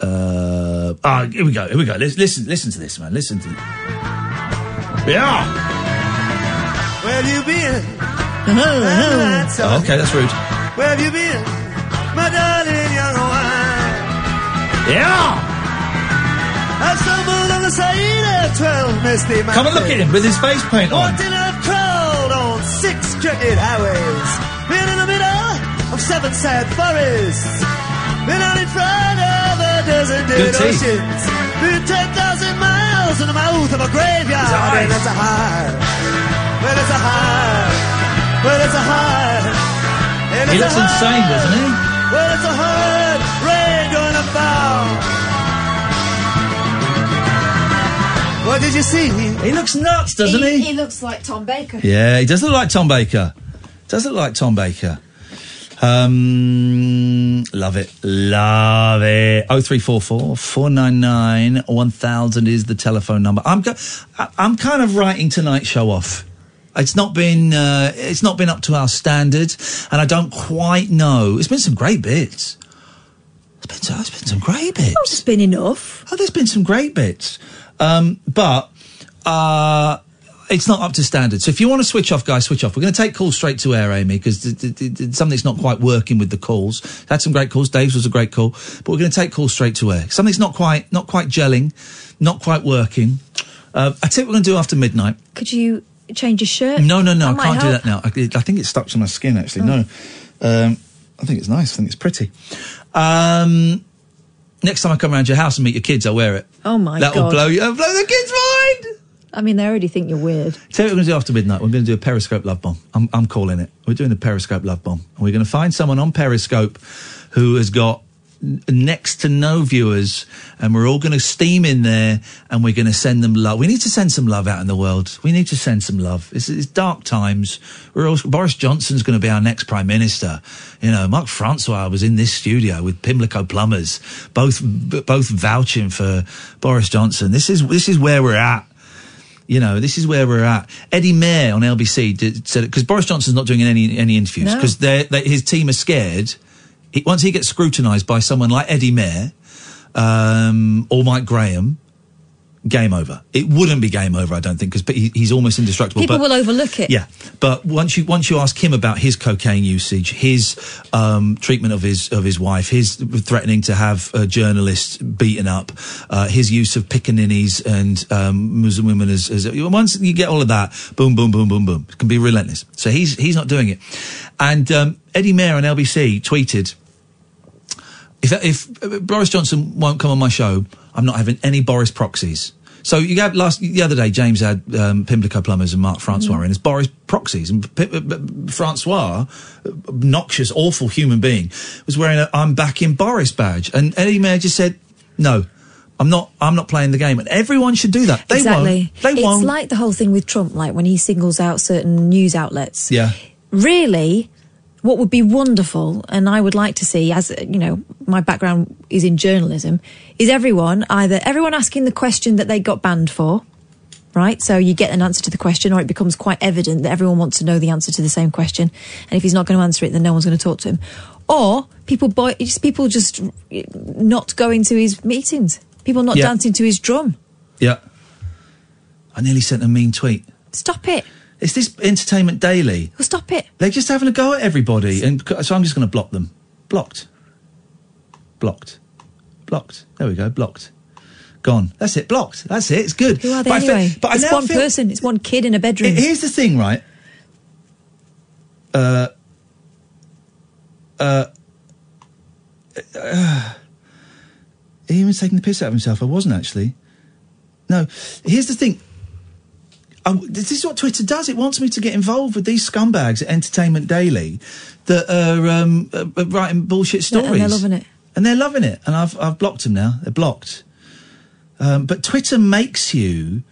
Speaker 6: uh, ah, here we go. Here we go. Let's listen. Listen to this, man. Listen to. Yeah.
Speaker 22: Where have you been?
Speaker 6: Uh-huh, Oh, okay, that's rude.
Speaker 22: Where have you been? My darling young wine.
Speaker 6: Yeah.
Speaker 22: I stumbled on the side of 12 misty mountains.
Speaker 6: Come and look at him with his face paint on.
Speaker 22: Walked and I've crawled on six crooked highways. Been in the middle of seven sad forests. Been out in front of a dozen dead
Speaker 6: Good teeth.
Speaker 22: oceans. Been 10,000 miles in the mouth of a graveyard. And it's a high. Well, it's a high. Well, it's a high. And it's a
Speaker 6: He looks insane, doesn't he?
Speaker 22: well, it's a hard rain gonna fall. What did you see?
Speaker 6: He looks nuts, doesn't he?
Speaker 7: He looks like Tom Baker.
Speaker 6: Yeah, he does look like Tom Baker. Does look like Tom Baker. Um, love it, love it. Oh three four four four nine nine one thousand is the telephone number. I'm go- I- I'm kind of writing tonight's show off. It's not been uh, it's not been up to our standard, and I don't quite know. It's been some great bits. It's been, it's been some great bits. it's
Speaker 7: Oh, been enough.
Speaker 6: Oh, there's been some great bits, um, but uh, it's not up to standard. So if you want to switch off, guys, switch off. We're going to take calls straight to air, Amy, because th- th- th- th- something's not quite working with the calls. Had some great calls. Dave's was a great call, but we're going to take calls straight to air. Something's not quite not quite gelling, not quite working. Uh, I tell you what we're going to do after midnight.
Speaker 7: Could you change your shirt?
Speaker 6: No, no, no, I,
Speaker 7: might
Speaker 6: can't do
Speaker 7: help.
Speaker 6: that now. I, I think it's stuck to my skin, actually. No. Um, I think it's nice. I think it's pretty. Um, next time I come around your house and meet your kids, I'll wear it.
Speaker 7: Oh my
Speaker 6: That
Speaker 7: god.
Speaker 6: will blow you. Blow the kids' mind.
Speaker 7: I mean, they already think you're weird.
Speaker 6: Tell you what we're going to do after midnight. We're going to do a Periscope love bomb. I'm, I'm calling it. We're doing a Periscope love bomb. And we're going to find someone on Periscope who has got n- next to no viewers and we're all going to steam in there and we're going to send them love. We need to send some love out in the world. We need to send some love. It's, it's dark times. We're all, Boris Johnson's going to be our next prime minister. You know, Mark Francois was in this studio with Pimlico plumbers, both, both vouching for Boris Johnson. This is, this is where we're at. You know, this is where we're at. Eddie Mayer on LBC did, said because Boris Johnson's not doing any any interviews
Speaker 10: No.
Speaker 6: because they his team are scared. He, once he gets scrutinised by someone like Eddie Mayer um, or Mike Graham, game over. It wouldn't be game over, I don't think, because he, he's almost indestructible.
Speaker 7: People
Speaker 6: but,
Speaker 7: will overlook it.
Speaker 6: yeah, but once you once you ask him about his cocaine usage, his um, treatment of his of his wife, his threatening to have uh, journalists beaten up, uh, his use of pickaninnies and um, Muslim women as, as once you get all of that, boom, boom, boom, boom, boom, it can be relentless. So he's he's not doing it. And um, Eddie Mayer on LBC tweeted. If, if Boris Johnson won't come on my show, I'm not having any Boris proxies. So you had last the other day, James had um, Pimlico plumbers and Mark Francois
Speaker 7: Mm.
Speaker 6: in as Boris proxies, and P- P- P- Francois, obnoxious, awful human being, was wearing a "I'm back in Boris" badge, and Eddie Mayer just said, "No, I'm not. I'm not playing the game." And everyone should do that. They
Speaker 7: exactly.
Speaker 6: won't. They
Speaker 7: it's
Speaker 6: won't.
Speaker 7: like the whole thing with Trump, like when he singles out certain news outlets.
Speaker 6: yeah.
Speaker 7: Really, what would be wonderful, and I would like to see, as uh, you know, my background is in journalism, is everyone either everyone asking the question that they got banned for, right? So you get an answer to the question, or it becomes quite evident that everyone wants to know the answer to the same question. And if he's not going to answer it, then no one's going to talk to him. Or people, boy, just people just uh, not going to his meetings. People not
Speaker 6: Yeah.
Speaker 7: dancing to his drum.
Speaker 6: Yeah. I nearly sent a mean tweet.
Speaker 7: Stop it.
Speaker 6: Is this Entertainment Daily?
Speaker 7: Well, stop it.
Speaker 6: They're just having a go at everybody, and c- so I'm just going to block them. Blocked. Blocked. Blocked. There we go. Blocked. Gone. That's it. Blocked. That's it. It's good.
Speaker 7: Who are they
Speaker 6: But I feel-
Speaker 7: anyway?
Speaker 6: but I
Speaker 7: it's
Speaker 6: now
Speaker 7: one
Speaker 6: feel-
Speaker 7: person. It's one kid in a bedroom.
Speaker 6: Here- Here's the thing, right? Uh, uh, uh, he was taking the piss out of himself. I wasn't actually. No, here's the thing. I, this is what Twitter does. It wants me to get involved with these scumbags at Entertainment Daily that are um, uh, uh, writing bullshit
Speaker 7: And
Speaker 6: stories.
Speaker 7: they're loving it.
Speaker 6: and they're loving it. And I've I've blocked them now. They're blocked. Um, but Twitter makes you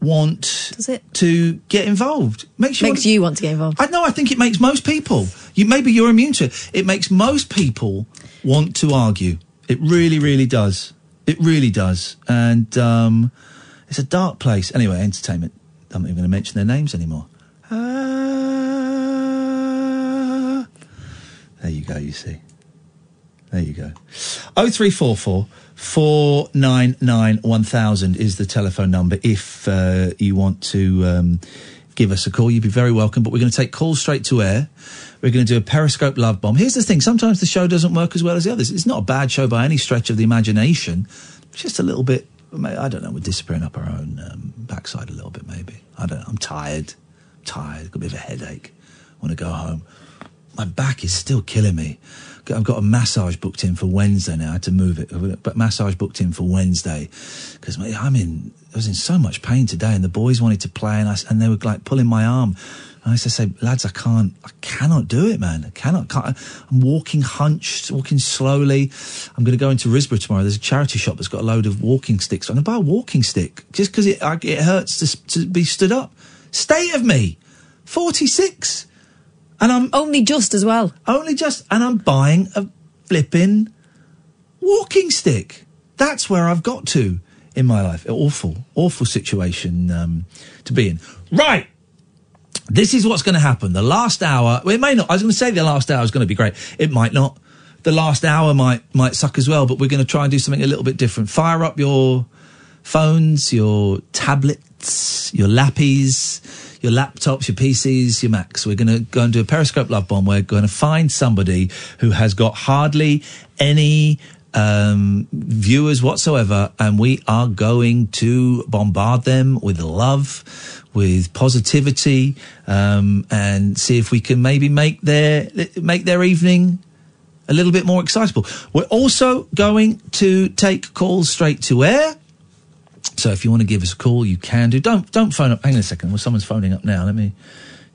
Speaker 6: want to get involved. Makes you
Speaker 7: Makes
Speaker 6: want,
Speaker 7: you want to get involved.
Speaker 6: I know. I think it makes most people. You maybe you're immune to it. It makes most people want to argue. It really, really does. It really does. And um, it's a dark place. Anyway, entertainment. I'm not even going to mention their names anymore. There you go. You see. There you go. 0344 499 1000 is the telephone number if uh, you want to um, give us a call. You'd be very welcome. But we're going to take calls straight to air. We're going to do a Periscope love bomb. Here's the thing sometimes the show doesn't work as well as the others. It's not a bad show by any stretch of the imagination. It's just a little bit, I don't know, we're disappearing up our own um, backside a little bit, maybe. I don't know. I'm tired. tired. Got a bit of a headache. want to go home my back is still killing me. G- I've got a massage booked in for Wednesday now. I had to move it, but massage booked in for Wednesday because I'm in. I was in so much pain today, and the boys wanted to play, and I, s- and they were like pulling my arm. And I used to say, lads, I can't, I cannot do it, man. I cannot. Can't. I'm walking hunched, walking slowly. I'm going to go into Risborough tomorrow. There's a charity shop that's got a load of walking sticks. I'm going to buy a walking stick just because it I, it hurts to, s- to be stood up. State of me, 46. And I'm
Speaker 7: only just as well.
Speaker 6: Only just, and I'm buying a flipping walking stick. That's where I've got to in my life. Awful, awful situation um, to be in. Right. This is what's going to happen. The last hour, well, it may not. I was going to say the last hour is going to be great. It might not. The last hour might might suck as well. But we're going to try and do something a little bit different. Fire up your phones, your tablets, your lappies, your laptops, your PCs, your Macs. We're going to go and do a Periscope Love Bomb. We're going to find somebody who has got hardly any um, viewers whatsoever, and we are going to bombard them with love, with positivity, um, and see if we can maybe make their make their evening a little bit more excitable. We're also going to take calls straight to air. So if you want to give us a call, you can do. Don't don't phone up. Hang on a second. Well, someone's phoning up now. Let me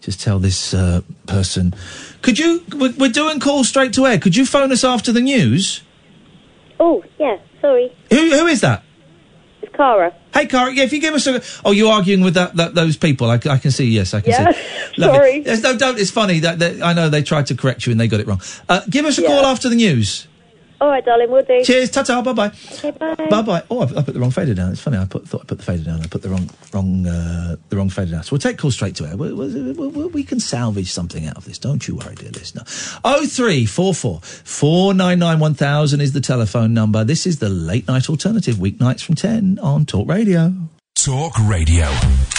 Speaker 6: just tell this uh, person. Could you? We're, we're doing calls straight to air. Could you phone us after the news?
Speaker 21: Oh, yeah, sorry.
Speaker 6: Who who is that?
Speaker 21: It's Cara.
Speaker 6: Hey, Cara. Yeah, if you give us a. Oh, you're arguing with that, that those people. I, c- I can see. Yes, I can
Speaker 21: Yeah,
Speaker 6: see. Love it.
Speaker 21: sorry.
Speaker 6: There's no doubt. It's funny that, that I know they tried to correct you and they got it wrong. Uh, give us a call after the news.
Speaker 21: All right, darling, we'll do.
Speaker 6: Cheers. Ta ta. Bye bye.
Speaker 21: Okay, bye.
Speaker 6: Bye bye. Oh, I've- I put the wrong fader down. It's funny. I put thought I put the fader down. I put the wrong wrong uh, the wrong fader down. So we'll take calls straight to air. We, we, we, we can salvage something out of this. Don't you worry, dear listener. Oh three four four four nine nine one thousand is the telephone number. This is the late night alternative. Weeknights from ten on Talk Radio.
Speaker 26: Talk Radio.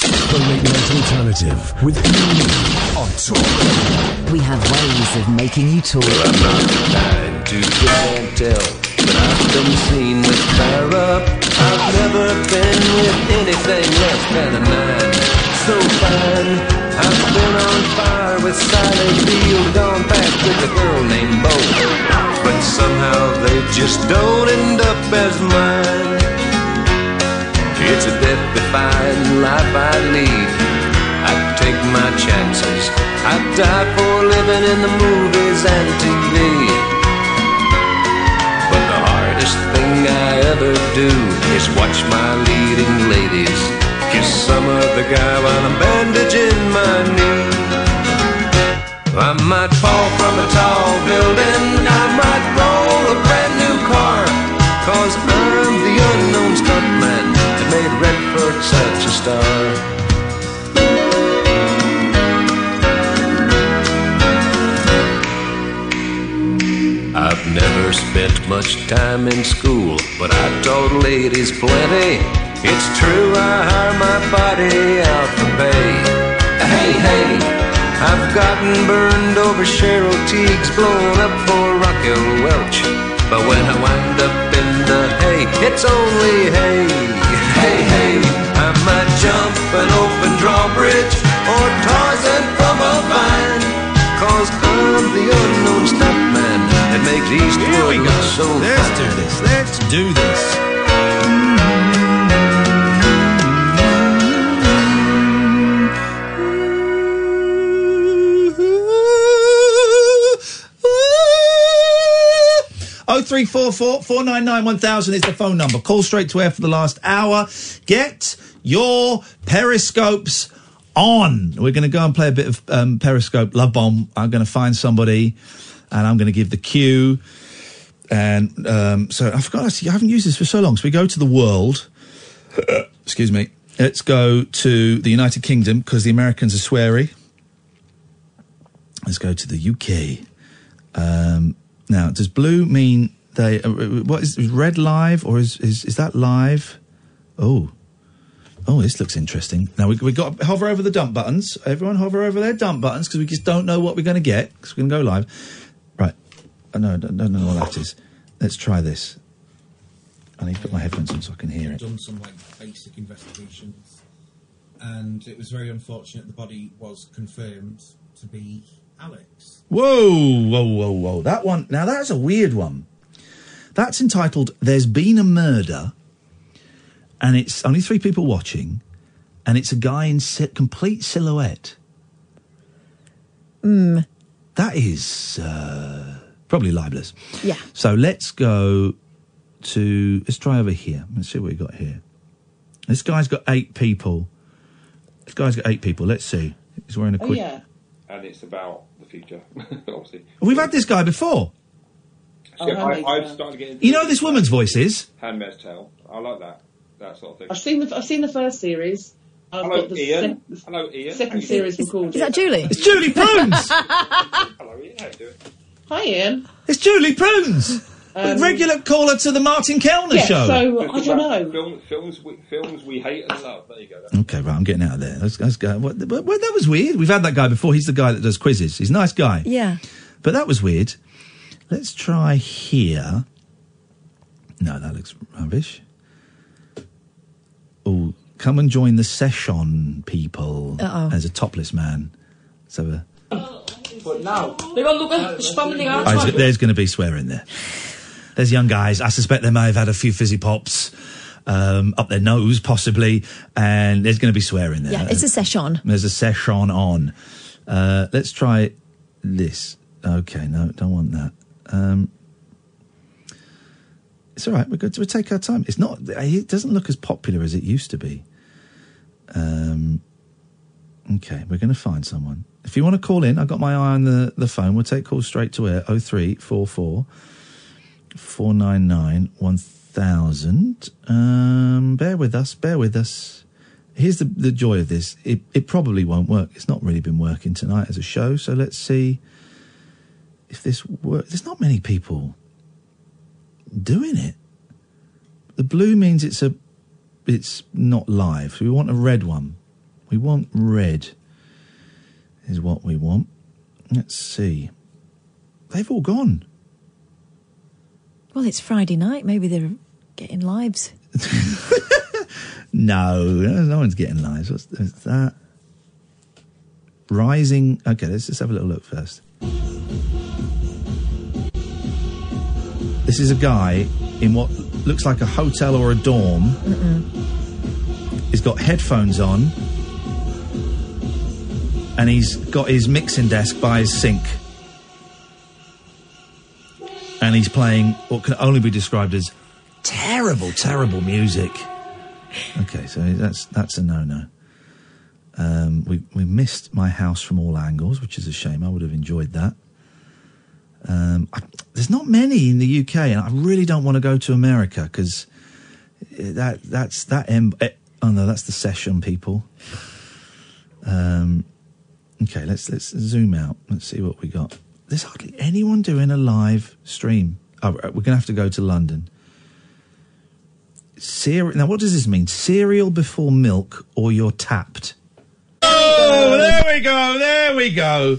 Speaker 26: The late night alternative with Ian Lee on Talk.
Speaker 5: We have ways of making you talk.
Speaker 1: I'm not blind to the hotel, but I've been seen with Clara. I've never been with anything less than a man. So fine, I've been on fire with Sally Field, gone back with a girl named Bo. But somehow they just don't end up as mine. It's a death-defying life I lead. I take my chances. I die for living in the movies and TV. But the hardest thing I ever do is watch my leading ladies kiss some other guy while I'm bandaging my knee. I might fall from a tall building. I might roll a brand new car. Cause I'm the unknown stuntman that made Redford such a star. I've never spent much time in school, but I taught ladies plenty. It's true, I hire my body out for pay. Hey, hey, I've gotten burned over Cheryl Teagues, blown up for Raquel Welch. But when I wind up in the hay, it's only hay. Hey, hey, I might jump an open drawbridge or Tarzan from a vine. Cause I'm the unknown stuntman that makes Eastwood Here we go. so Let's do this. Let's do this.
Speaker 6: 0344 499 1000 is the phone number. Call straight to air for the last hour. Get your periscopes on. We're going to go and play a bit of um, Periscope Love Bomb. I'm going to find somebody and I'm going to give the cue. And um, so I forgot, actually, I haven't used this for so long. So we go to the world. Excuse me. Let's go to the United Kingdom because the Americans are sweary. Let's go to the UK. Um, now, does blue mean they? uh, What is, is red live or is, is is that live? Oh, oh, this looks interesting. Now we we got hover over the dump buttons. Everyone hover over their dump buttons because we just don't know what we're going to get because we're going to go live. Right? Oh, no, I don't, don't know what that is. Let's try this. I need to put my headphones on so I can hear it.
Speaker 14: Done some like basic investigations, and it was very unfortunate. The body was confirmed to be Alex.
Speaker 6: Whoa, whoa, whoa, whoa! That one. Now that's a weird one. That's entitled "There's Been a Murder," and it's only three people watching, and it's a guy in si- complete silhouette.
Speaker 7: Mm,
Speaker 6: That is uh, probably libelous.
Speaker 7: yeah.
Speaker 6: So let's go to let's try over here. Let's see what we got here. This guy's got eight people. This guy's got eight people. Let's see. He's wearing a
Speaker 24: Oh,
Speaker 27: Oh,
Speaker 6: quick.
Speaker 15: And it's about the future, obviously.
Speaker 6: We've had this guy before.
Speaker 24: Oh,
Speaker 15: So I, I've started getting.
Speaker 6: You know who this woman's voice is.
Speaker 15: Handmaid's Tale. I like that. That sort of thing.
Speaker 24: I've seen the I've seen the first series. I've
Speaker 15: Hello,
Speaker 24: got the
Speaker 15: Ian. Hello, Ian.
Speaker 24: second series was called.
Speaker 7: Is that Julie?
Speaker 6: It's Julie Prunes.
Speaker 15: Hello, Ian. How you doing?
Speaker 24: Hi, Ian.
Speaker 6: It's Julie Prunes, a
Speaker 15: Um,
Speaker 6: regular caller to the Martin Kellner
Speaker 15: yeah,
Speaker 6: show.
Speaker 15: Films about- Film, films, we, films we hate and love. There you go.
Speaker 6: Okay, right, I'm getting out of there. Let's, let's go. What, what, what- that was weird. We've had that guy before. He's the guy that does quizzes. He's a nice guy.
Speaker 7: Yeah.
Speaker 6: But that was weird. Let's try here. No, that looks rubbish. Oh, come and join the session, people.
Speaker 24: Uh-oh.
Speaker 6: There's a topless man. So uh,
Speaker 24: But now they're all looking they're spamming
Speaker 6: oh, there's- there's going to be swearing there. There's young guys. I suspect they may have had a few fizzy pops um, up their nose, possibly, and there's going to be swearing there.
Speaker 7: Yeah, it's a session.
Speaker 6: There's a session on. Uh, let's try this. Okay, no, don't want that. Um, it's all right. We're good. We'll take our time. It's not. It doesn't look as popular as it used to be. Um, okay, we're going to find someone. If you want to call in, I've got my eye on the, the phone. We'll take calls straight to air. 0344 499 1000. Um, bear with us. Bear with us. Here's the, the joy of this. It, it probably won't work. It's not really been working tonight as a show. So let's see if this works. There's not many people doing it. The blue means it's a it's not live. We want a red one. We want red is what we want. Let's see. They've all gone.
Speaker 7: Well, it's Friday night. Maybe they're getting lives.
Speaker 6: No, no no one's getting lives. What's, what's that? Rising. Okay, let's just have a little look first. This is a guy in what looks like a hotel or a dorm.
Speaker 7: Uh-uh.
Speaker 6: He's got headphones on. And he's got his mixing desk by his sink. And he's playing what can only be described as terrible, terrible music. Okay, so that's that's a no-no. Um, we we missed my house from all angles, which is a shame. I would have enjoyed that. Um, I, there's not many in the UK, and I really don't want to go to America because that that's that. Em- eh, oh no, that's the session people. Um, okay, let's let's zoom out. Let's see what we got. There's hardly anyone doing a live stream. Oh, we're gonna have to go to London. Cere- now, what does this mean? Cereal before milk, or you're tapped? Oh, there we go. There we go.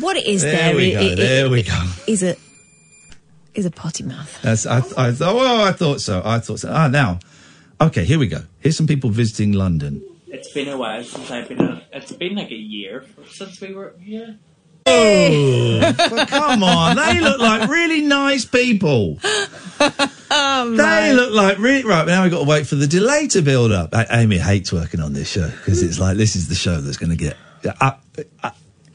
Speaker 7: What it is
Speaker 6: there,
Speaker 7: there,
Speaker 6: we
Speaker 7: it-
Speaker 6: go.
Speaker 7: it-
Speaker 6: there we go.
Speaker 7: it is a is a potty mouth.
Speaker 6: That's, I, I, th- oh, I thought so. I thought so. Ah, now, okay, here we go. Here's some people visiting London.
Speaker 28: It's been a while since I've been. A, it's been like a year since we were here.
Speaker 6: Oh, but come on. They look like really nice people. they look like really right. Now we've got to wait for the delay to build up. A- Amy hates working on this show because it's like this is the show that's going to get. Uh, uh,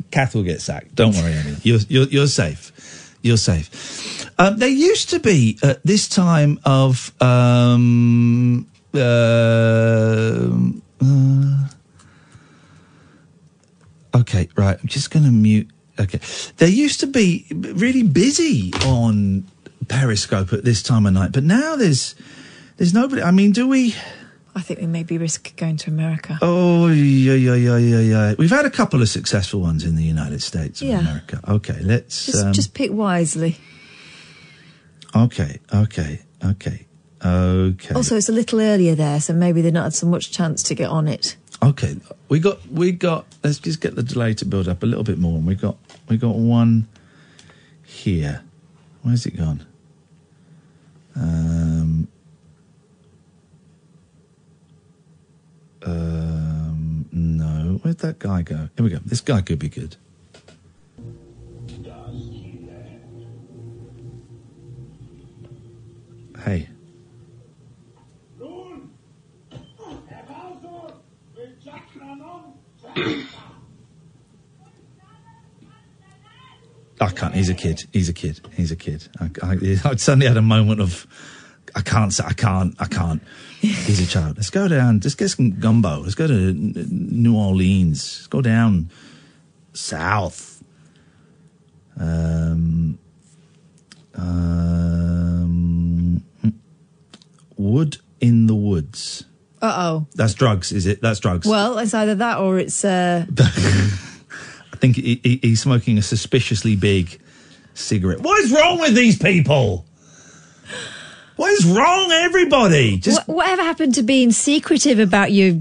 Speaker 6: Kath will get sacked. Don't worry, Amy. You're you're, you're safe. You're safe. Um, there used to be at this time of um, um, uh, okay, right. I'm just going to mute. Okay, there used to be really busy on Periscope at this time of night, but now there's there's nobody. I mean, do we?
Speaker 7: I think we maybe risk going to America.
Speaker 6: Oh, yeah, yeah, yeah, yeah, yeah. We've had a couple of successful ones in the United States of
Speaker 7: Yeah.
Speaker 6: America. Okay, let's.
Speaker 7: Just,
Speaker 6: um,
Speaker 7: just pick wisely.
Speaker 6: Okay, okay, okay, okay.
Speaker 7: Also, it's a little earlier there, so maybe they've not had so much chance to get on it.
Speaker 6: okay, we got, we got. Let's just get the delay to build up a little bit more. And we got, we got one here. Where's it gone? Um. Um. No, where'd that guy go? Here we go. This guy could be good. Hey. I can't. He's a kid. He's a kid. He's a kid. I, I, I suddenly had a moment of, I can't. say- I can't. I can't. He's a child. Let's go down. Let's get some gumbo. Let's go to N- N- New Orleans. Let's go down south. Um. Um. Wood in the woods.
Speaker 7: Uh oh.
Speaker 6: That's drugs, is it? That's drugs.
Speaker 7: Well, it's either that or it's. Uh,
Speaker 6: I think he, he, he's smoking a suspiciously big cigarette. What is wrong with these people? What is wrong, everybody? Just
Speaker 7: wha- whatever happened to being secretive about your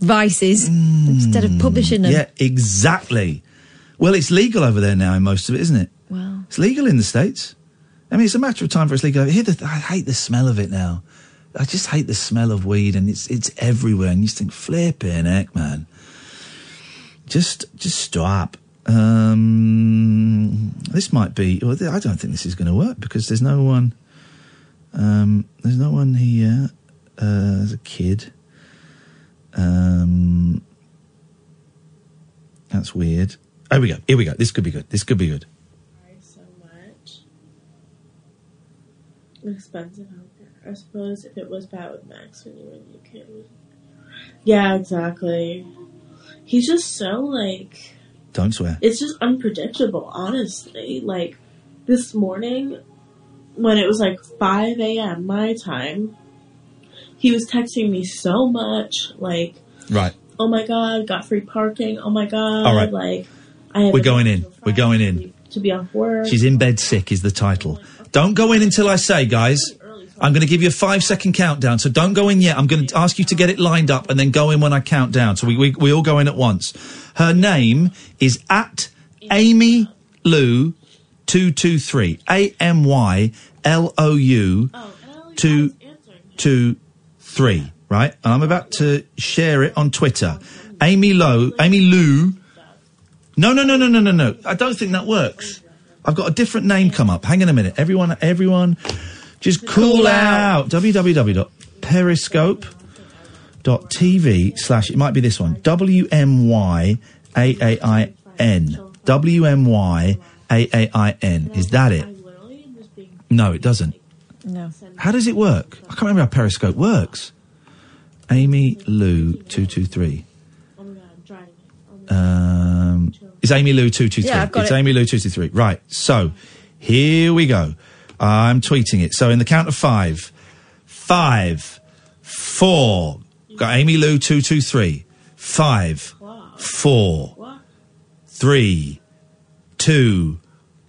Speaker 7: vices instead of publishing them?
Speaker 6: Hmm. yeah, exactly. Well, it's legal over there now in most of it, isn't it?
Speaker 7: Well,
Speaker 6: It's legal in the states. I mean, it's a matter of time for us legal. Here, the, I hate the smell of it now. I just hate the smell of weed, and it's it's everywhere. And you just think, flipping heck, man. Just just stop. Um, this might be. Well, I don't think this is going to work because there's no one. Um, there's no one here. Uh, there's a kid. Um, that's weird. Here we go. Here we go. This could be good. This could be good.
Speaker 12: so much. Expensive healthcare. I suppose if it was bad with Max when you were in the UK. it was- Yeah, exactly. He's just so like
Speaker 6: Don't swear.
Speaker 12: it's just unpredictable, honestly. Like this morning, when it was like 5 a.m. my time, he was texting me so much, like,
Speaker 6: Right.
Speaker 12: "Oh my god, got free parking. Oh my god,
Speaker 6: All right.
Speaker 12: like, I have
Speaker 6: We're going in. We're going in.
Speaker 12: to be off work."
Speaker 6: She's in bed sick is the title. Don't go in until I say, guys. I'm going to give you a five second countdown. So don't go in yet. I'm going to ask you to get it lined up and then go in when I count down. So we, we, we all go in at once. Her name is at Amy Lou 223. A M Y L O U 223. Right? And I'm about to share it on Twitter. Amy Low, Amy Lou no, no, no, no, no, no, no. I don't think that works. I've got a different name come up. Hang on a minute. Everyone, everyone, just call out. www.periscope.tv slash, it might be this one, W-M-Y-A-A-I-N. W-M-Y-A-A-I-N. Is that it? No, it doesn't.
Speaker 7: no.
Speaker 6: How does it work? I can't remember how Periscope works. Amy Lou 223. Um, it's Amy Lou 223.
Speaker 7: Yeah, I've got
Speaker 6: it's
Speaker 7: it.
Speaker 6: Amy Lou 223. Right. So here we go. I'm tweeting it. So in the count of five, five, four, got Amy Lou 223. Five, four, three, two,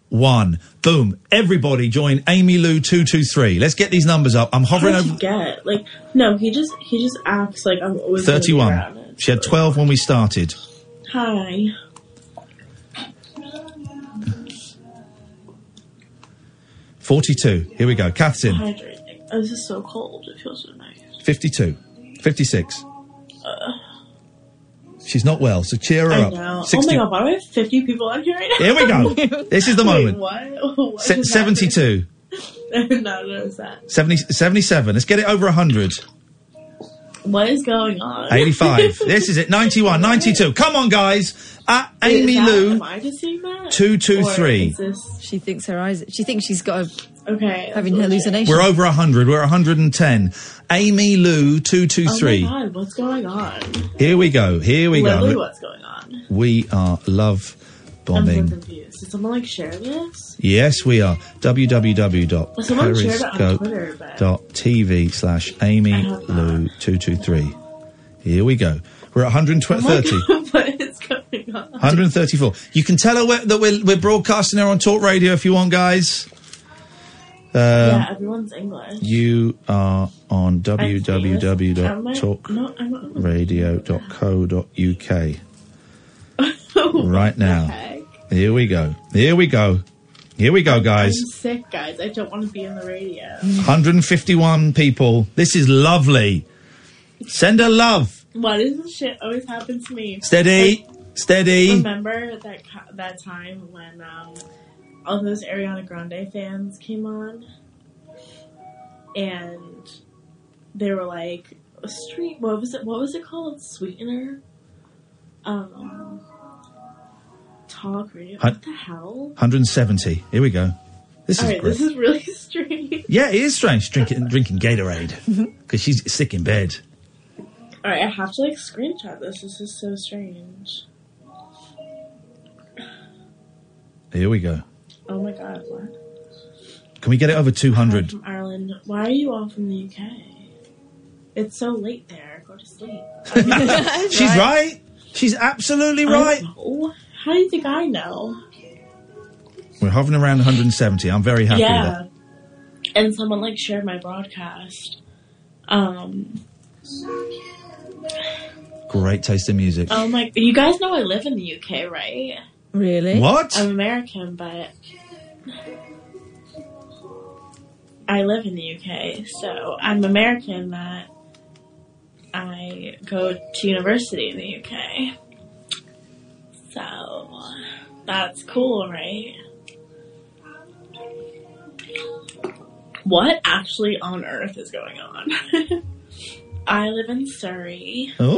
Speaker 6: one. Boom. Everybody join Amy Lou 223. Let's get these numbers up. I'm hovering
Speaker 12: How'd
Speaker 6: over.
Speaker 12: you get? Like, no, he just he just acts like I'm always gonna be around.
Speaker 6: 31. She had 12 when we started.
Speaker 12: Hi.
Speaker 6: Forty-two. Here we go. Kath's in.
Speaker 12: Hydrating. Oh, this is so cold. It feels so nice.
Speaker 6: Fifty-two. Fifty-six.
Speaker 12: Uh,
Speaker 6: She's not well, so cheer her
Speaker 12: I
Speaker 6: up.
Speaker 12: know. Oh
Speaker 6: 60
Speaker 12: my god, why do I have 50 people on here right now?
Speaker 6: Here we go. This is the
Speaker 12: Wait,
Speaker 6: moment.
Speaker 12: what? What
Speaker 6: Se-
Speaker 12: just
Speaker 6: 72.
Speaker 12: happened? no, no, it's that.
Speaker 6: 70, 77. Let's get it over 100.
Speaker 12: What is going on?
Speaker 6: 85. this is it. 91, 92. Come on, guys. Uh,
Speaker 12: Wait, is
Speaker 6: Amy
Speaker 12: that-
Speaker 6: Lou.
Speaker 12: Am I just seeing that?
Speaker 6: Two, two,
Speaker 12: Or
Speaker 6: three.
Speaker 12: is this-
Speaker 7: She thinks her eyes. She thinks she's got a,
Speaker 12: okay
Speaker 7: having hallucinations.
Speaker 6: We're over 100. We're 110. Amy Lou,
Speaker 12: Oh
Speaker 6: 223.
Speaker 12: my god, what's going on?
Speaker 6: Here we go. Here we
Speaker 12: Literally,
Speaker 6: go.
Speaker 12: what's going on?
Speaker 6: We are
Speaker 12: I'm
Speaker 6: love
Speaker 12: so
Speaker 6: bombing.
Speaker 12: confused. Did someone like share this?
Speaker 6: Yes, we are.
Speaker 12: Someone shared it on Twitter,
Speaker 6: www.periscope.tv slash Amy Lou 223. Here we go. We're at
Speaker 12: Oh,
Speaker 6: 130.
Speaker 12: what is going on?
Speaker 6: 134. You can tell her we that we're, we're broadcasting her on talk radio if you want, guys. Uh,
Speaker 12: yeah, everyone's English.
Speaker 6: You are Uh, on
Speaker 12: Am I- no, I'm not-
Speaker 6: www.talkradio.co.uk right now. Here we go. Here we go. Here we go,
Speaker 12: I'm
Speaker 6: guys.
Speaker 12: sick, guys. I don't want to be in the radio.
Speaker 6: 151 people. This is lovely. Send her love.
Speaker 12: Why does this shit always happen to me?
Speaker 6: Steady. Steady.
Speaker 12: Remember that co- that time when um, all those Ariana Grande fans came on, and they were like, "Street, what was it? What was it called? Sweetener, um, talk radio.
Speaker 6: Hun-
Speaker 12: What the hell?
Speaker 6: 170. Here we go. This
Speaker 12: All
Speaker 6: is
Speaker 12: right,
Speaker 6: great.
Speaker 12: this is really strange.
Speaker 6: Yeah, it is strange drinking drinking Gatorade because she's sick in bed.
Speaker 12: All right, I have to like screenshot this. This is so strange.
Speaker 6: Here we go.
Speaker 12: Oh my god, what?
Speaker 6: Can we get it over 200?
Speaker 12: From Ireland. Why are you all from the UK? It's so late there. Go to sleep.
Speaker 6: She's right. She's absolutely right.
Speaker 12: I know. Oh, How do you think I know?
Speaker 6: We're hovering around 170. I'm very happy with
Speaker 12: yeah.
Speaker 6: that.
Speaker 12: And someone like shared my broadcast. Um.
Speaker 6: Great taste in music.
Speaker 12: Oh my! You guys know I live in the UK, right?
Speaker 7: Really?
Speaker 6: What?
Speaker 12: I'm American, but I live in the UK, so I'm American that I go to university in the UK. So that's cool, right? What actually on earth is going on? I live in Surrey.
Speaker 6: Oh,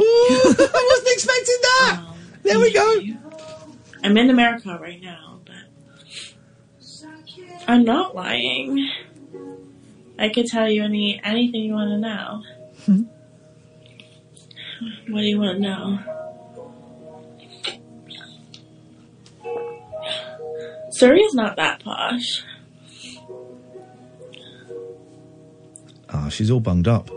Speaker 6: I wasn't expecting that. there we go.
Speaker 12: Um, I'm in America right now, but I'm not lying. I could tell you any anything you want to know.
Speaker 6: Hmm?
Speaker 12: What do you want to know? Surrey's not that posh.
Speaker 6: Ah, she's all bunged up.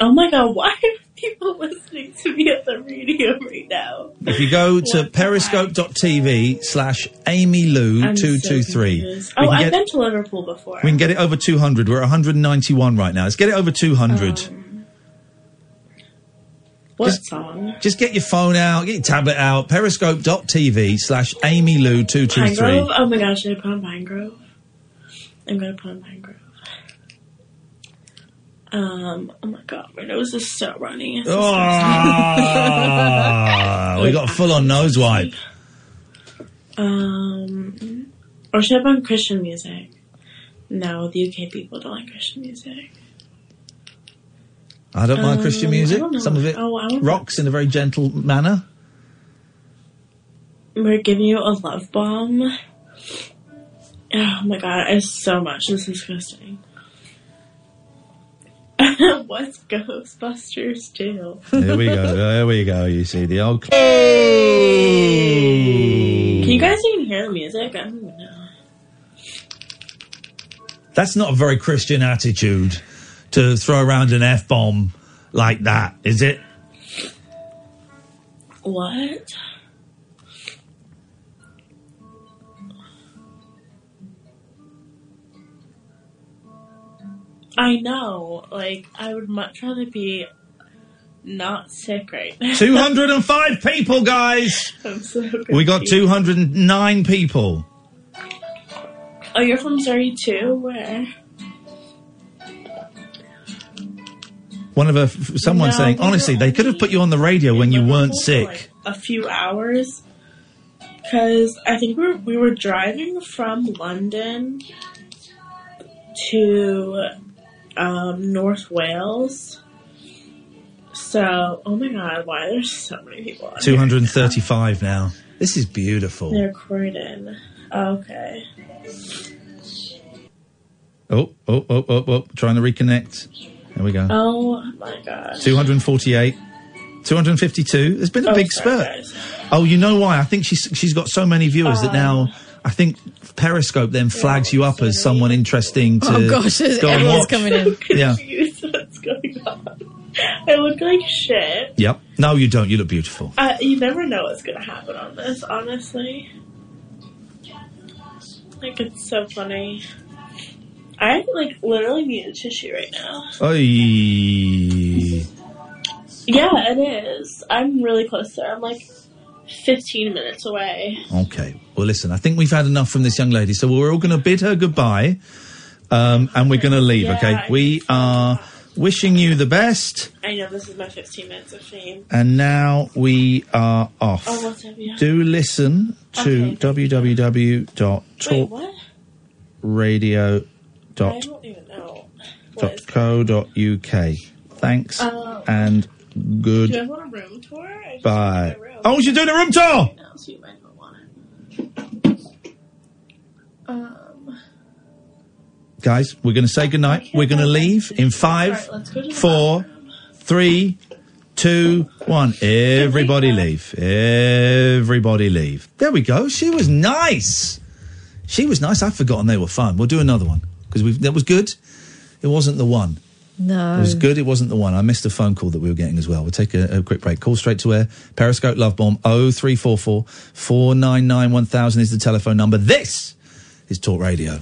Speaker 12: Oh my god, why are people listening to me at the radio right now?
Speaker 6: If you go to periscope.tv slash Amy Lou
Speaker 12: I'm so
Speaker 6: 223,
Speaker 12: confused.
Speaker 6: we,
Speaker 12: Oh,
Speaker 6: can
Speaker 12: I've
Speaker 6: get-
Speaker 12: been to Liverpool before.
Speaker 6: we can get it over 200. We're at 191 right now. Let's get it over
Speaker 12: Oh.
Speaker 6: 200.
Speaker 12: What
Speaker 6: Just-
Speaker 12: song?
Speaker 6: Just get your phone out, get your tablet out, periscope.tv slash Amy Lou
Speaker 12: Pine Grove?
Speaker 6: 223.
Speaker 12: Oh my gosh, should I put on Pine Grove? I'm gonna put on Pine Grove. Um, oh my god, my nose is so running. It's so
Speaker 6: Ah, we got a full on nose wipe.
Speaker 12: sad. um, or should I put on Christian music? No, the UK people don't like Christian music.
Speaker 6: I don't mind Christian
Speaker 12: Um, I
Speaker 6: music.
Speaker 12: don't know.
Speaker 6: Some of it
Speaker 12: Oh, I don't-
Speaker 6: rocks in a very gentle manner.
Speaker 12: We're giving you a love bomb. Oh my god, it's so much. This is disgusting. What's Ghostbusters do?
Speaker 6: There we go. There we go. You see the old. Can
Speaker 12: Can you guys even hear the music? I don't even know.
Speaker 6: That's not a very Christian attitude to throw around an F bomb like that, is it?
Speaker 12: What? I know. Like, I would much rather be not sick right now.
Speaker 6: 205 people, guys!
Speaker 12: I'm so
Speaker 6: We got
Speaker 12: confused.
Speaker 6: 209 people.
Speaker 12: Oh, you're from Surrey too? Where?
Speaker 6: One of a, someone
Speaker 12: No,
Speaker 6: saying,
Speaker 12: we were
Speaker 6: honestly, they could have put you on the radio when you weren't sick.
Speaker 12: A few hours. Because I think we were, we were driving from London to um, North Wales. So, oh my god, why there's so many people? on here.
Speaker 6: 235 now. This is beautiful.
Speaker 12: They're Croydon. Okay.
Speaker 6: Oh, oh, oh, oh, oh. Trying to reconnect. There we go.
Speaker 12: Oh my god.
Speaker 6: 248. 252. There's been a
Speaker 12: Oh,
Speaker 6: big
Speaker 12: sorry,
Speaker 6: spurt. Oh, you know why? I think she's she's got so many viewers
Speaker 12: Oh.
Speaker 6: that now I think Periscope then flags you up as someone interesting to
Speaker 12: Oh, gosh,
Speaker 6: go and
Speaker 12: everyone's
Speaker 6: watch.
Speaker 12: coming in.
Speaker 6: Yeah.
Speaker 12: Confused what's going on. I look like shit.
Speaker 6: Yep. No, you don't. You look beautiful.
Speaker 12: Uh, you never know what's gonna happen on this, honestly. Like it's so funny. I like literally need a tissue right now.
Speaker 6: Oy.
Speaker 12: Yeah, it is. I'm really close there. I'm like 15 minutes away.
Speaker 6: Okay. Well, listen, I think we've had enough from this young lady, so we're all going to bid her goodbye, um, and we're going to leave.
Speaker 12: Yeah.
Speaker 6: Okay. We are wishing you the best,
Speaker 12: I know this is my 15 minutes of fame.
Speaker 6: and now we are off.
Speaker 12: Oh, what's up, yeah?
Speaker 6: Do listen to
Speaker 12: Okay. Wait,
Speaker 6: www.talkradio.co.uk.
Speaker 12: what? I don't even know.
Speaker 6: Thanks
Speaker 12: Oh.
Speaker 6: and
Speaker 12: Do you
Speaker 6: good
Speaker 12: guys want a room tour? I just-
Speaker 6: bye. Oh, you're doing a room tour.
Speaker 12: No, so you might not want it. Um,
Speaker 6: guys, we're going to say goodnight. We're going to leave in five,
Speaker 12: Alright, let's go to the
Speaker 6: four, three, two, one. Everybody leave. Everybody leave. There we go. She was nice. She was nice. I've forgotten they were fun. We'll do another one because that was good. It wasn't the one.
Speaker 7: No.
Speaker 6: It was good. It wasn't the one. I missed a phone call that we were getting as well. We'll take a, a quick break. Call straight to air. Periscope Love Bomb 0344 499 1000 is the telephone number. This is Talk Radio.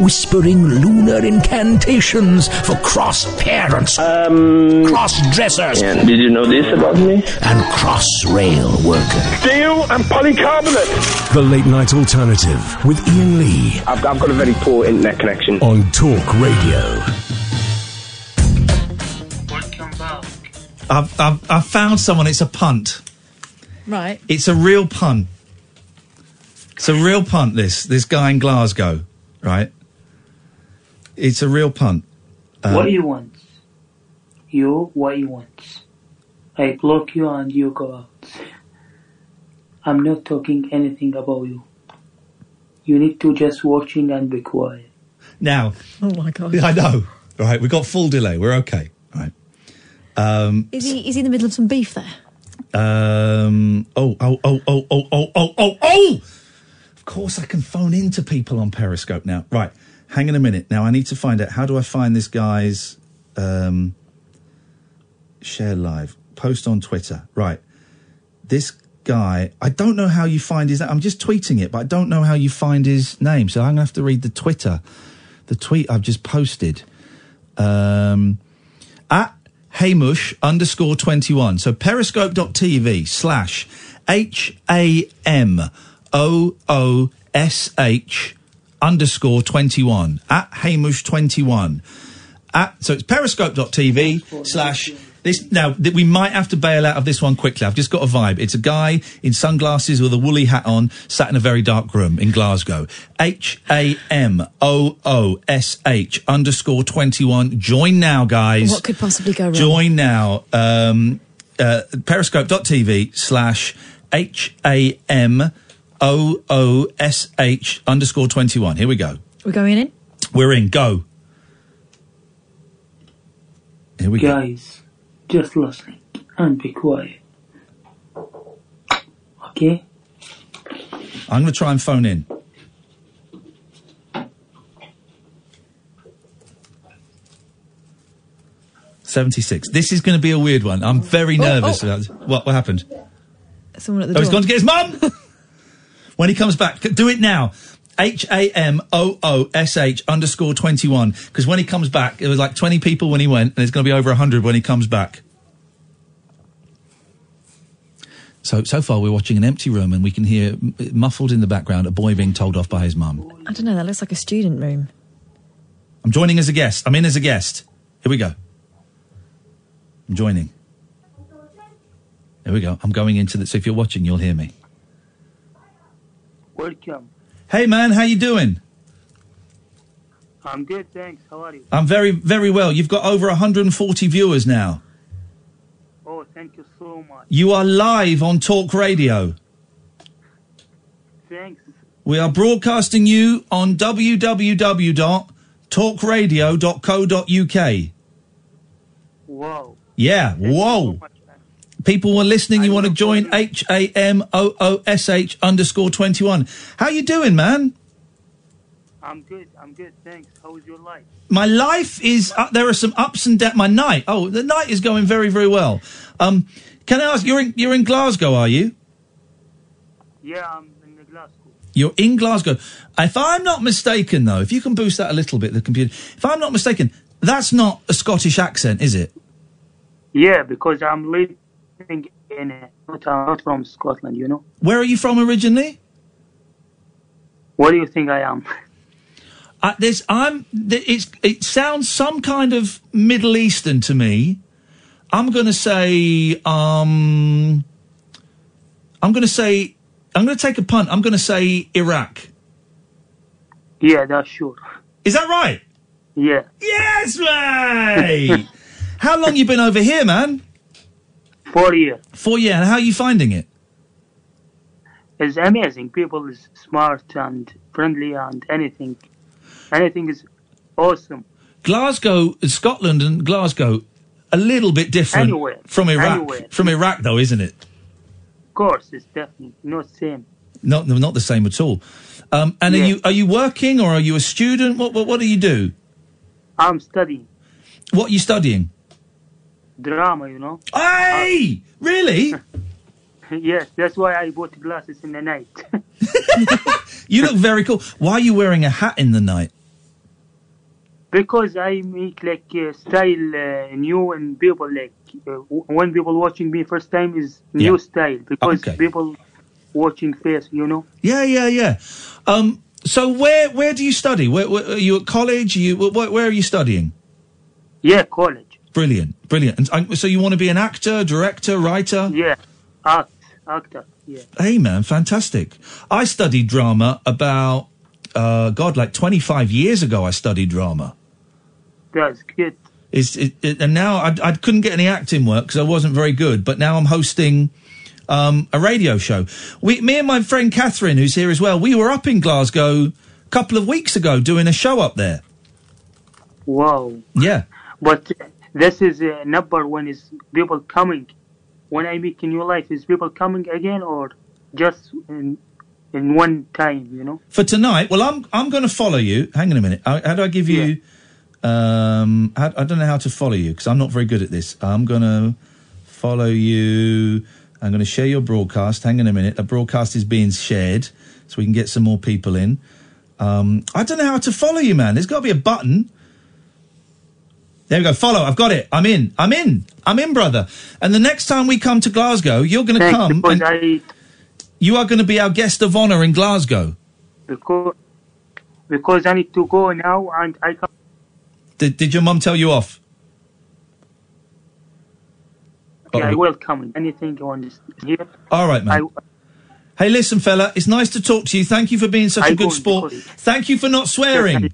Speaker 2: Whispering lunar incantations for cross parents, um, cross dressers,
Speaker 13: And did you know this about me?
Speaker 2: and cross rail workers.
Speaker 13: Steel and polycarbonate.
Speaker 16: The Late Night Alternative with Ian Lee
Speaker 13: I've, I've got a very poor internet connection.
Speaker 16: on Talk Radio.
Speaker 6: I've, I've, I've found someone. It's a punt.
Speaker 7: Right.
Speaker 6: It's a real punt. It's a real punt. This this guy in Glasgow, right? It's a real punt. Uh,
Speaker 28: what you want? You what you want? I block you and you go out. I'm not talking anything about you. You need to just watching and be quiet.
Speaker 6: Now,
Speaker 7: Oh my god.
Speaker 6: I know. All right, we've got full delay. We're okay. All right. Um,
Speaker 7: Is he is he in the middle of some beef there?
Speaker 6: um, oh, oh, oh, oh, oh, oh, oh, oh, oh! Of course, I can phone in to people on Periscope now. Right, hang on a minute. Now, I need to find out how do I find this guy's um, share live post on Twitter. Right, this guy. I don't know how you find his. I'm just tweeting it, but I don't know how you find his name. So I'm gonna have to read the Twitter, the tweet I've just posted. Um, at Hamish underscore 21. So periscope.tv slash H A M O O S H underscore 21. At Hamish 21. At, so it's periscope.tv slash this. Now, th- we might have to bail out of this one quickly. I've just got a vibe. It's a guy in sunglasses with a woolly hat on, sat in a very dark room in Glasgow. H A M O O S H underscore 21. Join now, guys.
Speaker 7: what could possibly go wrong?
Speaker 6: Join now. Um, uh, periscope.tv slash H A M O O S H underscore 21. Here we go.
Speaker 7: We're going in.
Speaker 6: We're in. Go. Here we
Speaker 28: Guys, just listen and be quiet. Okay?
Speaker 6: go. I'm going to try and phone in. Seventy-six. This is going to be a weird one. I'm very
Speaker 7: Oh,
Speaker 6: nervous
Speaker 7: oh.
Speaker 6: about this. what. What happened?
Speaker 7: Someone at the door.
Speaker 6: Oh, he's gone to get his mum. when he comes back, do it now. H A M O O S H underscore twenty one. Because when he comes back, it was like twenty people when he went, and it's going to be over hundred when he comes back. So so far, we're watching an empty room, and we can hear m- muffled in the background a boy being told off by his mum.
Speaker 7: I don't know. That looks like a student room.
Speaker 6: I'm joining as a guest. I'm in as a guest. Here we go. I'm joining. Here we go. I'm going into the. So if you're watching, you'll hear me.
Speaker 28: Welcome.
Speaker 6: Hey man, how you doing?
Speaker 28: I'm good, thanks. How are you?
Speaker 6: I'm very, very well. You've got over 140 viewers now.
Speaker 28: Oh, Thank you so much.
Speaker 6: You are live on Talk Radio.
Speaker 28: Thanks.
Speaker 6: We are broadcasting you on www.talkradio.co.uk.
Speaker 28: Wow.
Speaker 6: Yeah, whoa. People were listening. You want to join H A M O O S H underscore 21. How you doing, man?
Speaker 28: I'm good. I'm good. Thanks. How was your life?
Speaker 6: My life is, uh, there are some ups and downs. My night, oh, the night is going very, very well. Um, can I ask, you're in, you're in Glasgow, are you?
Speaker 28: Yeah, I'm in the glass.
Speaker 6: You're in Glasgow. If I'm not mistaken, though, if you can boost that a little bit, the computer. If I'm not mistaken, that's not a Scottish accent, is it?
Speaker 28: Yeah, because I'm living in it. But I'm not from Scotland, you know.
Speaker 6: Where are you from originally?
Speaker 28: What do you think I am?
Speaker 6: Uh, there's, I'm. th- It's. It sounds some kind of Middle Eastern to me. I'm going to say. Um, I'm going to say. I'm going to take a punt. I'm going to say Iraq.
Speaker 28: Yeah, that's sure.
Speaker 6: Is that right?
Speaker 28: Yeah.
Speaker 6: Yes, mate. how long you been over here, man?
Speaker 28: Four years.
Speaker 6: Four years. And how are you finding it?
Speaker 28: It's amazing. People is smart and friendly and anything. Anything is awesome.
Speaker 6: Glasgow, Scotland, and Glasgow, a little bit different
Speaker 28: Anywhere.
Speaker 6: from Iraq.
Speaker 28: Anywhere.
Speaker 6: From Iraq, though, isn't it?
Speaker 28: Of course, it's definitely not same.
Speaker 6: Not not the same at all. Um, and are you are you working or are you a student? What what, what do you do?
Speaker 28: I'm studying
Speaker 6: What are you studying?
Speaker 28: drama, you know. Uh,
Speaker 6: Hey, really?
Speaker 28: yes, that's why I bought glasses in the night.
Speaker 6: You look very cool. Why are you wearing a hat in the night?
Speaker 28: because I make like uh, style uh, new and people like uh, w- when people watching me first time is new
Speaker 6: Yeah.
Speaker 28: style because
Speaker 6: Okay.
Speaker 28: people watching face you know
Speaker 6: Yeah, yeah, yeah. Um, so where where do you study? Where, where are you at college? Are you where, where are you studying?
Speaker 28: Yeah, college.
Speaker 6: Brilliant, brilliant. And um, so you want to be an actor, director, writer?
Speaker 28: yeah act actor yeah
Speaker 6: Hey man, fantastic. I studied drama about uh, God, like twenty five years ago. I studied drama.
Speaker 28: that's good
Speaker 6: It's, it, it, and now I, I couldn't get any acting work because I wasn't very good. But now I'm hosting um, a radio show. We, me and my friend Catherine, who's here as well, we were up in Glasgow a couple of weeks ago doing a show up there.
Speaker 28: wow
Speaker 6: Yeah.
Speaker 28: but uh, this is uh, number one is people coming when I make a new life is people coming again or just in in one time you know
Speaker 6: for tonight. Well, I'm I'm going to follow you. Hang on a minute. How, how do I give you? Um, how, I don't know how to follow you because I'm not very good at this. I'm going to follow you. I'm going to share your broadcast. Hang on a minute. The broadcast is being shared, so we can get some more people in. Um, I don't know how to follow you, man. There's got to be a button. There we go. Follow. I've got it. I'm in. I'm in. I'm in, brother. And the next time we come to Glasgow, you're going to
Speaker 28: Thanks,
Speaker 6: come.
Speaker 28: because
Speaker 6: and
Speaker 28: I
Speaker 6: you are going to be our guest of honor in Glasgow.
Speaker 28: because because I need to go now and I come
Speaker 6: Did, did your mum tell you off?
Speaker 28: yeah, I
Speaker 6: Uh-oh.
Speaker 28: will come anything on this here
Speaker 6: All right, man. hey, listen, fella. It's nice to talk to you. Thank you for being such
Speaker 28: I
Speaker 6: a good
Speaker 28: won't
Speaker 6: sport.
Speaker 28: because-
Speaker 6: Thank you for not swearing.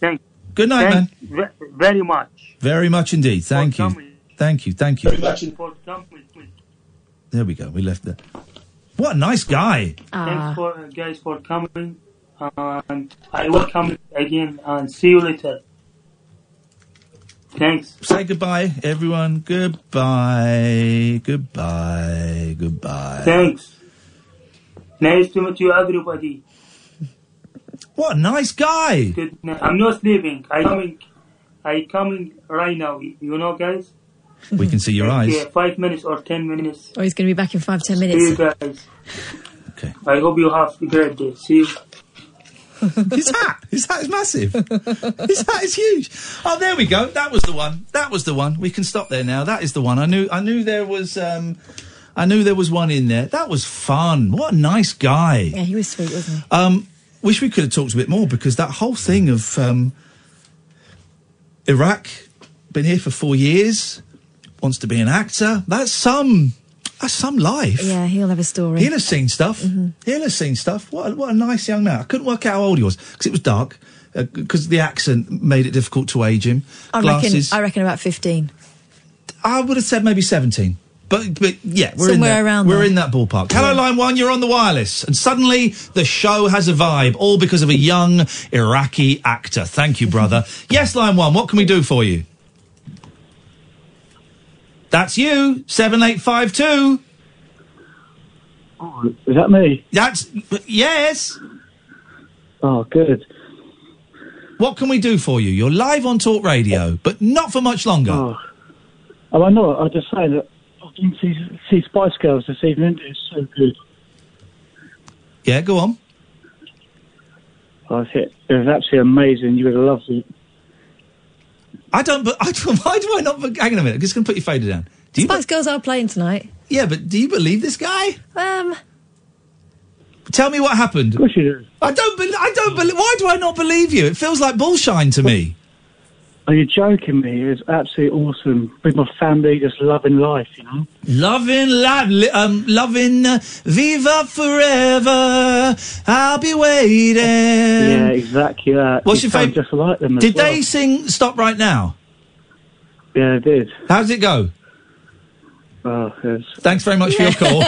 Speaker 28: Thank
Speaker 6: Good night, man.
Speaker 28: thank ve- very much
Speaker 6: Very much indeed. Thank you. Thank you. Thank you.
Speaker 28: for coming.
Speaker 6: There we go. We left that. What a nice guy.
Speaker 28: Thanks for uh, guys for coming and I will come again and see you later. Thanks.
Speaker 6: Say goodbye, everyone. Goodbye. Goodbye. Goodbye.
Speaker 28: Thanks. Nice to meet you everybody.
Speaker 6: What a nice guy.
Speaker 28: Good night. I'm not sleeping. I coming I coming right now, you know guys?
Speaker 6: We can see your eyes.
Speaker 28: Yeah, five minutes or ten minutes.
Speaker 7: Or he's going to be back in five, ten
Speaker 28: See you
Speaker 7: minutes.
Speaker 28: guys. Okay. I hope you have a great day. See you.
Speaker 6: His hat. His hat is massive. His hat is huge. Oh, there we go. That was the one. That was the one. We can stop there now. That is the one. I knew. I knew there was. Um, I knew there was one in there. That was fun. What a nice guy.
Speaker 7: Yeah, he was sweet, wasn't he?
Speaker 6: Um, wish we could have talked a bit more because that whole thing of um, Iraq, been here for four years, wants to be an actor. That's some. That's some life.
Speaker 7: Yeah, he'll have a story. Mm-hmm.
Speaker 6: He'll have seen stuff. He'll have seen stuff. What a, what a nice young man. I couldn't work out how old he was because it was dark, uh, because the accent made it difficult to age him.
Speaker 7: Oh, I reckon,
Speaker 6: Glasses.
Speaker 7: I reckon about 15.
Speaker 6: I would have said maybe 17. But, but yeah, we're in
Speaker 7: Somewhere
Speaker 6: that,
Speaker 7: around
Speaker 6: We're
Speaker 7: there.
Speaker 6: in that ballpark. Hello, line one. You're on the wireless, and suddenly the show has a vibe, all because of a young Iraqi actor. Thank you, brother. yes, line one. What can we do for you? That's you. Seven eight five two.
Speaker 17: Oh, Is that me?
Speaker 6: That's yes.
Speaker 17: Oh, good.
Speaker 6: What can we do for you? You're live on Talk Radio, but not for much longer.
Speaker 17: Oh, I know. I just say that I didn't see, see Spice Girls this evening. It's so good.
Speaker 6: Yeah, go on.
Speaker 17: I think Oh, it was absolutely amazing. You would have loved it.
Speaker 6: I don't. But I don't, why do I not? be- Hang on a minute. I'm just going to put your fader down. Do you?
Speaker 7: Spice Girls are playing tonight.
Speaker 6: Yeah, but do you believe this guy?
Speaker 7: Um,
Speaker 6: Tell me what happened. Of
Speaker 17: course you do.
Speaker 6: I don't. Be- I don't. Be- why do I not believe you? It feels like bullshine to me.
Speaker 17: Are you joking me? It was absolutely awesome. With my family, just loving life, you know?
Speaker 6: Loving, love, li- um, loving, uh, viva forever. I'll be waiting.
Speaker 17: yeah, exactly that.
Speaker 6: What's
Speaker 17: You
Speaker 6: your
Speaker 17: sound
Speaker 6: fav-
Speaker 17: Just like them. as
Speaker 6: Did
Speaker 17: well.
Speaker 6: they sing "Stop Right Now"?
Speaker 17: Yeah, they did.
Speaker 6: How did it go?
Speaker 17: Oh,
Speaker 6: Thanks very much for your call.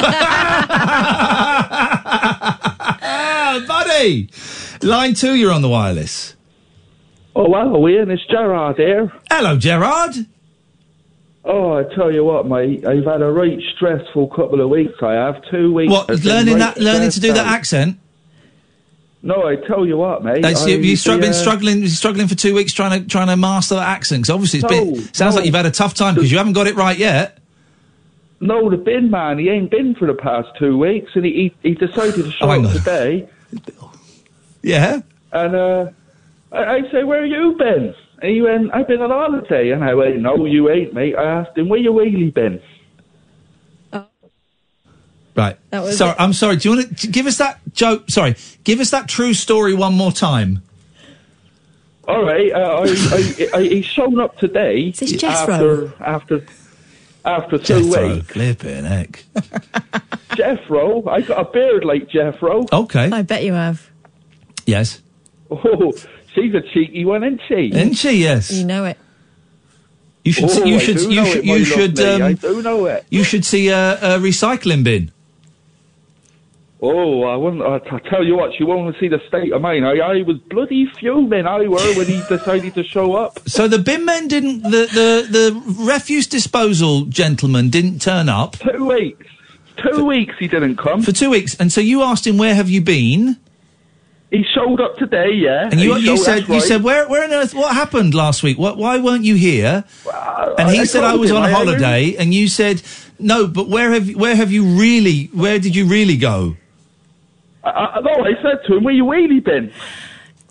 Speaker 6: ah, buddy. Line two, you're on the wireless.
Speaker 27: Oh, wow, Ian, it's Gerard here.
Speaker 6: Hello, Gerard.
Speaker 27: Oh, I tell you what, mate, I've had a right stressful couple of weeks. I have two weeks.
Speaker 6: What,
Speaker 27: has been
Speaker 6: learning
Speaker 27: right
Speaker 6: that, learning to do that
Speaker 27: stressed out.
Speaker 6: accent?
Speaker 27: No, I tell you what, mate.
Speaker 6: That's, you,
Speaker 27: I-
Speaker 6: you've stru-
Speaker 27: the,
Speaker 6: been
Speaker 27: uh,
Speaker 6: struggling, you're struggling for two weeks trying to trying to master that accent. 'cause obviously, it's been,
Speaker 27: No,
Speaker 6: sounds
Speaker 27: no.
Speaker 6: like you've had a tough time because you haven't got it right yet.
Speaker 27: No, the bin man, he ain't been for the past two weeks, and he he, he decided to show
Speaker 6: hang
Speaker 27: up
Speaker 6: on.
Speaker 27: today.
Speaker 6: Oh, Yeah.
Speaker 27: And uh, I, I say, where you been? And he went, I've been on holiday. And I went, no, you ain't, mate. I asked him, where you really been?
Speaker 6: Right.
Speaker 27: That was
Speaker 6: sorry,
Speaker 27: it.
Speaker 6: I'm sorry. Do you want to give us that joke? Sorry, give us that true story one more time.
Speaker 27: All right, uh, I, I, I, he's shown up today
Speaker 6: this Jethro?
Speaker 27: after after after two
Speaker 6: Jethro,
Speaker 27: weeks.
Speaker 6: flipping heck.
Speaker 27: Jeffro, I got a beard like Jeffro.
Speaker 6: Okay.
Speaker 7: I bet you have.
Speaker 6: Yes.
Speaker 27: Oh, she's a cheeky one, isn't she?
Speaker 6: Isn't she? Yes.
Speaker 7: You know it.
Speaker 6: You should.
Speaker 27: Oh,
Speaker 6: you
Speaker 27: I
Speaker 6: should.
Speaker 27: do
Speaker 6: You
Speaker 27: know
Speaker 6: should.
Speaker 27: it, my
Speaker 6: You should.
Speaker 27: lovely, I
Speaker 6: Um,
Speaker 27: do know it.
Speaker 6: you should see a, a recycling bin.
Speaker 27: Oh, I wouldn't. I, I tell you what, she won't see the state of mine. I, I was bloody fuming. I were when he decided to show up.
Speaker 6: So the bin men didn't. The, the the refuse disposal gentleman didn't turn up.
Speaker 27: Two weeks. Two weeks he didn't come.
Speaker 6: For two weeks, and so you asked him, "Where have you been?"
Speaker 27: He showed up today, yeah.
Speaker 6: And you,
Speaker 27: He
Speaker 6: you
Speaker 27: showed-
Speaker 6: said,
Speaker 27: Uh, that's
Speaker 6: "You
Speaker 27: right.
Speaker 6: said where? Where on earth? What happened last week? What, why weren't you here?" and he
Speaker 27: I
Speaker 6: said, "I
Speaker 27: told
Speaker 6: was
Speaker 27: him,
Speaker 6: on
Speaker 27: I-
Speaker 6: a
Speaker 27: I really-
Speaker 6: holiday." And you said, "No, but where have where have you really? Where did you really go?"
Speaker 27: I, I, Uh, no, I said to him, "Where you really been?"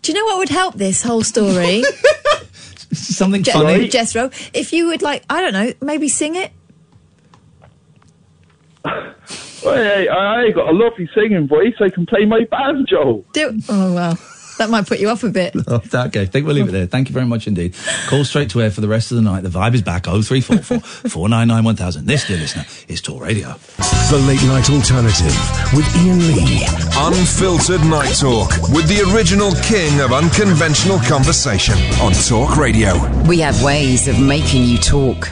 Speaker 7: Do you know what would help this whole story?
Speaker 6: Something
Speaker 7: Je-
Speaker 6: funny.
Speaker 7: Jethro. If you would like, I don't know, maybe sing it.
Speaker 27: Well, hey, I, I got a lovely singing voice. I can play my banjo.
Speaker 7: Do. Oh well, that might put you off a bit.
Speaker 6: Oh, okay, I think we'll leave it there. Thank you very much indeed. Call straight to air for the rest of the night. The vibe is back 0344 499 1000. This, dear listener, is Talk Radio.
Speaker 16: The Late Night Alternative with Ian Lee.
Speaker 5: Unfiltered Night Talk with the original king of unconventional conversation on Talk Radio.
Speaker 1: We have ways of making you talk.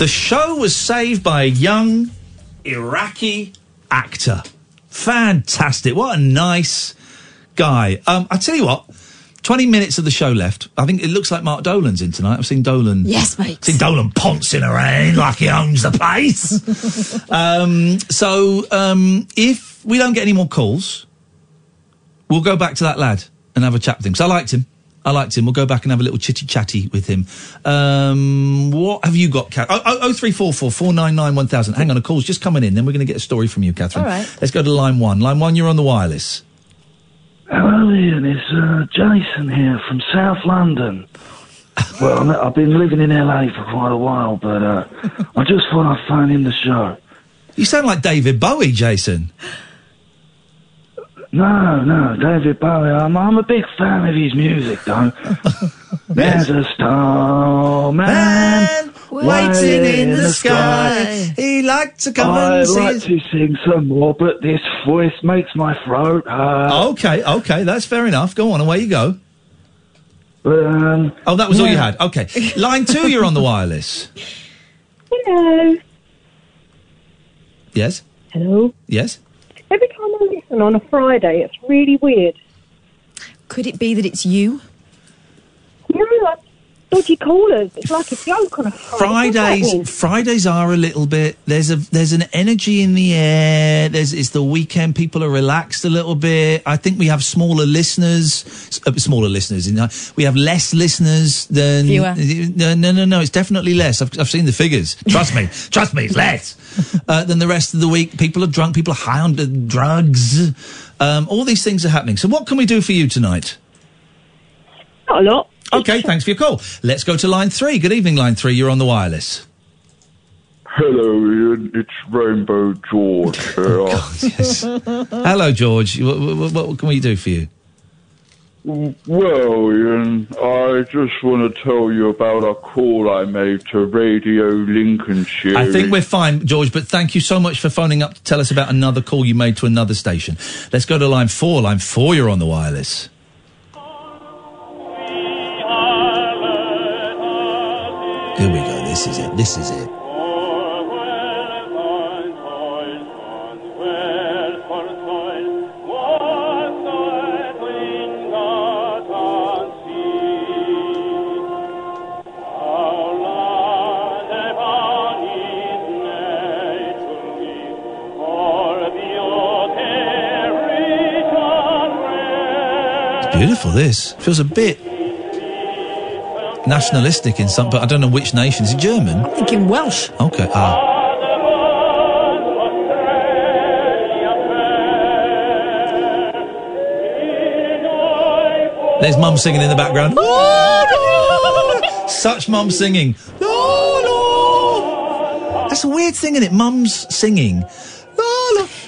Speaker 6: The show was saved by a young Iraqi actor. Fantastic. What a nice guy. Um, I tell you what, 20 minutes of the show left. I think it looks like Mark Dolan's in tonight. I've seen Dolan.
Speaker 2: Yes, mate.
Speaker 6: Seen Dolan pouncing around like he owns the place. um, so um, if we don't get any more calls, we'll go back to that lad and have a chat with him. 'Cause I liked him. I liked him. We'll go back and have a little chitty chatty with him. Um, what have you got, Catherine? Oh, oh, 0344 499 1000. Hang on, a call's just coming in. Then we're going to get a story from you, Catherine.
Speaker 17: All right.
Speaker 6: Let's go to line one. Line one, you're on the wireless.
Speaker 17: Hello, Ian. It's uh, Jason here from South London. Well, I'm- I've been living in LA for quite a while, but uh, I just thought I'd phone in the show.
Speaker 6: You sound like David Bowie, Jason.
Speaker 17: No, no, David Bowie. I'm, I'm a big fan of his music, though. There's a starman
Speaker 2: waiting in the sky.
Speaker 6: He liked to come
Speaker 17: I'd
Speaker 6: and see
Speaker 17: like
Speaker 6: us.
Speaker 17: to sing some more, but this voice makes my throat hurt.
Speaker 6: Okay, okay, that's fair enough. Go on, away you go.
Speaker 17: Um,
Speaker 6: oh, that was all you
Speaker 17: yeah.
Speaker 6: had. Okay. Line two, you're on the wireless.
Speaker 23: Hello.
Speaker 6: Yes?
Speaker 23: Hello.
Speaker 6: Yes?
Speaker 23: Every time I listen on a Friday, it's really weird.
Speaker 7: Could it be that it's you?
Speaker 23: No, like dodgy callers. It's like a joke on a Friday. What's that mean?
Speaker 6: Fridays Fridays are a little bit there's a there's an energy in the air. There's it's the weekend. People are relaxed a little bit. I think we have smaller listeners, s- uh, smaller listeners. You know, we have less listeners than
Speaker 7: Fewer.
Speaker 6: No, no, no, no. It's definitely less. I've I've seen the figures. Trust me. Trust me. It's less uh, than the rest of the week. People are drunk. People are high on d- drugs. Um, all these things are happening. So what can we do for you tonight?
Speaker 23: Not a lot.
Speaker 6: Okay, thanks for your call. Let's go to line three. Good evening, line three. You're on the wireless.
Speaker 29: Hello, Ian. It's Rainbow George here.
Speaker 6: Oh, Hello, George. What, what, what can we do for you?
Speaker 29: Well, Ian, I just want to tell you about a call I made to Radio Lincolnshire.
Speaker 6: I think we're fine, George, but thank you so much for phoning up to tell us about another call you made to another station. Let's go to line four. Line four, you're on the wireless. Here we go. This is it. This is it. It's beautiful. This feels a bit nationalistic in some, but I don't know which nation. Is it German? I'm
Speaker 7: thinking Welsh.
Speaker 6: Okay. Ah. There's mum singing in the background. Such mum singing. That's a weird thing, is it? Mum's singing.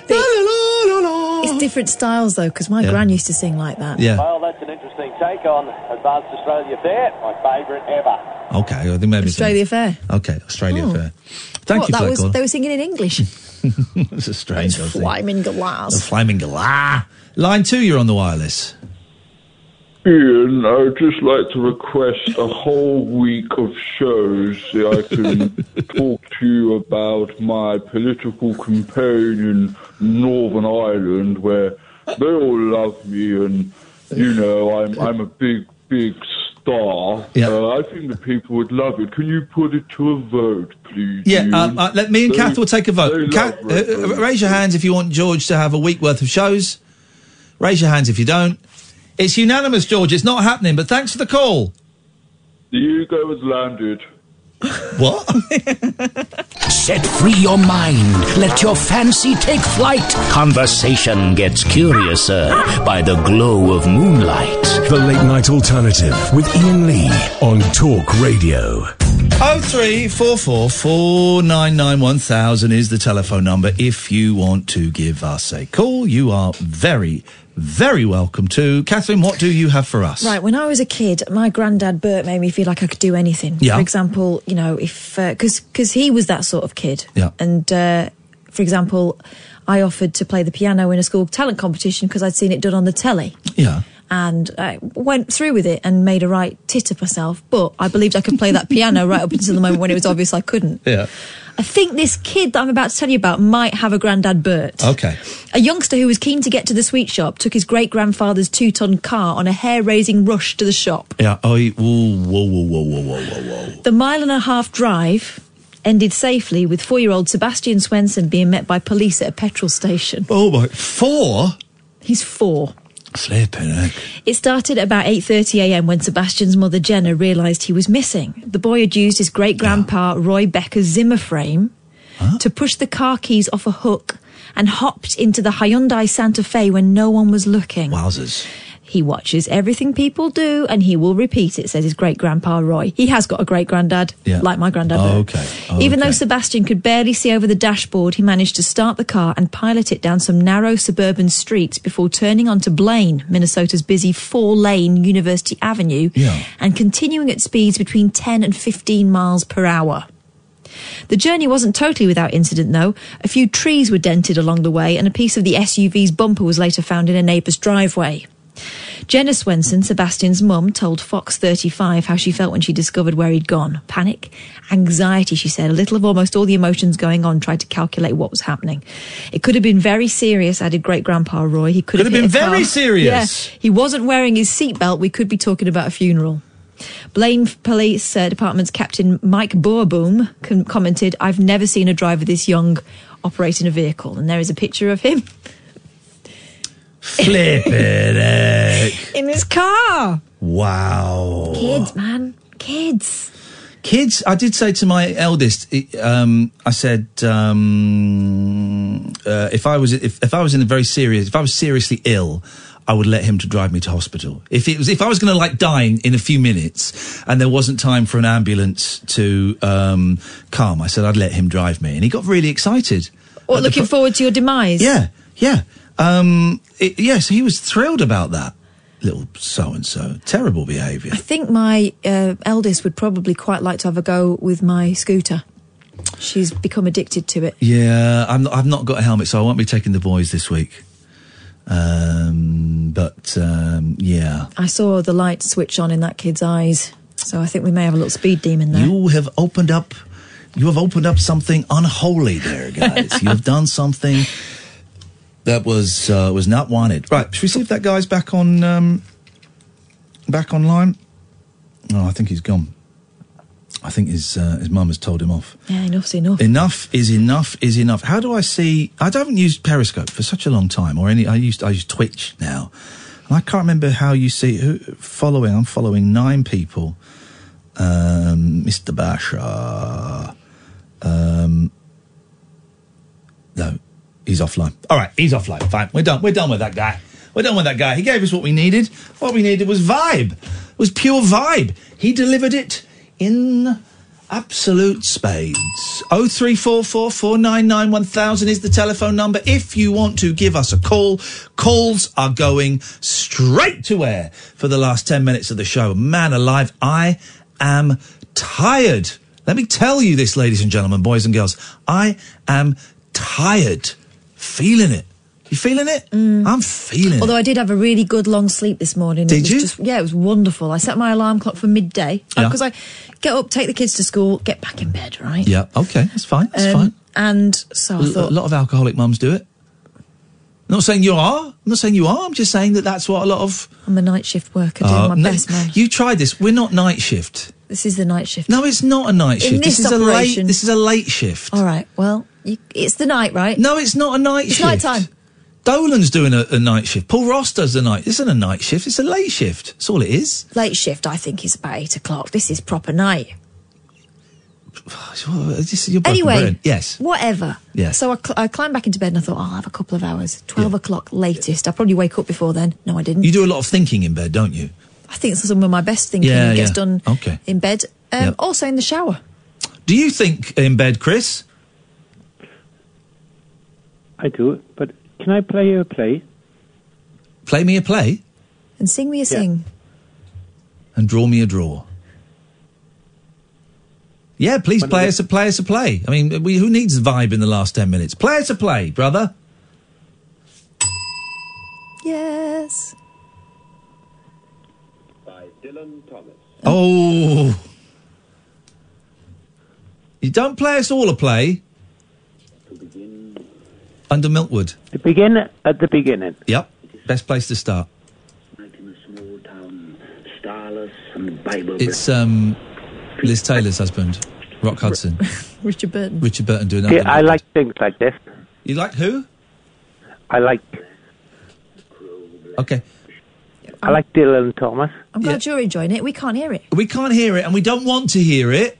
Speaker 7: They- It's different styles though, because my gran used to sing like that.
Speaker 27: Well, that's an interesting take on Advanced Australia Fair, my favourite ever.
Speaker 6: Okay, I think maybe it's-
Speaker 7: Australia Fair.
Speaker 6: Okay, Australia
Speaker 7: Oh.
Speaker 6: Fair. Thank
Speaker 7: what,
Speaker 6: you
Speaker 7: that
Speaker 6: for that,
Speaker 7: was,
Speaker 6: call.
Speaker 7: They were singing in English.
Speaker 6: It's a strange old thing.
Speaker 7: Flaming
Speaker 6: The
Speaker 7: glass.
Speaker 6: flaming galah. Line two, you're on the wireless.
Speaker 29: Ian, I would just like to request a whole week of shows that I can talk to you about my political campaign in Northern Ireland, where they all love me, and you know I'm I'm a big big star. Uh, I think the people would love it. Can you put it to a vote, please?
Speaker 6: Yeah,
Speaker 29: Ian?
Speaker 6: um, uh, let me and
Speaker 29: They-
Speaker 6: Kath will take a
Speaker 29: they
Speaker 6: vote.
Speaker 29: love
Speaker 6: Kath, uh,
Speaker 29: referendums.
Speaker 6: uh, raise your hands if you want George to have a week worth of shows. Raise your hands if you don't. It's unanimous, George. It's not happening, but thanks for the call.
Speaker 29: The Hugo was landed.
Speaker 6: What?
Speaker 5: Set free your mind. Let your fancy take flight. Conversation gets curiouser by the glow of moonlight.
Speaker 30: The Late Night Alternative with Ian Lee on Talk Radio.
Speaker 6: Oh three four four four nine nine one thousand is the telephone number. If you want to give us a call, you are very, very welcome to. Catherine, what do you have for us?
Speaker 7: Right, when I was a kid, my granddad Bert made me feel like I could do anything.
Speaker 6: Yeah.
Speaker 7: For example, you know, if because because he was that sort of kid.
Speaker 6: Yeah.
Speaker 7: And uh, for example, I offered to play the piano in a school talent competition because I'd seen it done on the telly.
Speaker 6: Yeah.
Speaker 7: and I went through with it and made a right tit of myself. But I believed I could play that piano right up until the moment when it was obvious I couldn't.
Speaker 6: Yeah.
Speaker 7: I think this kid that I'm about to tell you about might have a granddad Bert.
Speaker 13: Oh.
Speaker 6: Okay.
Speaker 7: A youngster who was keen to get to the sweet shop took his great grandfather's two ton car on a hair raising rush to the shop.
Speaker 6: Yeah. Oh. Whoa. Whoa. Whoa. Whoa. Whoa. Whoa. Whoa.
Speaker 7: The mile and a half drive ended safely with four year old Sebastian Swenson being met by police at a petrol station.
Speaker 6: Oh my! Four?
Speaker 7: He's four.
Speaker 6: Flipping heck.
Speaker 7: It started at about 8.30am when Sebastian's mother Jenna realised he was missing. The boy had used his great-grandpa Roy Becker's Zimmer frame to push the car keys off a hook and hopped into the Hyundai Santa Fe when no one was looking.
Speaker 6: Wowzers.
Speaker 7: He watches everything people do and he will repeat it, says his great-grandpa Roy. He has got a great-granddad,
Speaker 6: Yeah.
Speaker 7: like my granddad.
Speaker 6: Oh,
Speaker 7: Bert.
Speaker 6: okay. Oh,
Speaker 7: Even though
Speaker 6: okay.
Speaker 7: Sebastian could barely see over the dashboard, he managed to start the car and pilot it down some narrow suburban streets before turning onto Blaine, Minnesota's busy four lane University Avenue,
Speaker 13: Yeah.
Speaker 7: and continuing at speeds between 10 and 15 miles per hour. The journey wasn't totally without incident, though. A few trees were dented along the way, and a piece of the SUV's bumper was later found in a neighbour's driveway. Jenna Swenson, Sebastian's mum, told Fox 35 how she felt when she discovered where he'd gone. Panic, anxiety, she said, a little of almost all the emotions going on, tried to calculate what was happening. It could have been very serious, added great grandpa Roy. He could,
Speaker 4: Could have
Speaker 7: hit
Speaker 4: been
Speaker 7: a car.
Speaker 4: very serious.
Speaker 7: Yeah, he wasn't wearing his seatbelt. We could be talking about a funeral. Blaine Police uh, Department's Captain Mike Boerboom com- commented, I've never seen a driver this young operating a vehicle. And there is a picture of him
Speaker 6: Flip it, Eric.
Speaker 7: in his car.
Speaker 6: Wow.
Speaker 7: Kids, man. Kids.
Speaker 6: Kids, I did say to my eldest, it- um, I said, um, uh, if I was if, if I was in a very serious, if I was seriously ill, I would let him to drive me to hospital. If it was, if I was going to like die in, in a few minutes, and there wasn't time for an ambulance to um, come, I said I'd let him drive me, and he got really excited.
Speaker 7: Or
Speaker 6: at the
Speaker 7: looking
Speaker 6: pro-
Speaker 7: forward to your demise.
Speaker 6: yeah, yeah. Um, it, yeah, so he was thrilled about that. Little so and so. Terrible behaviour.
Speaker 7: I think my uh, eldest would probably quite like to have a go with my scooter. She's become addicted to it.
Speaker 6: Yeah, I'm, I've not got a helmet, so I won't be taking the boys this week. Um, but um, yeah.
Speaker 7: I saw the light switch on in that kid's eyes, so I think we may have a little speed demon there.
Speaker 6: You have opened up. You have opened up something unholy, there, guys. you have done something that was uh, was not wanted. Right? Should we see if that guy's back on um, back online? No, I think he's gone. I think his uh, his mum has told him off.
Speaker 7: Yeah, enough's enough.
Speaker 6: Enough is enough is enough. How do I see? I haven't used Periscope for such a long time, or any. I used I use Twitch now, and I can't remember how you see who following. I'm following nine people. Um, Mr. Basher. Um, no, he's offline. All right, he's offline. Fine, we're done. We're done with that guy. We're done with that guy. He gave us what we needed. What we needed was vibe. It was pure vibe. He delivered it in absolute spades. Oh three four four four nine nine one thousand is the telephone number. If you want to give us a call, calls are going straight to air for the last ten minutes of the show. Man alive, I am tired. Let me tell you this, ladies and gentlemen, boys and girls. I am tired. Feeling it. You feeling it?
Speaker 7: Mm.
Speaker 6: I'm feeling it.
Speaker 7: Although I did have a really good long sleep this morning.
Speaker 6: Did
Speaker 7: it was
Speaker 6: you?
Speaker 7: Just, yeah, it was wonderful. I set my alarm clock for midday
Speaker 6: Yeah.
Speaker 7: because I get up, take the kids to school, get back in bed, right?
Speaker 6: Yeah, okay, that's fine. That's
Speaker 7: Um,
Speaker 6: fine.
Speaker 7: And so I
Speaker 6: A-
Speaker 7: thought,
Speaker 6: a lot of alcoholic mums do it. I'm not saying you are. I'm not saying you are. I'm just saying that that's what a lot of.
Speaker 7: I'm a night shift worker doing
Speaker 6: Uh,
Speaker 7: my
Speaker 6: no,
Speaker 7: best, man.
Speaker 6: You tried this. We're not night shift.
Speaker 7: This is the night shift.
Speaker 6: No, it's not a night
Speaker 7: In
Speaker 6: shift.
Speaker 7: this
Speaker 6: is a
Speaker 7: operation-
Speaker 6: late. This is a late shift.
Speaker 7: All right, well, you, it's the night, right?
Speaker 6: No, it's not a night
Speaker 7: it's
Speaker 6: shift.
Speaker 7: nighttime.
Speaker 6: Dolan's doing a, a night shift. Paul Ross does a night. This isn't a night shift. It's a late shift. That's all it is.
Speaker 7: Late shift, I think, is about eight o'clock. This is proper night.
Speaker 6: This, you're broken
Speaker 7: Anyway,
Speaker 6: brain. yes.
Speaker 7: Whatever.
Speaker 6: Yes.
Speaker 7: So I, cl- I climbed back into bed and I thought, "Oh, I'll have a couple of hours. 12 o'clock latest. I'll probably wake up before then. No, I didn't.
Speaker 6: You do a lot of thinking in bed, don't you?
Speaker 7: I think some of my best thinking
Speaker 6: Yeah,
Speaker 7: gets
Speaker 6: yeah.
Speaker 7: done
Speaker 6: Okay.
Speaker 7: in bed. Um,
Speaker 6: Yeah.
Speaker 7: Also in the shower.
Speaker 6: Do you think in bed, Chris?
Speaker 8: I do, but can I play you a play?
Speaker 6: Play me a play
Speaker 7: And sing me a sing.
Speaker 6: and draw me a draw. Yeah, please play us a play us a play. I mean, we, who needs vibe in the last ten minutes? Play us a play, brother.
Speaker 7: Yes.
Speaker 11: By Dylan Thomas.
Speaker 6: Oh. You don't play us all a play. Under Milkwood.
Speaker 8: To begin at the beginning.
Speaker 6: Yep. Best place to start.
Speaker 8: Starless and Bible.
Speaker 6: It's um, Liz Taylor's husband, Rock Hudson.
Speaker 7: Richard Burton.
Speaker 6: Richard Burton doing
Speaker 8: See,
Speaker 6: that.
Speaker 8: I like things like this.
Speaker 6: You like who?
Speaker 8: I like
Speaker 6: Okay.
Speaker 8: I like Dylan Thomas.
Speaker 7: I'm glad you're enjoying it. We can't hear it.
Speaker 6: We can't hear it and we don't want to hear it.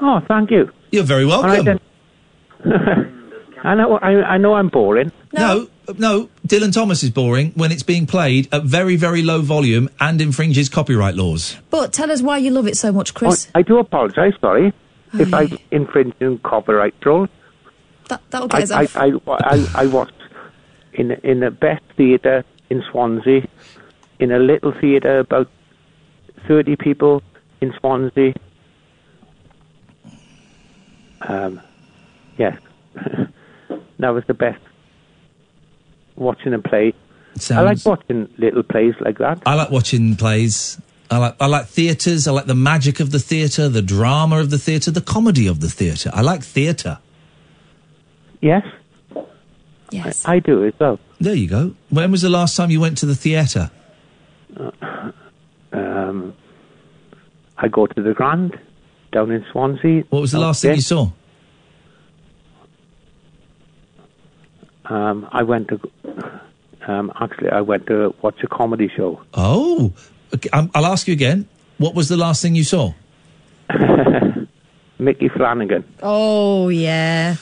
Speaker 8: Oh, thank you.
Speaker 6: You're very welcome.
Speaker 8: I know. I, I know. I'm boring.
Speaker 6: No. no, Dylan Thomas is boring when it's being played at very, very low volume and infringes copyright laws.
Speaker 7: But tell us why you love it so much, Chris.
Speaker 8: I do apologise. Sorry if I infringe on copyright law.
Speaker 7: That, that'll
Speaker 8: I,
Speaker 7: get us
Speaker 8: I,
Speaker 7: off.
Speaker 8: I, I, I watched in in the best theatre in Swansea, in a little theatre about thirty people in Swansea. Um, yes, that was the best watching a play
Speaker 6: Sounds-
Speaker 16: I like watching little plays like that.
Speaker 6: I like watching plays. I like I like theatres. I like the magic of the theatre, the drama of the theatre, the comedy of the theatre. I like theatre.
Speaker 16: Yes.
Speaker 7: Yes.
Speaker 16: I, I do as well.
Speaker 6: There you go. When was the last time you went to the theatre?
Speaker 16: Uh, Um, I go to the Grand down in Swansea.
Speaker 6: What was the last thing you saw?
Speaker 16: Um, I went to. Um, actually, I went to watch a comedy show.
Speaker 6: Oh, okay, I'm, I'll ask you again. What was the last thing you saw?
Speaker 16: Mickey Flanagan.
Speaker 7: Oh, yeah.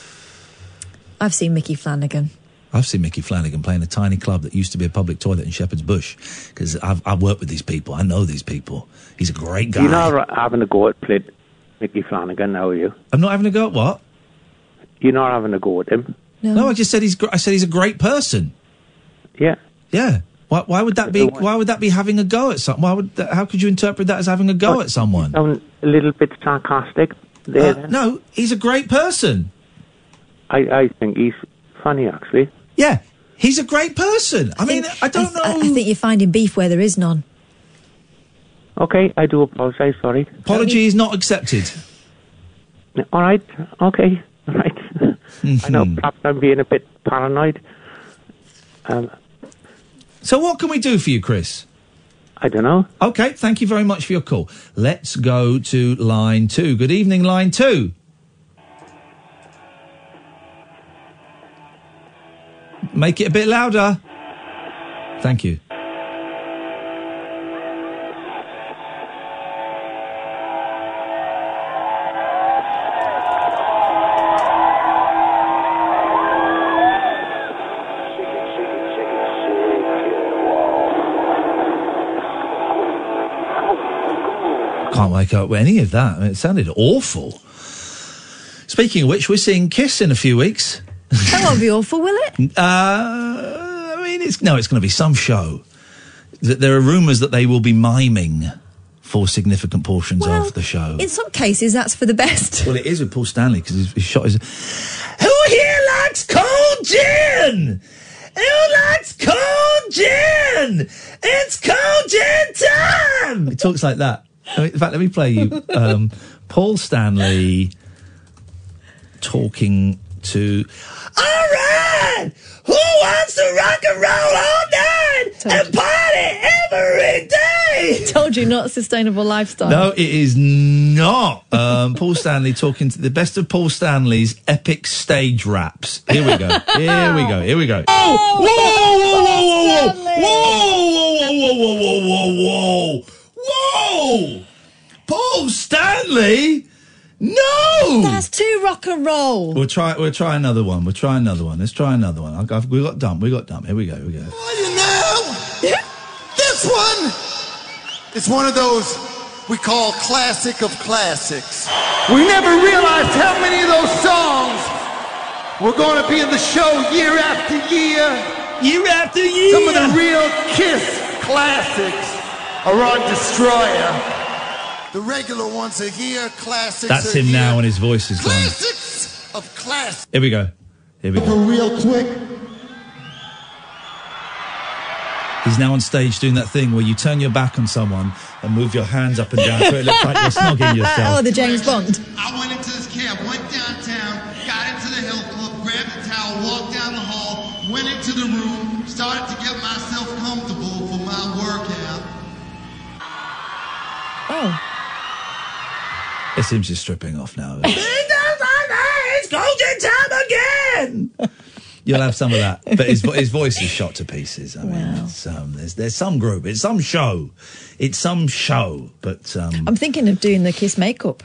Speaker 7: I've seen Mickey Flanagan.
Speaker 6: I've seen Mickey Flanagan playing a tiny club that used to be a public toilet in Shepherd's Bush because I've, I've worked with these people. I know these people. He's a great guy.
Speaker 16: You're not ra- having a go at played Mickey Flanagan, now are you?
Speaker 6: I'm not having a go at what?
Speaker 16: You're not having a go at him.
Speaker 7: No,
Speaker 6: I just said he's. Gr- I said he's a great person.
Speaker 16: Yeah.
Speaker 6: Yeah. Why, why would that be? Why would that be having a go at someone? Why would? That, how could you interpret that as having a go at someone?
Speaker 16: Sound a little bit sarcastic there.
Speaker 6: Uh,
Speaker 16: then.
Speaker 6: no, he's a great person.
Speaker 16: I, I think he's funny, actually.
Speaker 6: Yeah, he's a great person. I mean, I don't know.
Speaker 7: I, I think you're finding beef where there is none.
Speaker 16: Okay, I do apologise, sorry.
Speaker 6: Apology is not accepted.
Speaker 16: All right, okay, all right. I know
Speaker 6: Hmm.
Speaker 16: perhaps I'm being a bit paranoid. Um,
Speaker 6: So, what can we do for you, Chris?
Speaker 16: I don't know.
Speaker 6: Okay, thank you very much for your call. Let's go to line two. Good evening, line two. Make it a bit louder. Thank you. Can't wake up with any of that. I mean, it sounded awful. Speaking of which, we're seeing Kiss in a few weeks.
Speaker 7: That won't be awful, will it?
Speaker 6: Uh, I mean, it's no, it's going to be some show. Th- There are rumours that they will be miming for significant portions of the show.
Speaker 7: In some cases, that's for the best.
Speaker 6: Well, it is with Paul Stanley because his, his shot is. Who here likes cold gin? Who likes cold gin? It's cold gin time. He talks like that. I mean, in fact, let me play you um, Paul Stanley talking to. All right, who wants to rock and roll all night and party every day?
Speaker 7: Told you not sustainable lifestyle.
Speaker 6: No, it is not. Um, Paul Stanley talking to the best of Paul Stanley's epic stage raps. Here we go. Here we go. Here we go.
Speaker 31: Whoa, whoa, whoa, whoa, whoa,
Speaker 6: whoa, whoa, whoa, whoa, whoa, whoa, whoa, whoa! Paul Stanley, no,
Speaker 7: that's too rock and roll.
Speaker 6: We'll try. We'll try another one. We'll try another one. Let's try another one. I've, I've- we got dumb. We got dumb. Here we go. Here we go.
Speaker 21: This one is one of those we call classic of classics. We never realized how many of those songs were going to be in the show year after year.
Speaker 6: Year after year.
Speaker 21: Some of the real Kiss classics are on Destroyer. The regular ones are here, classics
Speaker 6: That's
Speaker 21: are
Speaker 6: him
Speaker 21: here.
Speaker 6: now, and his voice is gone.
Speaker 21: Classics of classics.
Speaker 6: Here we go. Here we go.
Speaker 21: Real quick.
Speaker 6: He's now on stage doing that thing where you turn your back on someone and move your hands up and down so it looks like you're snogging yourself.
Speaker 7: Oh, the James Bond.
Speaker 21: I went into this cab, went downtown, got into the health club, grabbed a towel, walked down the hall, went into the room, started to get myself comfortable for my workout.
Speaker 7: Oh.
Speaker 6: It seems he's stripping off now.
Speaker 31: It's golden time again.
Speaker 6: You'll have some of that, but his, vo- his voice is shot to pieces. I mean, it's, um, there's there's some group, it's some show, it's some show. But um,
Speaker 7: I'm thinking of doing the kiss makeup.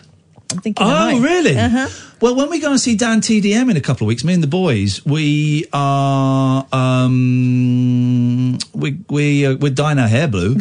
Speaker 7: I'm thinking. I
Speaker 6: oh,
Speaker 7: might.
Speaker 6: really?
Speaker 7: Uh-huh.
Speaker 6: Well, when we go and see Dan TDM in a couple of weeks, me and the boys, we are um, we we uh, we're dyeing our hair blue.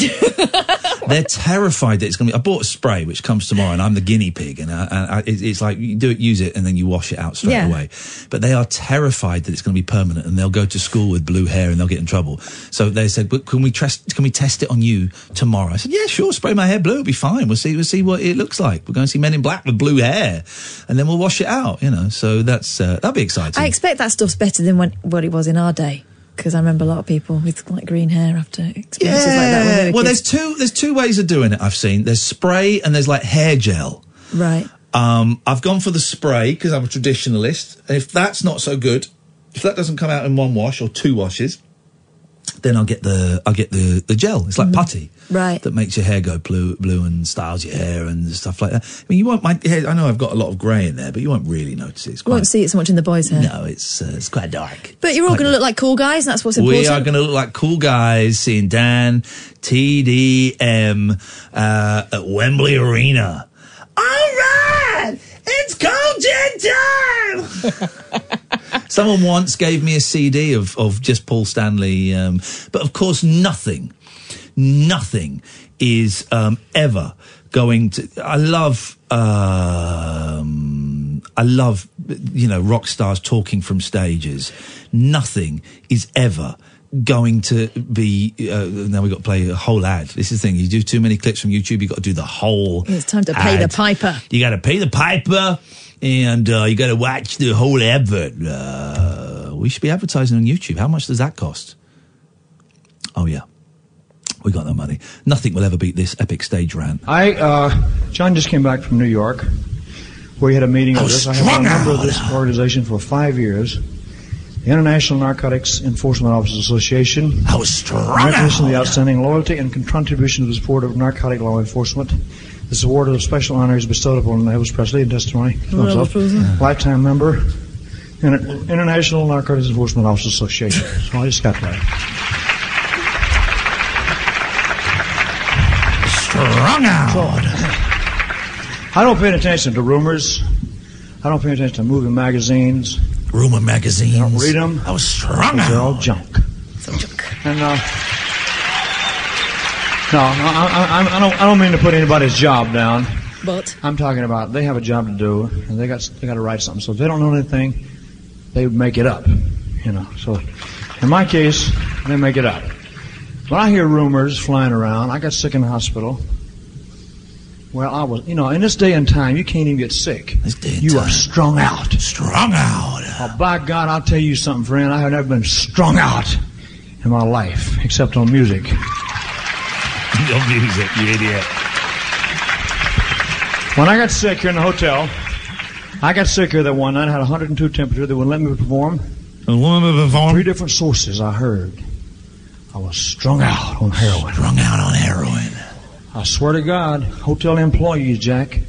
Speaker 6: They're terrified that it's going to be. I bought a spray which comes tomorrow, and I'm the guinea pig, and, I, and I, it's it's like you do it, use it, and then you wash it out straight
Speaker 31: Yeah.
Speaker 6: away. But they are terrified that it's going to be permanent, and they'll go to school with blue hair, and they'll get in trouble. So they said, "But "Can we test? Can we test it on you tomorrow?" I said, "Yeah, sure. Spray my hair blue; it'll be fine. We'll see. We'll see what it looks like. We're going to see Men in Black with blue hair, and then we'll wash it out. You know, so that's uh, that'll be exciting."
Speaker 7: I expect that stuff's better than when, what it was in our day. because I remember a lot of people with like green hair after experiences
Speaker 6: Yeah.
Speaker 7: like that. When they were
Speaker 6: well, there's
Speaker 7: kids.
Speaker 6: two there's two ways of doing it. I've seen there's spray and there's like hair gel.
Speaker 7: right.
Speaker 6: Um, I've gone for the spray because I'm a traditionalist. And if that's not so good, if that doesn't come out in one wash or two washes, then I'll get the I'll get the, the gel. It's like putty
Speaker 7: Mm-hmm. Right.
Speaker 6: that makes your hair go blue blue and styles your hair and stuff like that. I mean, you won't my hair. I know I've got a lot of grey in there, but you won't really notice it. It's
Speaker 7: You
Speaker 6: quite
Speaker 7: won't see it so much in the boys' hair.
Speaker 6: no, it's uh, it's quite dark.
Speaker 7: But you're all going to look like cool guys, and that's what's important.
Speaker 6: We are going to look like cool guys seeing Dan TDM uh, at Wembley Arena.
Speaker 4: All right, it's cold gin time.
Speaker 6: Someone once gave me a CD of, of just Paul Stanley, um, but of course, nothing, nothing is um, ever going to. I love, um, I love, you know, rock stars talking from stages. Nothing is ever going to be. Uh, now we've got to play a whole ad. This is the thing. You do too many clips from YouTube, you've got to do the whole.
Speaker 7: It's time to pay the
Speaker 6: ad.
Speaker 7: piper.
Speaker 6: You got to pay the piper, and uh, you got to watch the whole advert. Uh, we should be advertising on YouTube. How much does that cost? Oh yeah, we got no money. Nothing will ever beat this epic stage rant.
Speaker 10: I, uh, John just came back from New York. We had a meeting
Speaker 6: Oh,
Speaker 10: with this. I have been a
Speaker 6: strung
Speaker 10: member of
Speaker 6: out.
Speaker 10: this organization for five years. The International Narcotics Enforcement Officers Association.
Speaker 6: I was strong.
Speaker 10: Recognition of the outstanding loyalty and con- contribution to the support of narcotic law enforcement. This award of special honor is bestowed upon Elvis Presley in testimony to
Speaker 7: Well,
Speaker 10: himself.
Speaker 7: Elvis.
Speaker 10: Lifetime member, Inter- International Narcotics Enforcement Officers Association. So I just got that.
Speaker 6: Strung out.
Speaker 10: I don't pay attention to rumors. I don't pay attention to movie magazines.
Speaker 6: Rumor magazines.
Speaker 10: I don't read them. I
Speaker 6: was strung
Speaker 10: They're all junk. And uh, no, I, I, I- I don't. I don't mean to put anybody's job down.
Speaker 7: But
Speaker 10: I'm talking about they have a job to do and they got they got to write something. So if they don't know anything, they make it up. You know. So in my case, they make it up. When I hear rumors flying around, I got sick in the hospital. Well, I was, you know, in this day and time, you can't even get sick. you are strung out.
Speaker 6: Strung out.
Speaker 10: Oh, by God, I'll tell you something, friend. I have never been strung out in my life, except on music.
Speaker 6: Your music, you idiot.
Speaker 10: When I got sick here in the hotel, I got sick here that one night. I had 102 temperature. They wouldn't let me perform.
Speaker 6: A woman perform?
Speaker 10: Three different sources I heard. I was strung out on heroin.
Speaker 6: Strung out on heroin.
Speaker 10: I swear to God, hotel employees, Jack,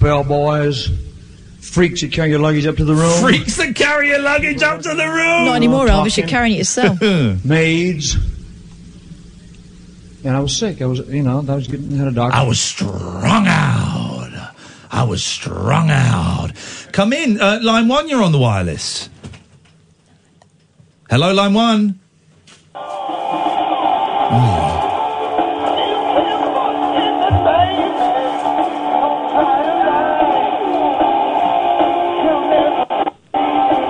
Speaker 10: bellboys, freaks that carry your luggage up to the room.
Speaker 6: Freaks that carry your luggage up to the room.
Speaker 7: Not anymore, Elvis. You're
Speaker 10: Talking.
Speaker 7: carrying it yourself.
Speaker 10: maids. And I was sick. I was, you know, I was getting had a doctor.
Speaker 6: I was strung out. I was strung out. Come in, uh, line one. You're on the wireless. Hello, line one.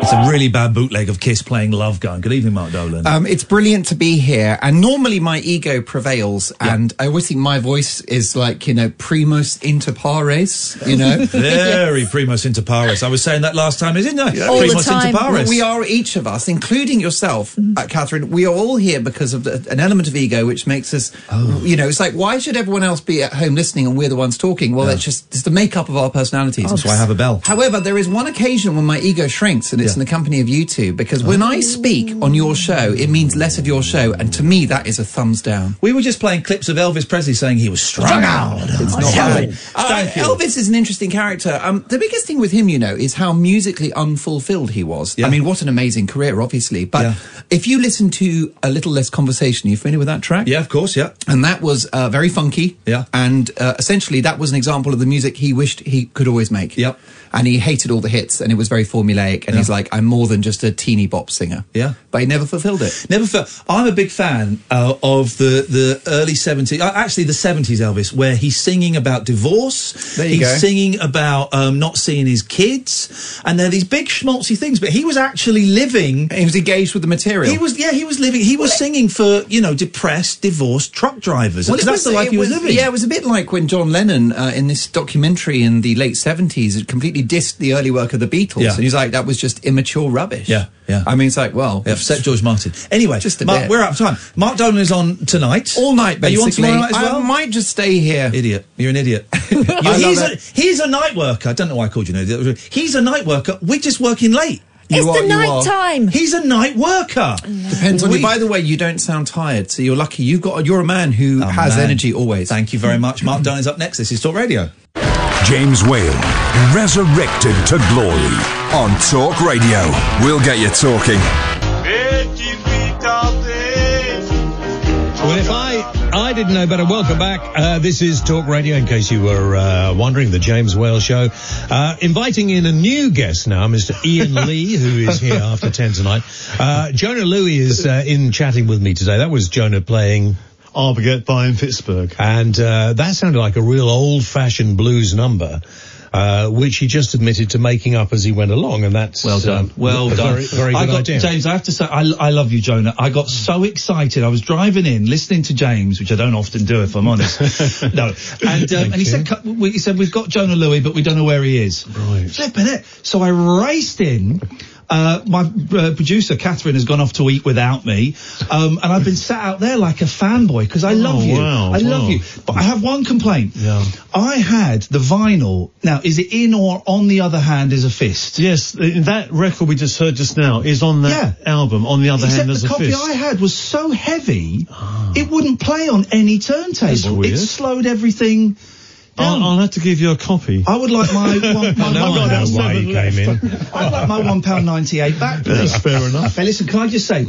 Speaker 6: It's a really bad bootleg of Kiss playing Love Gun. Good evening, Mark Dolan.
Speaker 14: Um, it's brilliant to be here, and normally my ego prevails, and I always think my voice is like you know primus inter pares, you know.
Speaker 6: very primus inter pares. I was saying that last time, isn't I? primus inter pares.
Speaker 14: We are each of us, including yourself, uh, Catherine. We are all here because of the, an element of ego, which makes us,
Speaker 12: Oh,
Speaker 14: you know, it's like why should everyone else be at home listening and we're the ones talking? Well, that's just it's the makeup of our personalities.
Speaker 6: That's why I have a bell.
Speaker 14: However, there is one occasion when my ego shrinks, and it's in the company of you two, because when I speak on your show, it means less of your show, and to me, that is a thumbs down.
Speaker 6: We were just playing clips of Elvis Presley saying he was strung out. It's
Speaker 14: not Thank you. Elvis is an interesting character. Um, the biggest thing with him, you know, is how musically unfulfilled he was. I mean, what an amazing career, obviously. But if you listen to a little less conversation, are you familiar with that track?
Speaker 6: Yeah, of course. Yeah,
Speaker 14: and that was uh, very funky. Yeah, and uh, essentially that was an example of the music he wished he could always make. Yep. And he hated all the hits, and it was very formulaic. And he's like, "I'm more than just a teeny bop singer."
Speaker 6: Yeah.
Speaker 14: But he never fulfilled it.
Speaker 6: Never felt. I'm a big fan uh, of the, the early 70s, uh, actually the 70s Elvis, where he's singing about divorce.
Speaker 14: There you
Speaker 6: he's
Speaker 14: go.
Speaker 6: singing about um, not seeing his kids. And they're these big schmaltzy things, but he was actually living.
Speaker 14: He was engaged with the material.
Speaker 6: He was, yeah, he was living. He was singing for, you know, depressed, divorced truck drivers.
Speaker 14: Well, it was-
Speaker 6: because that's the life
Speaker 14: it
Speaker 6: he was, living.
Speaker 14: Yeah, it was a bit like when John Lennon, uh, in this documentary in the late 70s, had completely dissed the early work of the Beatles.
Speaker 6: Yeah.
Speaker 14: And he's like, that was just immaterial immature rubbish.
Speaker 6: Yeah, yeah.
Speaker 14: I mean, it's like, well,
Speaker 6: Yeah, upset George Martin. Anyway,
Speaker 14: Just a
Speaker 6: Mark,
Speaker 14: bit.
Speaker 6: we're out of time. Mark Dolan is on tonight. All night, Are you on
Speaker 14: basically.
Speaker 6: tomorrow night as
Speaker 14: I
Speaker 6: well? might just stay here. Idiot. You're an idiot. You-
Speaker 14: love
Speaker 6: he's, a,
Speaker 14: it.
Speaker 6: he's a night worker. I don't know why I called you an idiot. He's a night worker. We're just working late.
Speaker 7: it's the night time.
Speaker 6: He's a night worker.
Speaker 14: Depends on you. By the way, you don't sound tired, so you're lucky. You've got you're a man who has
Speaker 6: Oh, man.
Speaker 14: energy always.
Speaker 6: Thank you very much. Mark Dolan is up next. This is Talk Radio.
Speaker 5: James Whale, resurrected to glory on Talk Radio. We'll get you talking.
Speaker 15: Well, if I, I didn't know better, welcome back. Uh, this is Talk Radio, in case you were uh, wondering, the James Whale Show. Uh, inviting in a new guest now, Mr. Ian Lee, who is here after 10 tonight. Uh, Jonah Louie is uh, in chatting with me today. That was Jonah playing. Arbaget by in Pittsburgh. And uh, that sounded like a real old fashioned blues number. Uh, which he just admitted to making up as he went along, and that's
Speaker 22: Well done.
Speaker 15: um,
Speaker 22: Well
Speaker 15: a
Speaker 22: done.
Speaker 15: Very, very good
Speaker 6: I got,
Speaker 15: idea.
Speaker 6: James, I have to say, I, I love you, Jonah. I got so excited. I was driving in, listening to James, which I don't often do, if I'm honest. no. And, um, and he, said, "Cut- we- he said, we've got Jonah Louis, but we don't know where he is. Right. Flipping it. So I raced in. Uh, my uh, producer, Catherine, has gone off to eat without me. Um, and I've been sat out there like a fanboy because I love you.
Speaker 15: Oh, wow,
Speaker 6: I love
Speaker 15: wow.
Speaker 6: you. But I have one complaint.
Speaker 15: Yeah.
Speaker 6: I had the vinyl. Now, is it in or on the other hand is a fist?
Speaker 22: Yes, that record we just heard just now is on that album. On the other
Speaker 6: Except
Speaker 22: hand, there's
Speaker 6: the
Speaker 22: a
Speaker 6: copy
Speaker 22: fist. Ah.
Speaker 6: I had was so heavy, it wouldn't play on any
Speaker 22: That's
Speaker 6: turntable. It
Speaker 22: weird.
Speaker 6: slowed everything.
Speaker 22: I'll, I'll have to give you a copy.
Speaker 6: I would like my one, my,
Speaker 22: now
Speaker 6: one
Speaker 22: I know
Speaker 6: pound-
Speaker 22: why you came in.
Speaker 6: I'd like my one pound ninety eight back, please.
Speaker 22: That's fair enough.
Speaker 6: Hey, listen, can I just say?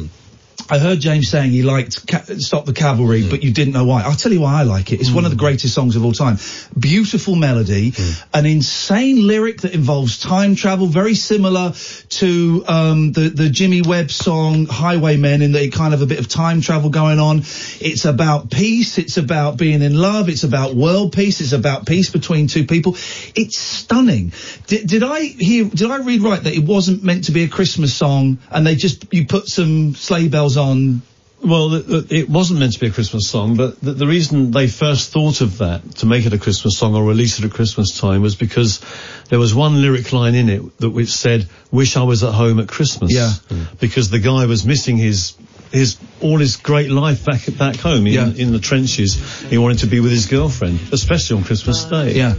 Speaker 6: I heard James saying he liked ca- Stop the Cavalry,
Speaker 22: Hmm.
Speaker 6: but you didn't know why. I'll tell you why I like it. It's one of the greatest songs of all time. Beautiful melody,
Speaker 22: Hmm.
Speaker 6: an insane lyric that involves time travel, very similar to um, the, the Jimmy Webb song Highwaymen in that it kind of a bit of time travel going on. It's about peace. It's about being in love. It's about world peace. It's about peace between two people. It's stunning. Did, did I hear? Did I read right that it wasn't meant to be a Christmas song, and they just you put some sleigh bells on?
Speaker 22: Well, th- th- it wasn't meant to be a Christmas song, but the, the reason they first thought of that to make it a Christmas song or release it at Christmas time was because there was one lyric line in it that which said, "Wish I was at home at Christmas."
Speaker 6: Yeah.
Speaker 22: Because the guy was missing his his all his great life back back home in,
Speaker 6: Yeah.
Speaker 22: in the trenches. He wanted to be with his girlfriend, especially on Christmas Day.
Speaker 6: Yeah.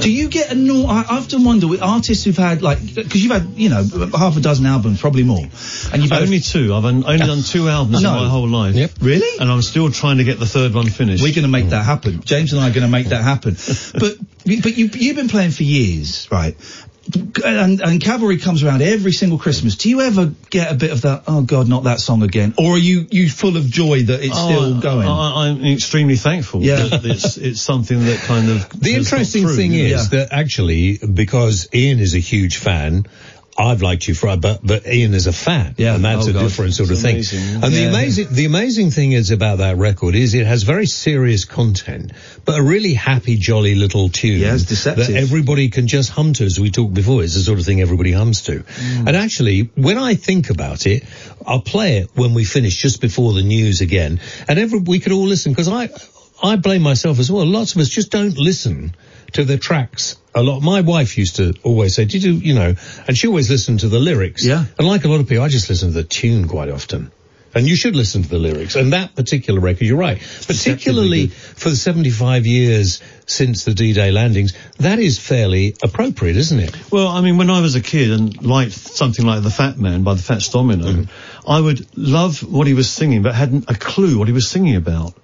Speaker 6: Do you get annoyed? I I often wonder with artists who've had like because you've had you know half a dozen albums, probably more, and you've had
Speaker 22: only two. I've un- only done two albums
Speaker 6: No.
Speaker 22: in my whole life.
Speaker 6: Really?
Speaker 22: And I'm still trying to get the third one finished.
Speaker 6: We're going to make that happen. James and I are going to make that happen. But but you you've been playing for years, right? And, and cavalry comes around every single Christmas. Do you ever get a bit of that? Oh God, not that song again. Or are you you full of joy that it's still going?
Speaker 22: Oh, I, I'm extremely thankful.
Speaker 6: Yeah.
Speaker 22: that it's, it's something that kind of.
Speaker 6: The
Speaker 22: has got
Speaker 6: interesting
Speaker 22: through.
Speaker 6: thing
Speaker 22: Yeah.
Speaker 6: is
Speaker 22: Yeah.
Speaker 6: that-
Speaker 15: that actually because Ian is a huge fan. I've liked you for, but but Ian is a fan, yeah, and that's
Speaker 6: Oh,
Speaker 15: a
Speaker 6: God.
Speaker 15: different sort
Speaker 6: It's
Speaker 15: of thing.
Speaker 6: amazing.
Speaker 15: And the
Speaker 6: Yeah.
Speaker 15: amazing the amazing thing is about that record is it has very serious content, but a really happy, jolly little tune.
Speaker 6: Yeah, it's deceptive.
Speaker 15: that everybody can just hum to, as we talked before. It's the sort of thing everybody hums to.
Speaker 6: Mm.
Speaker 15: And actually, when I think about it, I'll play it when we finish, just before the news again, and every we could all listen because I I blame myself as well. Lots of us just don't listen to the tracks a lot. My wife used to always say, "Did you, you know?" And she always listened to the lyrics. Yeah. And like a lot of people, I just listen to the tune quite often. And you should listen to the lyrics. And that particular record, you're right, particularly for the 75 years since the D-Day landings, that is fairly appropriate, isn't it?
Speaker 22: Well, I mean, when I was a kid and liked something like The Fat Man by the Fats Domino,
Speaker 6: Mm-hmm.
Speaker 22: I would love what he was singing, but hadn't a clue what he was singing about.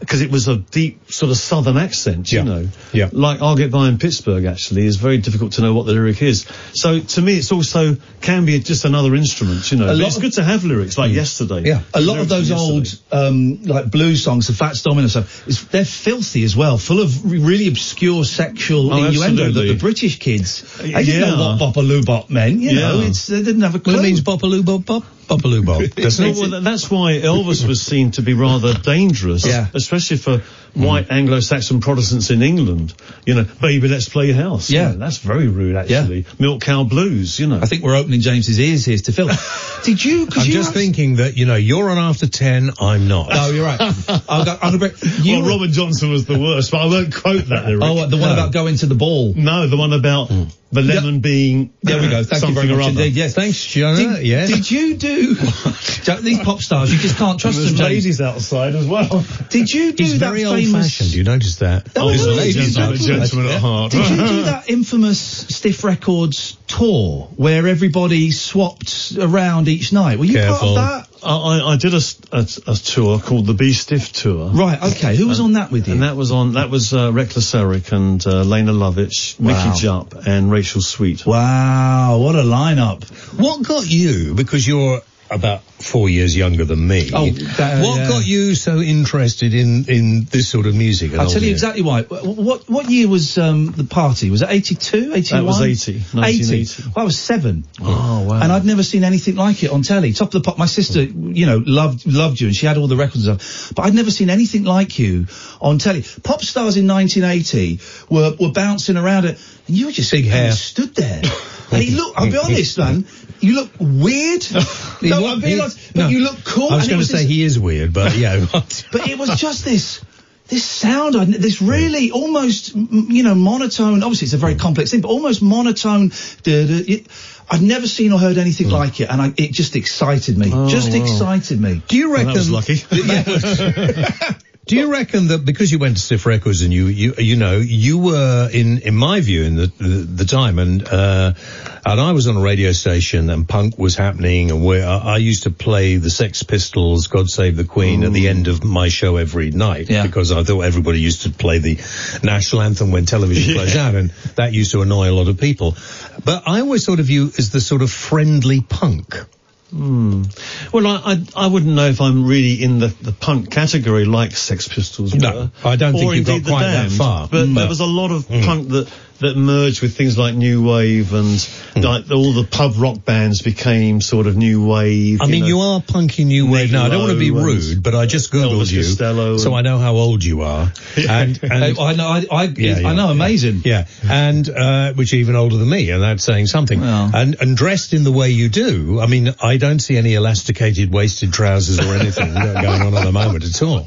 Speaker 22: Because it was a deep sort of southern accent, you know.
Speaker 15: Yeah.
Speaker 22: Like I'll Get By in Pittsburgh, actually, is very difficult to know what the lyric is. So to me, it's also can be just another instrument, you know.
Speaker 6: A
Speaker 22: But
Speaker 6: lot
Speaker 22: it's
Speaker 6: of- Mm.
Speaker 22: good to have lyrics like yesterday.
Speaker 6: Yeah, a lot of
Speaker 22: Lyrics
Speaker 6: those
Speaker 22: from yesterday.
Speaker 6: old um, like blues songs, the Fats Domino stuff, it's, they're filthy as well, full of re- really obscure sexual
Speaker 22: Oh,
Speaker 6: innuendo that
Speaker 22: absolutely.
Speaker 6: the British kids they didn't
Speaker 22: Yeah.
Speaker 6: know what bopaloo meant. You know,
Speaker 22: Yeah.
Speaker 6: it's, they didn't have a clue. Well, it means
Speaker 15: bopaloo bop bop bopaloo bop.
Speaker 22: No, well, tha- that's why Elvis was seen to be rather dangerous,
Speaker 6: Yeah.
Speaker 22: especially for white Anglo-Saxon Protestants in England. You know, baby, let's play house. You
Speaker 6: Yeah.
Speaker 22: know, that's very rude, actually. Milk cow blues, you know. I
Speaker 6: think we're opening James's ears here to Phil. Did you?
Speaker 15: I'm
Speaker 6: you
Speaker 15: just
Speaker 6: asked-
Speaker 15: thinking that, you know, you're on after 10, I'm not.
Speaker 6: No, you're right. I'll go, I'm gonna break. You
Speaker 22: well,
Speaker 15: Oh,
Speaker 22: Robin Johnson was the worst, but I won't quote that lyric.
Speaker 6: Oh, what, the one about going to the ball.
Speaker 22: No, the one about the lemon being
Speaker 15: Hmm. There we go. Thank you
Speaker 22: something
Speaker 15: very
Speaker 22: or
Speaker 15: much
Speaker 22: other.
Speaker 15: indeed. Yes, thanks, Shona.
Speaker 22: Did-
Speaker 15: yes.
Speaker 22: did
Speaker 15: you do these pop stars? You just can't trust
Speaker 22: And there's
Speaker 15: them. James.
Speaker 22: ladies outside as well. Did you
Speaker 15: He's very old-fashioned. You notice that?
Speaker 22: Oh, He's a
Speaker 15: well,
Speaker 22: ladies'
Speaker 15: he's
Speaker 22: man, a gentleman at heart.
Speaker 6: Did you do that infamous Stiff Records tour where everybody swapped around each night? Were you
Speaker 22: Careful.
Speaker 6: part of that?
Speaker 22: I, I- I did a, s- a s- a tour called the B Stiff Tour.
Speaker 6: Right, okay. Who was on that with you?
Speaker 22: And that was on that was uh, Reckless Eric and uh, Lena Lovitch,
Speaker 6: Wow.
Speaker 22: Mickey Jupp, and Rachel Sweet.
Speaker 6: Wow, what a lineup!
Speaker 15: What got you? Because you're about four years younger than me.
Speaker 6: Oh, that-
Speaker 15: what
Speaker 6: yeah.
Speaker 15: got you so interested in in this sort of music? at
Speaker 6: I'll tell
Speaker 15: old
Speaker 6: you
Speaker 15: age?
Speaker 6: exactly why. Wh- What what year was um, the party? Was it 82, 81?
Speaker 22: That was 80, 1980.
Speaker 6: Well, I was seven.
Speaker 22: Oh wow!
Speaker 6: And I'd never seen anything like it on telly. Top of the pop. My sister, you know, loved loved you, and she had all the records and stuff. But I'd never seen anything like you on telly. Pop stars in 1980 were were bouncing around it, and you were just big
Speaker 15: hair.
Speaker 6: stood there. and he looked. I'll be honest, man. You look weird. no, I'm being honest. But
Speaker 15: no.
Speaker 6: you look cool.
Speaker 15: I was
Speaker 6: and it
Speaker 15: going to
Speaker 6: was
Speaker 15: say
Speaker 6: this-
Speaker 15: he is weird, but yeah. but-
Speaker 6: but it was just this this sound I'd- this really almost m- you know monotone obviously it's a very complex thing but almost monotone duh, duh, it- I'd never seen or heard anything like it and I, it just excited me just
Speaker 15: Hmm. Oh, wow.
Speaker 6: excited me
Speaker 15: Do you reckon?
Speaker 6: Yeah.
Speaker 15: Do you reckon that because you went to Stiff Records and you you you know you were in in my view in the the, the time and uh, and I was on a radio station and punk was happening and we I, I used to play the Sex Pistols God Save the Queen at
Speaker 22: Mm.
Speaker 15: the end of my show every night because I thought everybody used to play the national anthem when television plays out and that used to annoy a lot of people but I always thought of you as the sort of friendly punk
Speaker 22: Hmm. Well, I, I I wouldn't know if I'm really in the, the punk category like Sex Pistols were.
Speaker 15: No, I don't think
Speaker 22: or
Speaker 15: you've got
Speaker 22: indeed The
Speaker 15: quite that
Speaker 22: Damned,
Speaker 15: far.
Speaker 22: But
Speaker 15: Mm.
Speaker 22: there was a lot of
Speaker 15: Mm.
Speaker 22: punk that that merged with things like new wave and
Speaker 15: Mm.
Speaker 22: like all the pub rock bands became sort of new wave.
Speaker 15: I mean,
Speaker 22: know.
Speaker 15: you are punky new wave. Now, I don't want to be
Speaker 22: Lowe and
Speaker 15: rude, but I just googled
Speaker 22: Elvis
Speaker 15: you,
Speaker 22: Costello
Speaker 15: so
Speaker 22: and-
Speaker 15: I know how old you are. And, and
Speaker 6: I know, I, I, I know, amazing.
Speaker 15: Yeah, and uh, which are even older than me, and that's saying something. And and dressed in the way you do, I mean, I don't see any elasticated waisted trousers or anything going on at the moment at all.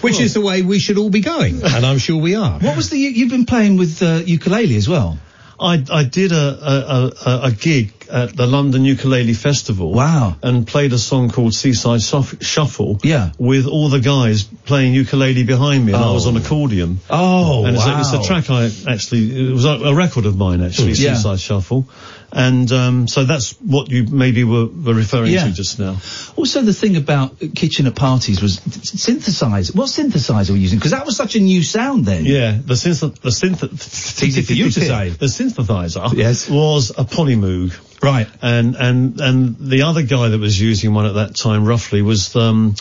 Speaker 15: Which is the way we should all be going, and I'm sure we are.
Speaker 6: what was the you, you've been playing with uh, ukulele as well
Speaker 22: I, I did a, a, a, a gig at the London Ukulele Festival. Wow. And played a song called Seaside Shuff- Shuffle. Yeah. With all the guys playing ukulele behind me, and I was on accordion.
Speaker 6: Oh,
Speaker 22: and it's, a, it's
Speaker 6: wow.
Speaker 22: a track I actually, it was a, a record of mine actually,
Speaker 6: Hmm. Yeah.
Speaker 22: Seaside Shuffle. And um, so that's what you maybe were, were referring
Speaker 6: Yeah.
Speaker 22: to just now.
Speaker 6: also the thing about kitchen at parties was synthesizer what synthesizer were you using because that was such a new sound then
Speaker 22: Yeah, the synth, the synth,
Speaker 6: Easy for you to say.
Speaker 22: The synthesizer was a Polymoog.
Speaker 6: Right.
Speaker 22: And and and the other guy that was using one at that time roughly was um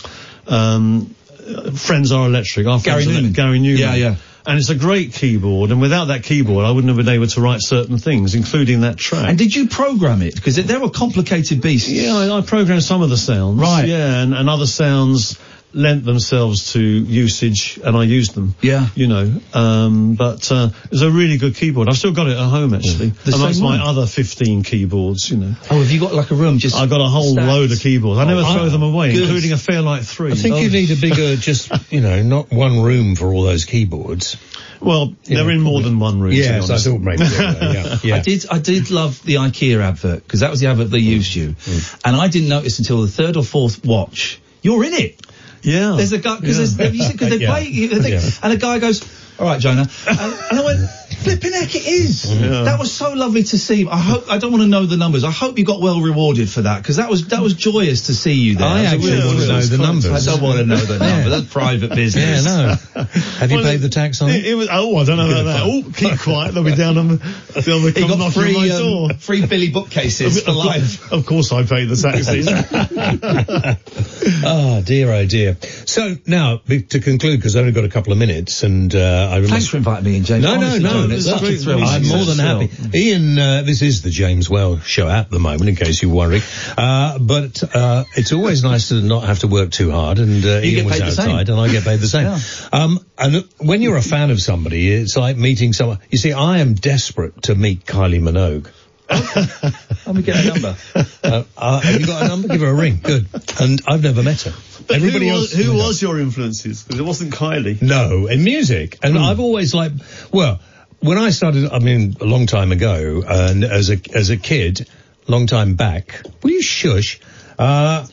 Speaker 22: um uh, Friends Are Electric. Our
Speaker 6: Gary
Speaker 22: Friends Are Elec-
Speaker 6: Newman.
Speaker 22: Gary Newman.
Speaker 6: Yeah, yeah.
Speaker 22: And it's a great keyboard, and without that keyboard, I wouldn't have been able to write certain things, including that track.
Speaker 6: and did you program it because there were complicated beasts
Speaker 22: Yeah, I, I programmed some of the sounds.
Speaker 6: Right.
Speaker 22: Yeah, and, and other sounds lent themselves to usage, and I used them.
Speaker 6: Yeah.
Speaker 22: You know, um, but uh, it was a really good keyboard. I've still got it at home, actually,
Speaker 6: The same
Speaker 22: amongst my
Speaker 6: one?
Speaker 22: other 15 keyboards, you know.
Speaker 6: oh have you got like a room just
Speaker 22: I've got a whole
Speaker 6: Stacks.
Speaker 22: load of keyboards. I never
Speaker 6: Oh,
Speaker 22: throw them away,
Speaker 6: good.
Speaker 22: including a Fairlight Oh. 3.
Speaker 15: I think you need a bigger, just you know, not one room for all those keyboards.
Speaker 22: Well, they're in more than one room. to be
Speaker 15: Yes, I
Speaker 22: honest.
Speaker 15: thought maybe. they were, yeah, yeah.
Speaker 6: I did. I did love the IKEA advert because that was the advert they used you,
Speaker 15: Mm.
Speaker 6: and I didn't notice until the third or fourth watch you're in it.
Speaker 22: Yeah.
Speaker 6: There's a guy because
Speaker 15: Yeah.
Speaker 6: they
Speaker 15: Yeah.
Speaker 6: play, you- they think-
Speaker 15: Yeah.
Speaker 6: and a guy goes, "All right, Jonah," and, and I went. Flipping heck, it is.
Speaker 15: Yeah.
Speaker 6: That was so lovely to see. I hope I don't want to know the numbers. I hope you got well rewarded for that because that was that was joyous to see you there.
Speaker 15: I
Speaker 6: That was
Speaker 15: actually
Speaker 6: really
Speaker 15: want to know
Speaker 6: nice.
Speaker 15: the numbers.
Speaker 6: I don't want to know the
Speaker 15: Yeah.
Speaker 6: numbers. That's private business.
Speaker 15: Yeah, no. Have you
Speaker 22: Well,
Speaker 15: paid the tax on it?
Speaker 22: It, it was, oh, I don't know about that. Oh, keep quiet. They'll be down on, they'll be
Speaker 6: He
Speaker 22: come knocking
Speaker 6: got
Speaker 22: on
Speaker 6: free
Speaker 22: my
Speaker 6: um,
Speaker 22: door.
Speaker 6: free Billy bookcases for
Speaker 22: Oh. Of course-
Speaker 6: life.
Speaker 22: Of course, I paid the taxes.
Speaker 15: oh dear, oh dear. So now be- to conclude, because I've only got a couple of minutes, and uh, I remember.
Speaker 6: Thanks for inviting me in, James.
Speaker 15: No,
Speaker 6: Honestly,
Speaker 15: no, no.
Speaker 6: John, it's
Speaker 15: look,
Speaker 6: such a Mm. thrill.
Speaker 15: I'm more than
Speaker 6: Yourself.
Speaker 15: happy. Ian, uh, this is the James Well show at the moment, in case you worry. Uh, but uh, it's always nice to not have to work too hard. And uh,
Speaker 6: You
Speaker 15: Ian
Speaker 6: get
Speaker 15: was
Speaker 6: paid the same.
Speaker 15: outside, and I get paid the same. um, and when you're a fan of somebody, it's like meeting someone. You see, I am desperate to meet Kylie Minogue.
Speaker 6: Let me get a number.
Speaker 15: Uh, uh, have you got a number? Give her a ring. Good. And I've never met her. Everybody
Speaker 22: who
Speaker 15: else.
Speaker 22: was, who was your influences? 'Cause it wasn't Kylie. Hmm.
Speaker 15: No, in music. And I've always like, well, when I started, I mean, a long time ago, and as a as a kid, long time back. Will you shush? Uh,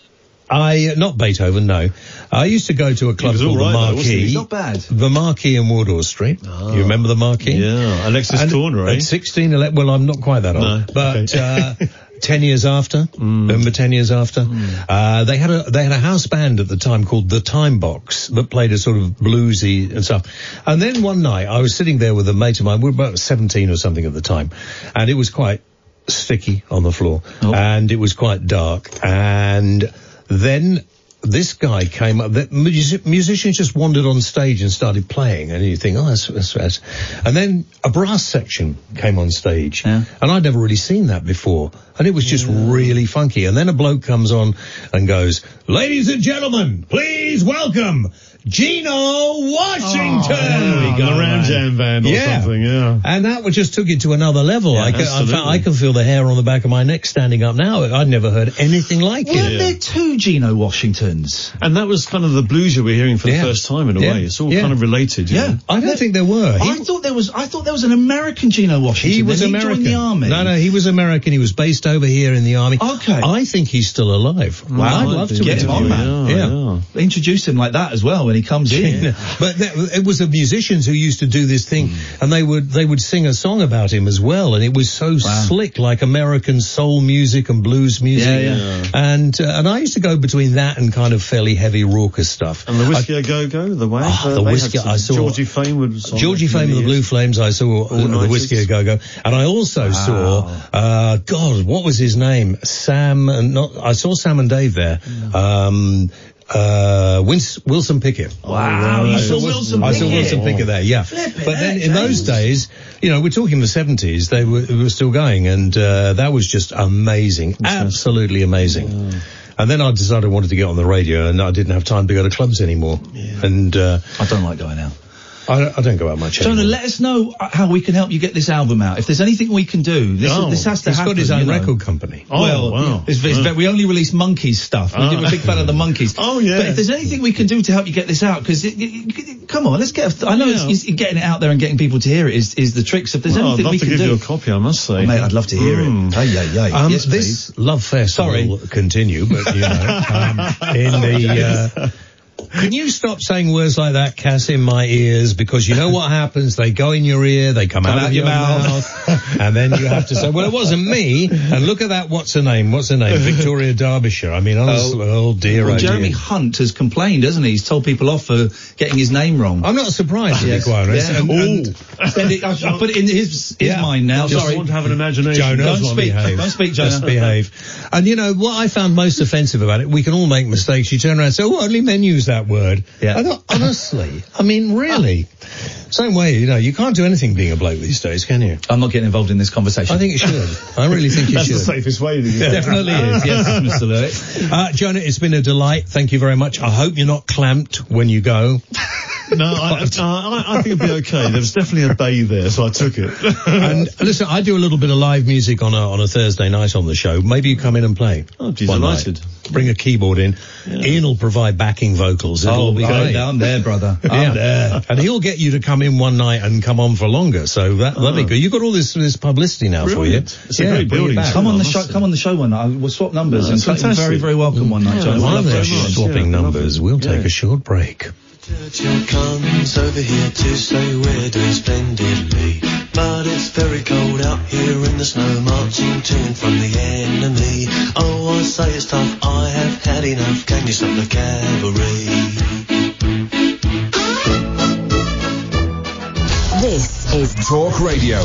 Speaker 15: I not Beethoven, no. I used to go to a club
Speaker 22: was
Speaker 15: called
Speaker 22: all right,
Speaker 15: the
Speaker 22: though, wasn't he?
Speaker 15: Marquee.
Speaker 22: Not bad.
Speaker 15: The Marquee in Wardour Street. You remember the Marquee?
Speaker 22: Ah. Yeah, Alexis
Speaker 15: And
Speaker 22: Corner, eh?
Speaker 15: At sixteen, ele- well, I'm not quite that old,
Speaker 22: No,
Speaker 15: but.
Speaker 22: okay. Mm.
Speaker 15: Uh, Ten years after, remember ten years after, uh, they had a they had a house band at the time called the Time Box that played a sort of bluesy and stuff. And then one night I was sitting there with a mate of mine. We were about seventeen or something at the time, and it was quite sticky on the floor,
Speaker 22: Oh.
Speaker 15: and it was quite dark. And then this guy came up. The music, musicians just wandered on stage and started playing, and you think, oh, that's, that's, that's. And then a brass section came on stage, and I'd never really seen that before, and it was just really funky. And then a bloke comes on and goes, "Ladies and gentlemen, please welcome." Gino Washington!
Speaker 22: the Ram Jam band or
Speaker 15: Yeah.
Speaker 22: something, yeah.
Speaker 15: And that was- just took it to another level.
Speaker 22: Yeah,
Speaker 15: I, can, I,
Speaker 22: absolutely.
Speaker 15: fa- I can feel the hair on the back of my neck standing up now. I'd never heard anything like
Speaker 22: Weren't
Speaker 15: it.
Speaker 22: there
Speaker 15: two Gino Washingtons?
Speaker 22: And that was kind of the blues you were hearing for
Speaker 15: Yeah.
Speaker 22: the first time in a
Speaker 15: Yeah.
Speaker 22: way. It's all
Speaker 15: Yeah.
Speaker 22: kind of related. you
Speaker 12: Yeah.
Speaker 22: know.
Speaker 15: I don't think there were.
Speaker 12: I thought there was. I thought there was an American Gino Washington.
Speaker 15: He was
Speaker 12: then
Speaker 15: American.
Speaker 12: He joined the army.
Speaker 15: No, no, he was American. He was based over here in the army. Okay. I think he's still alive.
Speaker 12: Wow.
Speaker 15: I'd love to
Speaker 12: Get
Speaker 15: interview
Speaker 12: him on,
Speaker 15: him.
Speaker 12: man.
Speaker 15: Yeah.
Speaker 12: Introduce him like that as well when he comes in.
Speaker 15: but that, it was the musicians who used to do this thing, and they would they would sing a song about him as well, and it was so slick, like American soul music and blues music.
Speaker 22: Yeah, yeah.
Speaker 15: And uh, and I used to go between that and kind of fairly heavy raucous stuff.
Speaker 22: And the Whiskey A Go Go, the way.
Speaker 15: Ah, the Whiskey- I saw-
Speaker 22: Georgie Fame was on
Speaker 15: Georgie
Speaker 22: it
Speaker 15: Fame of the
Speaker 22: many
Speaker 15: Blue
Speaker 22: years.
Speaker 15: Flames, I saw
Speaker 22: the
Speaker 15: the, the
Speaker 22: 90s.
Speaker 15: Whiskey a Go Go, and I also saw, uh, God, what was his name? Sam and not, I saw Sam and Dave there. Um, uh, Wins, Wilson Pickett.
Speaker 12: Oh, Wow, you
Speaker 15: Oh, I
Speaker 12: saw Wilson
Speaker 15: I saw
Speaker 12: Pickett.
Speaker 15: Wilson Pickett there, yeah. but then in those days, you know, we're talking the 70s, they were, were still going, and uh, that was just amazing, absolutely amazing. And then I decided I wanted to get on the radio, and I didn't have time to go to clubs anymore. And uh, I don't like going out. I, I don't go out much.
Speaker 12: Jonah,
Speaker 15: anymore.
Speaker 12: let us know uh, how we can help you get this album out. If there's anything we can do, this,
Speaker 15: Oh,
Speaker 12: this has to
Speaker 15: he's
Speaker 12: happen.
Speaker 15: got his own
Speaker 12: you know.
Speaker 15: record company. Oh,
Speaker 12: well,
Speaker 15: wow.
Speaker 12: it's- it's-
Speaker 15: Yeah.
Speaker 12: we only release monkeys stuff. We
Speaker 15: Ah.
Speaker 12: are a big fan of the monkeys. oh yeah. But if there's anything we can do to help you get this out, because come on, let's get. A, I know it's, it's getting it out there and getting people to hear it is, is the trick. So if there's
Speaker 22: Well, I'd
Speaker 12: anything
Speaker 22: love
Speaker 12: we
Speaker 22: to
Speaker 12: can
Speaker 22: give
Speaker 12: do,
Speaker 22: you a copy, I must say.
Speaker 12: Oh, mate, I'd love to hear
Speaker 22: Mm.
Speaker 12: it. Hey, yeah, yeah.
Speaker 15: Um,
Speaker 12: yes,
Speaker 15: this love fest will continue, but you know, um, in the. Uh, can you stop saying words like that, Cass, in my ears? Because you know what happens? They go in your ear, they come, out, of your, mouth. and then you have to say, well, it wasn't me. And look at that, what's her name? What's her name? Victoria Derbyshire. I mean, honestly, oh, dear,
Speaker 12: Well,
Speaker 15: oh, dear.
Speaker 12: Jeremy Hunt has complained, hasn't he? He's told people off for getting his name wrong.
Speaker 15: I'm not surprised, to be
Speaker 12: Yes.
Speaker 15: quite honest.
Speaker 12: Yeah.
Speaker 15: And- and-
Speaker 12: Said it- I, I put it in his, his mind now.
Speaker 15: Just
Speaker 12: Sorry.
Speaker 15: want to have an imagination. Jonah,
Speaker 12: Don't
Speaker 15: just
Speaker 12: speak.
Speaker 15: behave.
Speaker 12: Don't speak, Jonah.
Speaker 15: Just behave. And you know what I found most offensive about it? We can all make mistakes. You turn around and say, "Oh, only men use that word." Yeah. I thought, honestly, I mean, really. Same way, you know, you can't do anything being a bloke these days, can you?
Speaker 12: I'm not getting involved in this conversation.
Speaker 15: I think you should. I really think you
Speaker 22: That's
Speaker 15: should.
Speaker 22: the safest way. to do it.
Speaker 15: Definitely is, yes, Mr. Lewitt. Uh, Jonah, it's been a delight. Thank you very much. I hope you're not clamped when you go.
Speaker 22: No, I, I, I- I think it'd be okay. There was definitely a bay there, so I took it.
Speaker 15: and listen, I do a little bit of live music on a on a Thursday night on the show. Maybe you come in and play.
Speaker 22: Oh, geez,
Speaker 15: one night.
Speaker 22: delighted.
Speaker 15: Bring a keyboard in. Ian will provide backing vocals. It'll
Speaker 12: Oh,
Speaker 15: be
Speaker 12: I'm
Speaker 15: great.
Speaker 12: down there, brother. I'm there.
Speaker 15: And he'll get you to come in one night and come on for longer. So that, that'd be good. You've got all this this publicity now
Speaker 12: Ah. Brilliant.
Speaker 15: for you.
Speaker 12: It's a great
Speaker 15: bring it
Speaker 12: building.
Speaker 15: back.
Speaker 12: Come on the show. Come on the show one night. We'll swap numbers.
Speaker 15: No,
Speaker 12: and
Speaker 15: that's
Speaker 12: Clayton,
Speaker 15: fantastic.
Speaker 12: very, very welcome one night,
Speaker 15: Yeah,
Speaker 12: Jonah.
Speaker 15: While
Speaker 12: Love
Speaker 15: they're
Speaker 12: that show.
Speaker 15: swapping numbers, we'll take a short break.
Speaker 13: Churchill comes over here to say we're doing splendidly. But it's very cold out here in the snow, marching to and from the enemy. Oh, I say it's tough, I have had enough. Can you stop the cavalry?
Speaker 1: This is
Speaker 5: Talk Radio.